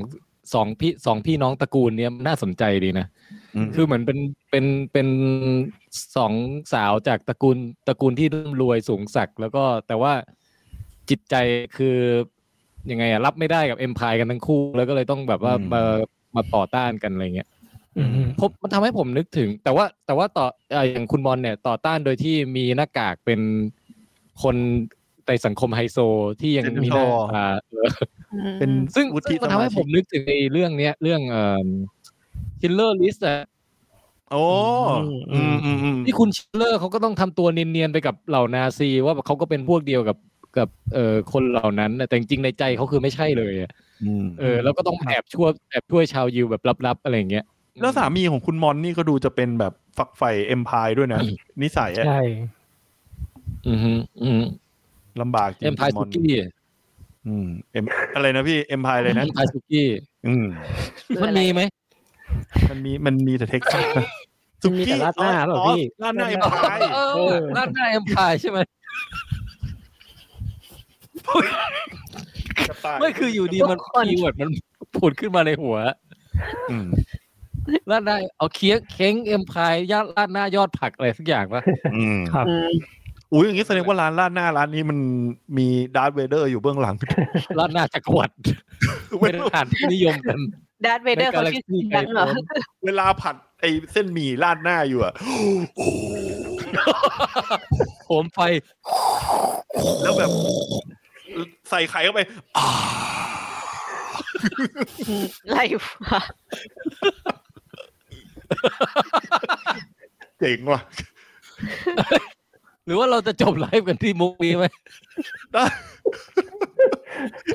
A: สองพี่สองพี่น้องตระกูลเนี้ยน่าสนใจดีนะ
B: อืม
A: คือเหมือนเป็นเป็นเป็นสองสาวจากตระกูลตระกูลที่ร่ำรวยสูงศักดิ์แล้วก็แต่ว่าจิตใจคือยังไงอะรับไม่ได้กับเอ็มพายกันทั้งคู่ แล้วก็เลยต้องแบบว่ามามาต่อต้านกันอะไรเงี้ย
D: อืม
A: ผมมันทำให้ผมนึกถึง แต่ว่าแต่ว่าต่อเอ่ออย่างคุณบอลเนี่ยต่อต้านโดยที่มีหน้ากากเป็นคนในสังคมไฮโซที่ยังมีหน้าตาเออ
F: อืม
B: เป็น
A: ซึ่ง
B: วุ
A: ซึ่
B: ฒิ
A: ง
B: ส
A: มันทำ
B: มา
A: ให้ผ
B: ชิก
A: มนึกถึงไอ้เรื่องเนี้ยเรื่องเอ่อชิลเลอร์ลิสอะ
B: โอ้อืมอืมอืม
A: ที่คุณชิลเลอร์เขาก็ต้องทำตัวเนียนๆไปกับเหล่านาซี ว่าเขาก็เป็นพวกเดียวกับกับเอ่อคนเหล่านั้นน่ะแต่จริงๆในใจเขาคือไม่ใช่เลยอะ
B: อืม
A: เออแล้วก็ต้องแอบช่วยแอบช่วยชาวยิวแบบลับๆอะไรอย่างเงี้ย
B: แล้วสามีของคุณมอนนี่ก็ดูจะเป็นแบบฝักใฝ่เอ็มพายด้วยนะ นิสัยอะ
D: ใช่
A: อืมฮึอืม
B: ลำบากจริง
A: เอ็มพาย
B: คุณ
A: สุกี้
B: อืมเอ็มอะไรนะพี่เอ็มพายเลยนะ
A: เอ็มพายสุกี้
B: อืม
F: คือ
A: มัน
F: อะไร
A: มีไหม
B: มันมีมันมีแต่เท็กซัสนะ
D: มันมีแต่ราดหน้าเปล่าพี่
B: ซอสราดหน้าเอ็มพาย
A: เออร้านหน้าเอ็มพายใช่ไหมไม่คืออยู่ดีมัน
F: ทุกคน
A: คีย์เวิร์ดมันผุดขึ้นมาในหัว
B: อืม
A: ร้านหน้าเอาเคี้ยงเค้งเอ็มพายยอดร้านหน้ายอดผักอะไรสักอย่างวะ
B: อืม
D: ครับ
F: อืม
B: อุ้ยอย่างนี้แสดงว่าร้านราดหน้าร้านนี้มันมีดาร์ธเวเดอร์อยู่เบื้องหลัง *laughs*
A: ร้านหน้าจักรวรรดิไม่ได้ผ่านที่นิยมกัน
F: ดาร์ธเวเดอร์เขาชื่อเสียงเหรอ
B: เวลาผัดไอเส้นหมี่ราดหน้าอยู่อะ
A: โหมไฟ
B: แล้วแบบใส่ไข่เข้าไป
F: ไล่ฟ้า
B: เจ๋งว่ะ
A: หรือว่าเราจะจบไลฟ์กันที่มุกนี้ไหม
B: ได้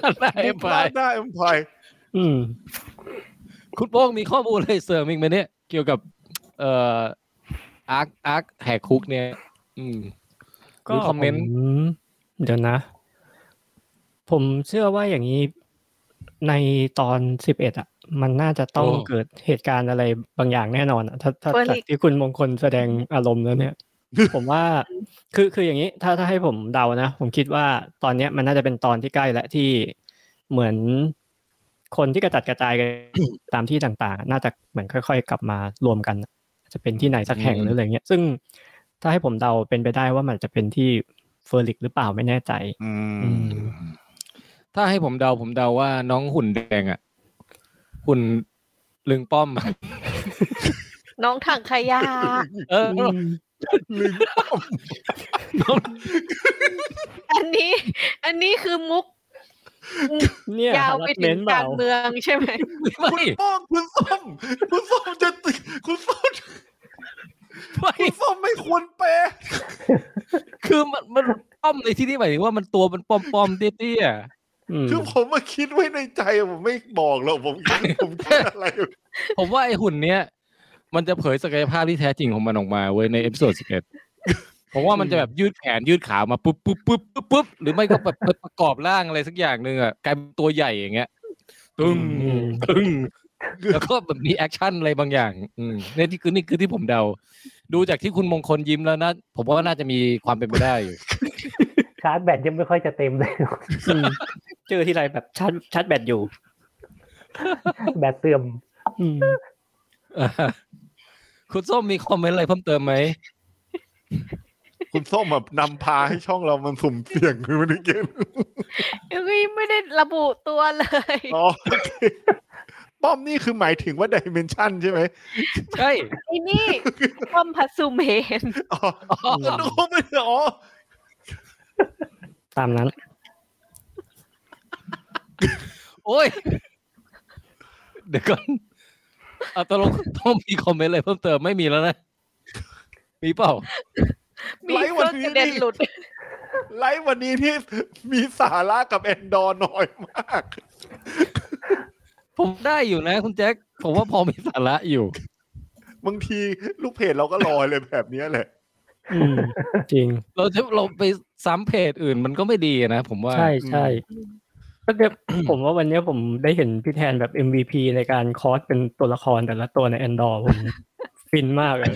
A: อะไรไป
B: *laughs* ราดหน้าเอ็มพาย
D: อืม
A: คุณโป้งมีข้อมูลอะไรเสริมอีกไหมเนี่ย เกี่ยวกับเอ่ออาร์คอาร์คแหกคุกเนี่ย อืมก็คอมเมนต์
D: ผมเดี๋ยวนะ ผมเชื่อว่าอย่างนี้ในตอนสิบเอ็ดอ่ะ มันน่าจะต้องเกิดเหตุการณ์อะไรบางอย่างแน่นอนอะถ้าถ้าจากที่คุณมงคลแสดงอารมณ์แล้วเนี่ย ผมว่าคือคืออย่างนี้ ถ้าถ้าให้ผมเดานะ ผมคิดว่าตอนเนี้ยมันน่าจะเป็นตอนที่ใกล้และที่เหมือนคนที่กระจัดกระจายกัน
B: *coughs*
D: ตามที่ต่างๆ น่าจะเหมือนค่อย ๆ กลับมารวมกัน จะเป็นที่ไหนสักแห่งหรืออะไรเงี้ย ซึ่งถ้าให้ผมเดาเป็นไปได้ว่ามันจะเป็นที่เฟอร์ลิกหรือเปล่าไม่แน่ใจ อืม
A: ถ้าให้ผมเดาผมเดาว่าน้องหุ่นแดงอ่ะ หุ่นลึงป้อมอะ
F: น้องถังขยะ
A: เออ
F: อันนี้ อันนี้คือมุก
D: เนี่ย
F: ยาวไปถึง
D: เป
F: กา
D: ล่าร
F: เมืองใช่ไหม
A: ไม่
B: คุณป้องคุณส้ม คุณส้มจะติคุณส้ม
A: ไม่
B: คุณส้มไม่ควรเปย์
A: คือมันมันป้อมในที่นี้หมายถึงว่ามันตัวมันป้อมป้อมๆเตี้ยๆอะ
D: อืม
B: คือผมมาคิดไว้ในใจอะผมไม่บอกหรอกผมคิดผมคิดอะไร
A: ผมว่าไอหุ่นเนี้ยมันจะเผยศักยภาพที่แท้จริงของมันออกมาเว้ยในเอพิโซดสิบเอ็ดผมว่ามันจะแบบยืดแขนยืดขามาปุ๊บปุ๊บปุ๊บปุ๊บปุ๊บหรือไม่ก็แบบ *laughs* ไปประกอบร่างอะไรสักอย่างหนึ่งอ่ะกลายเป็นตัวใหญ่อย่างเงี้ยตึ้งตึ้งแล้วก็แบบมีแอคชั่นอะไรบางอย่าง อืมเนี่ยที่คือนี่คือที่ผมเดา ดูจากที่คุณมงคลยิ้มแล้วนะผมว่าน่าจะมีความเป็นไปได้อยู่ *laughs*
E: ชาร์จแบตยังไม่ค่อยจะเต็มเลย *laughs*
D: มเจอที่ไรแบบชาร์จชาร์จแบตอยู่
E: แบตเสื่อม
D: อืม
A: คุณส้มมีคอมเมนต์อะไรเพิ่มเติมไหม
B: คุณส้มแบบนำพาให้ช่องเรามันสุ่มเสี่ยงคือมัน
D: *laughs*
B: เกม
F: ยังไม่ได้ระบุตัวเลย
B: อ๋อโอเคป้อมนี่คือหมายถึงว่าดิเมนชันใช่ไหม
A: ใช่
F: ไอ้นี่ป้อมพัสสุเมน
B: อ๋อนึกว่าไม่ได้อ๋อ
D: ตามนั้น
A: โอ้ยเดี๋ยวก่อนเอาตกลงต้องมีคอมเมนต์อะไรเพิ่มเติมไม่มีแล้วนะ มีเปล่า
F: มี
B: ไลฟ์วั
F: เพื่
B: น
F: อง
B: นี้
F: ก
B: นี่
F: ระเด็นหลุด
B: ไลฟ์วันนี้ที่มีสาระกับแอนดอร์น้อยมาก
A: ผมได้อยู่นะคุณแจ็คผมว่าพอมีสาระอยู่
B: บางทีลูกเพจเราก็ลอยเลยแบบเนี้ยแหละ
D: อืมจริง
A: เราจะเราไปซ้ำเพจอื่นมันก็ไม่ดีนะผมว่า
D: ใช่ใช่ก็เดี๋ยว ผมว่าวันเนี้ยผมได้เห็นพี่แทนแบบ MVP ในการคอสเป็นตัวละครแต่ละตัวในแอนดอร์ผมฟินมากเลย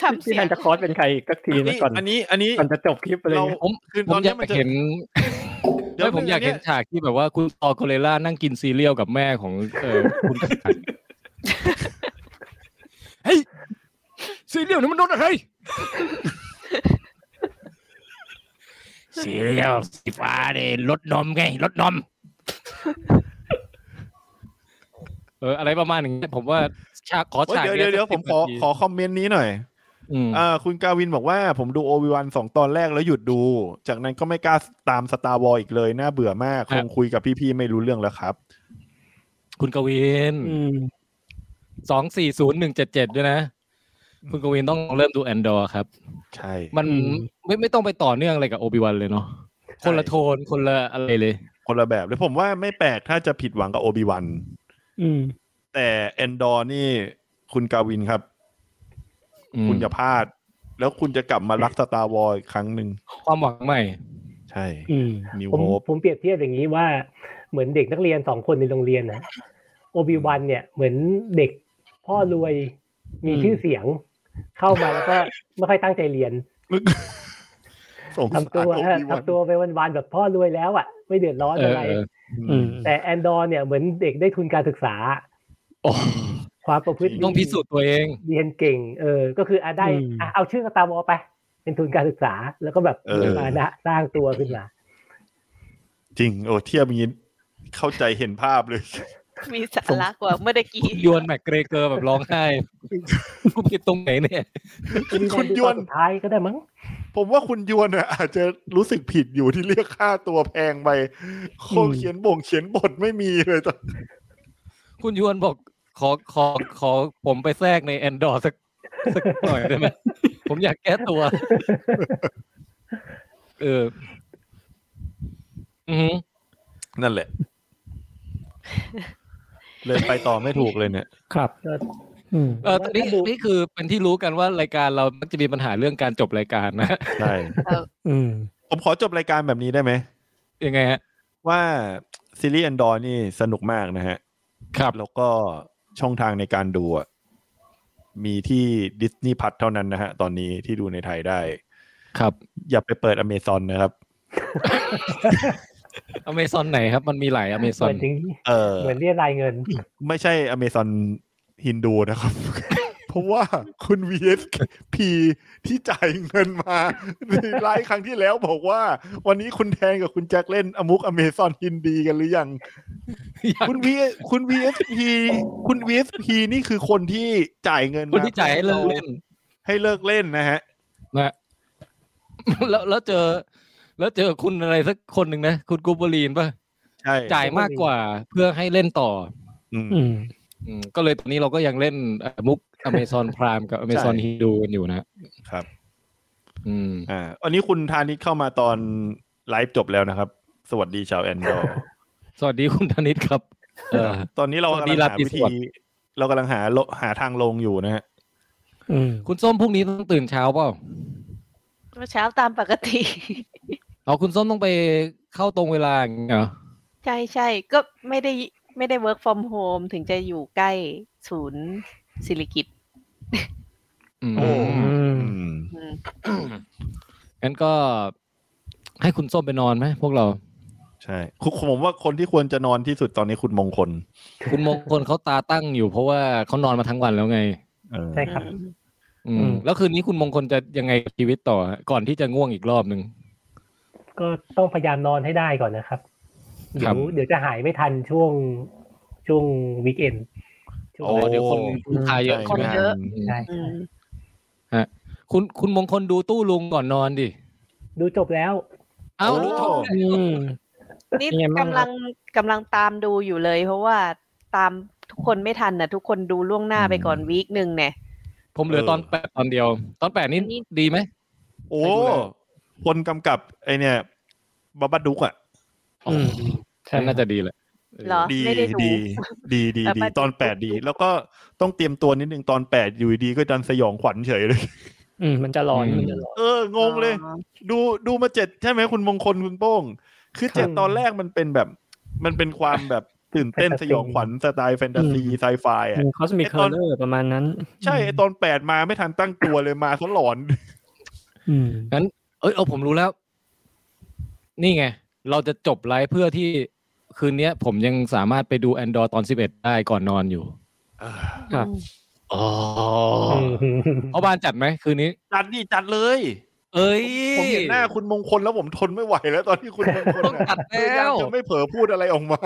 F: ช่ำ
D: พี่
F: เสีย
D: แท
F: ง
D: นจะคอสเป็นใครอีกสักทีนะก่อน
B: อันนี้อันนี้
D: ก่อนจะจบคลิปอะไร
B: เรา
D: เงี้ย
A: ผม
B: คือ
A: ผ
B: ตอ
A: ม
B: น
A: อ
B: เนี้
A: ยาย ก
B: มันจะ
A: เห็น
B: ดี๋
A: ไม่ผมอยากเห็น
B: ดี๋ว
A: ฉากที่แบบว่าคุณตอโคเรล่านั่งกินซีเรียลกับแม่ของเออคุณ *laughs* เฮ้ยซีเรียลนี่มันโดนอะไร
I: *laughs* สีเรียลสีฟ้าเนี่ยลดนมไงลดนม
A: *laughs* เอออะไรประมาณอย่างเงี้ยผมว่าฉากขอ
B: เฮ้ย
A: ฉาก
B: เดี๋
A: นี้
B: ยวเดี๋ยวเดี๋ยว
A: สัก
B: ผ
A: สิ
B: ม
A: บ
B: ขอ
A: นาที
B: ขอคอมเมนต์นี้หน่อย
A: อืม
B: อ่าคุณกาวินบอกว่าผมดูโอวิวันสองตอนแรกแล้วหยุดดู จากนั้นก็ไม่กล้าตามสตาร์วอลอีกเลย น่าเบื่อมากคงคุยกับพี่ๆไม่รู้เรื่องแล้วครับ
A: คุณกวิน
D: อืม
A: สองสี่ศูนย์หนึ่งเจ็ดเจ็ดด้วยนะ คุณกวินต้องเริ่มดูแอนดอร์ครับ
B: ใช่
A: มัน
D: อืม
A: ไม่ไม่ต้องไปต่อเนื่องอะไรกับโอบิวันเลยเนาะคนละโทนคนละอะไรเลย
B: คนละแบบเลยผมว่าไม่แปลกถ้าจะผิดหวังกับโอบิวัน
D: อืม
B: แต่ แต่เอนดอร์นี่คุณกาวินครับ
A: อืม
B: คุณจะพลาด แล้วคุณจะกลับมารักสตาร์วอลอีกครั้งหนึ่ง
A: ความหวังใหม่
B: ใช่
E: อืม
B: นิว
E: ผม
B: โฮป
E: ผมเปรียบเทียบอย่างนี้ว่าเหมือนเด็กนักเรียนสองคนในโรงเรียนนะโอบิวันเนี่ยเหมือนเด็กพ่อรวยมีชื่อเสียง เข้ามาแล้วก็ ไม่ค่อยตั้งใจเรียน
B: ส่ง
E: ทำตัว
B: สาร Obi-Wan
E: ทำตัวไปวันๆแบบพ่อรวยแล้วอ่ะ ไม่เดือดร้อน
A: เอ
E: อะ
A: อ
E: ไร
A: เออ
D: อืม
E: แต่แอนดอร์เนี่ยเหมือนเด็กได้ทุนการศึกษา ความประพฤติดี
A: ต้องพิสูจน์ตัวเอง
E: เรียนเก่ง เออ ก็คืออะได้อ่ะเอาชื่อสตาร์วอลไป เป็นทุนการศึกษา แล้วก็แบบ
B: เออ
E: มีมานะสร้างตัวขึ้นมา
B: จริงโอ้เทียบอย่างนี้เข้าใจเห็นภาพเลย
F: มีสาระกว่าเมื่อตะกี้
A: ยวนแม็กเกรเกอร์แบบร้องไห้กูผิดตรงไหนเนี่ย
B: คุณยวน
E: สุดท้ายก็ได้มั้ง
B: ผมว่าคุณยวนอ่ะอาจจะรู้สึกผิดอยู่ที่เรียกค่าตัวแพงไปโคเขียนบ่งเขียนบทไม่มีเลยตอน
A: คุณยวนบอกขอขอขอผมไปแทรกในแอนดอร์สักสักหน่อยได้ไหม ผมอยากแก้ตัว เออ อือหือ
B: นั่นแหละ เลยไปต่อไม่ถูกเลยเนี่ย
D: ครับอืม
A: เออตอนนี้
E: ถ้าดู
A: นี่คือเป็นที่รู้กันว่ารายการเรามักจะมีปัญหาเรื่องการจบรายการนะ *laughs*
B: ใช่
D: อืม
B: ผมขอจบรายการแบบนี้ได้ไหม
A: ยังไงฮะ
B: ว่าซีรีส์แอนดอร์นี่สนุกมากนะฮะ
A: ครับ
B: แล้วก็ช่องทางในการดูอะมีที่ดิสนีย์พัทเท่านั้นนะฮะ ตอนนี้ที่ดูในไทยได้
A: ครับ
B: อย่าไปเปิดอเมซอนนะครับ
A: อเมซอนไหนครับ มันมีหลายอเมซ
E: เห
A: อ
E: มื
A: น
E: อนถึง
B: เออ
E: เหมือนเรียรายเงิน
B: ไม่ใช่อเมซอนฮินดูนะครับ *laughs* เพราะว่าคุณ *laughs* VSP ที่จ่ายเงินมาในไลฟ์ครั้งที่แล้วบอกว่า วันนี้คุณแทนกับคุณแจ็คเล่นอมุกอเมซอนฮินดีกันหรือยัง คุณ V *laughs* คุณ VSP คุณ VSP นี่คือคนที่จ่ายเงินม
A: คุณที่จ่ายให้เลิกเล่น
B: ให้เลิกเล่นนะฮะ
A: นะ *laughs* แล้วแล้วเจอ แล้วเจอคุณอะไรสักคนหนึ่งนะ คุณกูบลีนป่ะ
B: ใช่
A: จ่ายมากกว่าเพื่อให้เล่นต่อ
B: อืม
D: อืม
A: อืมก็เลยตอนนี้เราก็ยังเล่นเอ่อมุกอเมซอนพรามกับอเมซอน
B: ใช่
A: ฮีดูกันอยู่นะครับ อืม
B: อ่าอันนี้คุณธานิตเข้ามาตอนไลฟ์จบแล้วนะครับ สวัสดีชาวแอนดอร์
A: สวัสดีคุณธนิตครับ เออ
B: ตอนนี้เรา
A: สวัส
B: กำ
A: ดี
B: ลัง
A: รา
B: หา
A: ตรี
B: วิ
A: ส
B: ธี
A: วัสดิ์
B: เรากำลังหาโลหาทางลงอยู่นะฮะ
D: อืม
A: คุณส้มพรุ่งนี้ต้องตื่นเช้าเปล่า
F: เมื่อเช้าตามปกติ
A: อ๋อคุณส้มต้องไปเข้าตรงเวลาอย่างเงี้ยเหรอ
F: ใช่ใช่ก็ไม่ได้ไม่ได้ work from home ถึงจะอยู่ใกล้ศูนย์ศิริกิต
A: อืม
B: โอ้
D: อืม
B: อืม
F: อืม
A: งั้นก็ให้คุณส้มไปนอนไหมพวกเรา
B: ใช่คุณผมว่าคนที่ควรจะนอนที่สุดตอนนี้คุณมงคล
A: คุณมงคลเขาตาตั้งอยู่เพราะว่าเขานอนมาทั้งวันแล้วไง
B: เออ
E: ใช่ครับ
A: อืม แล้วคืนนี้คุณมงคลจะยังไงกับชีวิตต่อฮะก่อนที่จะง่วงอีกรอบหนึ่ง
E: ก็ต้องพยายามนอนให้ได้ก่อนนะครับ
A: ค
E: เดี๋
A: รั
E: ย
A: บ
E: วเดี๋ยวจะหายไม่ทันช่วงช่วงวีคเอนด์ช่วง
A: อ๋อเดี๋ยวคนลูกค้าเยอะ
F: คนเยอะ
A: อืม
E: ใช่
F: อืม
A: คุณคุณมงคลดูตู้ลุงก่อนนอนดิ
E: ดูจบแล้ว
A: เอ้าดูตู้
D: อืม
F: นี่
D: เป็นไงบ้าง
F: กำลังกำลังตามดูอยู่เลย เพราะว่าตามทุกคนไม่ทันนะทุกคนดูล่วงหน้าไปก่อนวีคหนึ่งเนี่ย
A: ผมเหลือตอนแปดตอนเดียว ตอนแปดนี่
F: นี่
A: ดีไหม
B: โอ้
A: ใครดูแล
B: คนกำกับไอเนี่ยบับบัดดุกอ่ะ
D: อืมใช่
A: น่าจะดีแหละ
F: เหรอ
B: ดี
F: ไม่ได้ดู
B: ดีดีดี
F: บับ
B: ดี
F: บัดดุ๊ก
B: ตอนแปดดี แล้วก็ต้องเตรียมตัวนิดนึงตอนแปดอยู่ดีก็ดันสยองขวัญเฉยเลย
D: อืมมันจะร้อน
A: อืม
D: มันจะร้อน
B: เอองงเลย
F: อ๋อ
B: ดูดูมาเจ็ดใช่ไหมคุณมงคลคุณโป้ง คือเจ็ดตอนแรกมันเป็นแบบ มันเป็นความแบบตื่นเต้นสยองขวัญสไตล์แฟนตาซี
D: อืม
B: ไซไฟอ่ะ
D: คอสมิค
B: ไอ้
D: เคอ
B: ตอน
D: ร์เลอร์ประมาณนั้น
B: ใช่ไอตอนแปดมาไม่ทันตั้งตัวเลยมาเขาหลอน
D: อืม
A: เอ้ยเอาผมรู้แล้ว นี่ไง เราจะจบไลฟ์เพื่อที่คืนเนี้ย ผมยังสามารถไปดูแอนดอร์ตอนสิบเอ็ดได้ก่อนนอนอยู่
D: ครับ
A: อ๋อ
E: ม
A: เอาบ้านจัดไหมคืนนี้
B: จัดนี่จัดเลย
A: เอ้ย
B: ผมเห็นหน้าคุณมงคลแล้วผมทนไม่ไหวแล้วตอนที่คุณมงคล
A: ต้อง
B: น่ะ
A: จัด
B: พยา
A: แล้
B: ยาม
A: ว
B: จะไม่เผลอพูดอะไรออกมา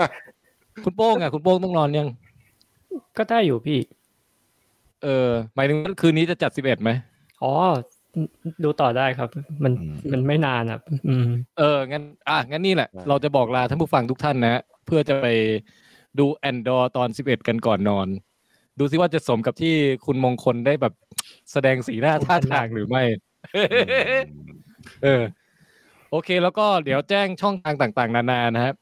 A: คุณโป้งอ่ะ คุณโป้งต้องนอนยัง
D: ก็ได้อยู่พี่
A: เออหมายถึงว่าคืนนี้จะจัดสิบเอ็ดไหม
D: อ๋อ ดูต่อได้ครับ มัน
B: อืม
D: มันไม่นานอ่ะ อืม
A: เอองั้นอ่ะงั้นนี่แหละ เราจะบอกลาท่านผู้ฟังทุกท่านนะ เพื่อจะไปดูแอนดอร์ตอนสิบเอ็ดกันก่อนนอน ดูซิว่าจะสมกับที่คุณมงคลได้แบบแสดงสีหน้าท่าทางหรือไม่ *laughs* เออ โอเคแล้วก็เดี๋ยวแจ้งช่องทางต่างๆ นานานะครับ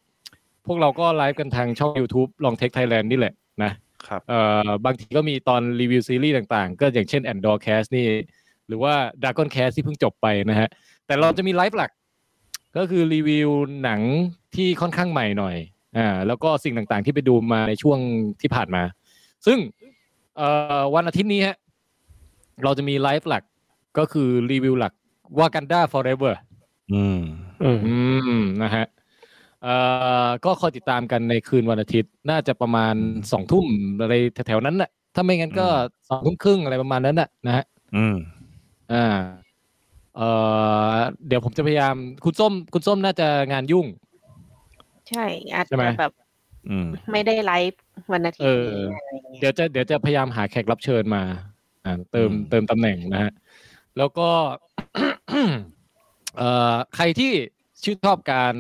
A: พวกเราก็ไลฟ์กันทางช่อง YouTube ลองเทคไทยแลนด์นี่แหละนะ
B: ครับ
A: เอ่อบางทีก็มีตอนรีวิวซีรีส์ต่างๆ ก็อย่างเช่น a n d o r Cast นี่ หรือว่า Dragon Cast ที่เพิ่งจบไปนะฮะ แต่เราจะมีไลฟ์หลัก ก็คือรีวิวหนังที่ค่อนข้างใหม่หน่อยอ่าแล้วก็สิ่งต่างๆที่ไปดูมาในช่วงที่ผ่านมา ซึ่งเอ่อวันอาทิตย์นี้ฮะเราจะมีไลฟ์หลักก็คือรีวิวหลักวากันดา forever
B: อืม
D: อืม
A: อืมนะฮะเอ่อก็คอยติดตามกันในคืนวันอาทิตย์ น่าจะประมาณสองทุ่มอะไรแถวๆนั้นแหละถ้าไม่งั้นก็สองทุ่มครึ่งอะไรประมาณนั้นน่ะนะฮะ
B: อืม
A: อ่าเอ่อเดี๋ยวผมจะพยายามคุณส้ม คุณส้มน่าจะงานยุ่ง
F: ใช่อาจ
A: ใช่ไหม
F: จะแบบ
B: อืม
F: ไม่ได้ไลฟ์วันอาทิต
A: เอ
F: ย์
A: อ
F: นี้อะไรอย่างเงี้ย
A: เดี๋ยวจะเดี๋ยวจะพยายามหาแขกรับเชิญมาอ่าเติม
B: อืม
A: เติมตำแหน่งนะฮะแล้วก็ *coughs* เอ่อใครที่ชื่นชอบการ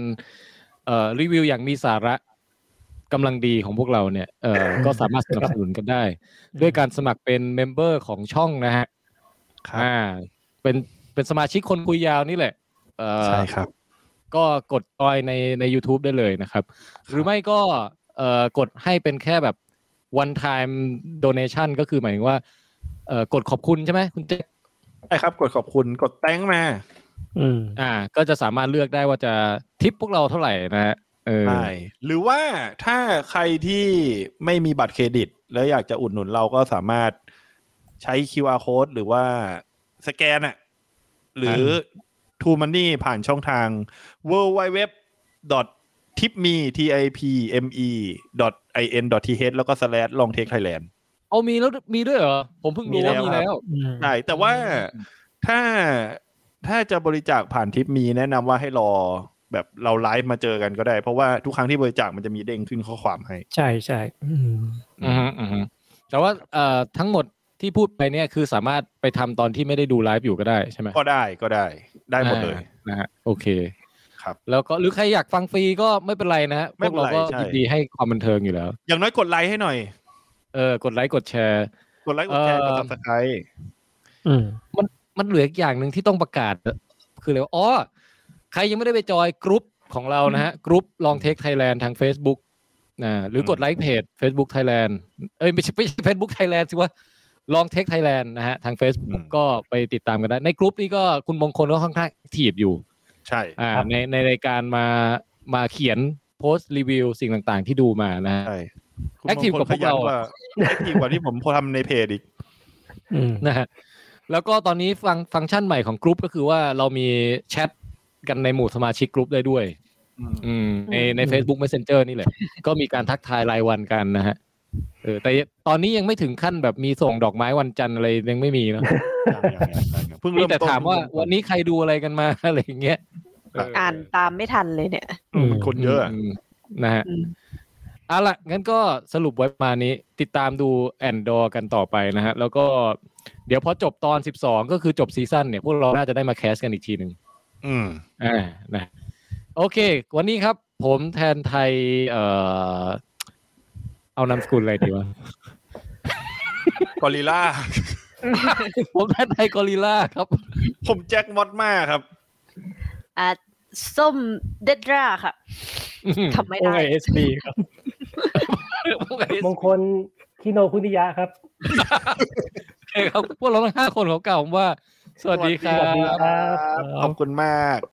A: เอ่อรีวิวอย่างมีสาระกำลังดีของพวกเราเนี่ยเอ่อก็สามารถสนับสนุนกันได้ ด้วยการสมัครเป็นเมมเบอร์ของช่องนะฮะ
B: ครับ
A: อ่าเป็นเป็นสมาชิกคนคุยยาวนี่แหละเอ่อ
B: ใช่ครับ
A: ก็กดจอยในใน YouTube ได้เลยนะครับ หรือไม่ก็เอ่อกดให้เป็นแค่แบบ one time donation ก็คือหมายถึงว่าเอ่อกดขอบคุณใช่ไหมคุณเจ๊
B: ใช่ครับกดขอบคุณกดแต้งมา
D: อืม
A: อ่า ก็จะสามารถเลือกได้ว่าจะทิปพวกเราเท่าไหร่นะฮะเออ
B: ใช่ หรือว่าถ้าใครที่ไม่มีบัตรเครดิต แล้วอยากจะอุดหนุนเราก็สามารถใช้ QR code หรือว่าสแกนอะหรือ t o Money ผ่านช่องทาง w w w t i p m e t i p m e i n t h แล้วก็ slash long take thailand
A: เอามีแล้วมีด้วยเหรอ ผมเพิ่งรู้
B: มีแล้ว
A: ว่ามีแล้ว
B: ใช่แต่ว่าถ้าถ้าจะบริจาคผ่านทิปมีแนะนำว่าให้รอแบบเราไลฟ์มาเจอกันก็ได้ เพราะว่าทุกครั้งที่บริจาคมันจะมีเด้งขึ้นข้อความให้
D: ใช่ใช่อืม
A: อืมอืมแต่ว่าเอ่อทั้งหมดที่พูดไปเนี่ยคือสามารถไปทำตอนที่ไม่ได้ดูไลฟ์อยู่ก็ได้ใช่ไหม
B: *laughs* ก็ได้ก็ได้ได้หมดเลย
A: อ่านะฮะโอเค
B: ครับ
A: แล้วก็หรือใครอยากฟังฟรีก็ไม่เป็นไรนะฮะพ
B: ไม่
A: วก
B: เป็น
A: เรา
B: ไร
A: ก็
B: ใช่
A: ยินดีให้ความบันเทิงอยู่แล้ว
B: อย่างน้อยกดไลค์ให้หน่อย
A: เออกดไลค์กดแชร์
B: กดไลค์กดแชร์
A: เอ่
B: ก
A: อ
B: ดซับสไครต์
D: อืม
A: มันเหลืออีกอย่างหนึ่งที่ต้องประกาศ คืออะไรวะอ๋อใครยังไม่ได้ไปจอยกรุ๊ปของเรานะฮะกรุ๊ปลองเทคไทยแลนด์ทาง Facebook นะหรือกดไลค์เพจ Facebook Thailand เอ้ยไม่ใช่ไม่ใช่ *laughs* Facebook Thailand สิวะลองเทคไทยแลนด์นะฮะทาง Facebook ก็ไปติดตามกันได้ ในกรุ๊ปนี้ก็คุณมงคลก็ค่อนข้างถีบอยู่
B: ใช่
A: อ่าในในรายการมามาเขียนโพสต์รีวิวสิ่งต่างๆที่ดูมานะฮะ
B: ใช่คุณ
A: Active
B: มงคล
A: กับพวกเรา
B: ขยันแอคทีฟกว่าที่ผมทำในเพจอีก
D: อืม
A: นะฮะแล้วก็ตอนนี้ฟังฟังก์ชันใหม่ของกรุ๊ปก็คือว่าเรามีแชทกันในหมู่สมาชิกกรุ๊ปได้ด้วยอืมในใน Facebook Messenger นี่แหละ ก็มีการทักทายรายวันกันนะฮะเออแต่ตอนนี้ยังไม่ถึงขั้นแบบมีส่งดอกไม้วันจันทร์อะไรยังไม่มีเนอะ
B: เพิ่ง
A: มี
B: เริ่ม
A: แต่
B: ต้น
A: ถามว่าวันนี้ใครดูอะไรกันมา อะไรอย่างเงี้ยเ
F: อ่านตามไม่ทันเลยเนี่ย
B: อืมคนเยอะอะ
A: มนะฮะ
F: อืม
A: เอาละงั้นก็สรุปไว้ประมาณนี้ ติดตามดูแอนดอร์กันต่อไปนะฮะ แล้วก็เดี๋ยวพอจบตอน 12 ก็คือจบซีซั่นเนี่ยพวกเราน่าจะได้มาแคสกันอีกทีหนึ่ง
B: อืม
A: อ่านะโอเค วันนี้ครับ ผมแทนไทย เอ่อ เอานามสกุลอะไรดีวะ
B: กอริล่า
A: *laughs*
B: *laughs*
A: ผมแทนไทยกอริลล่าครับ
B: ผมแจ็คมอดมาครับ
F: อ่ะส้มเดดราค่ะทำไม่ได้
D: OSD ครับ
E: มงคลคิโนคุนิยะครับ
A: โอเคครับพวกเราทั้งห้าคนของเก่าผมว่า สวัสดีครั
E: สวัสดี
A: บ
E: ครับ
B: ขอบคุณมาก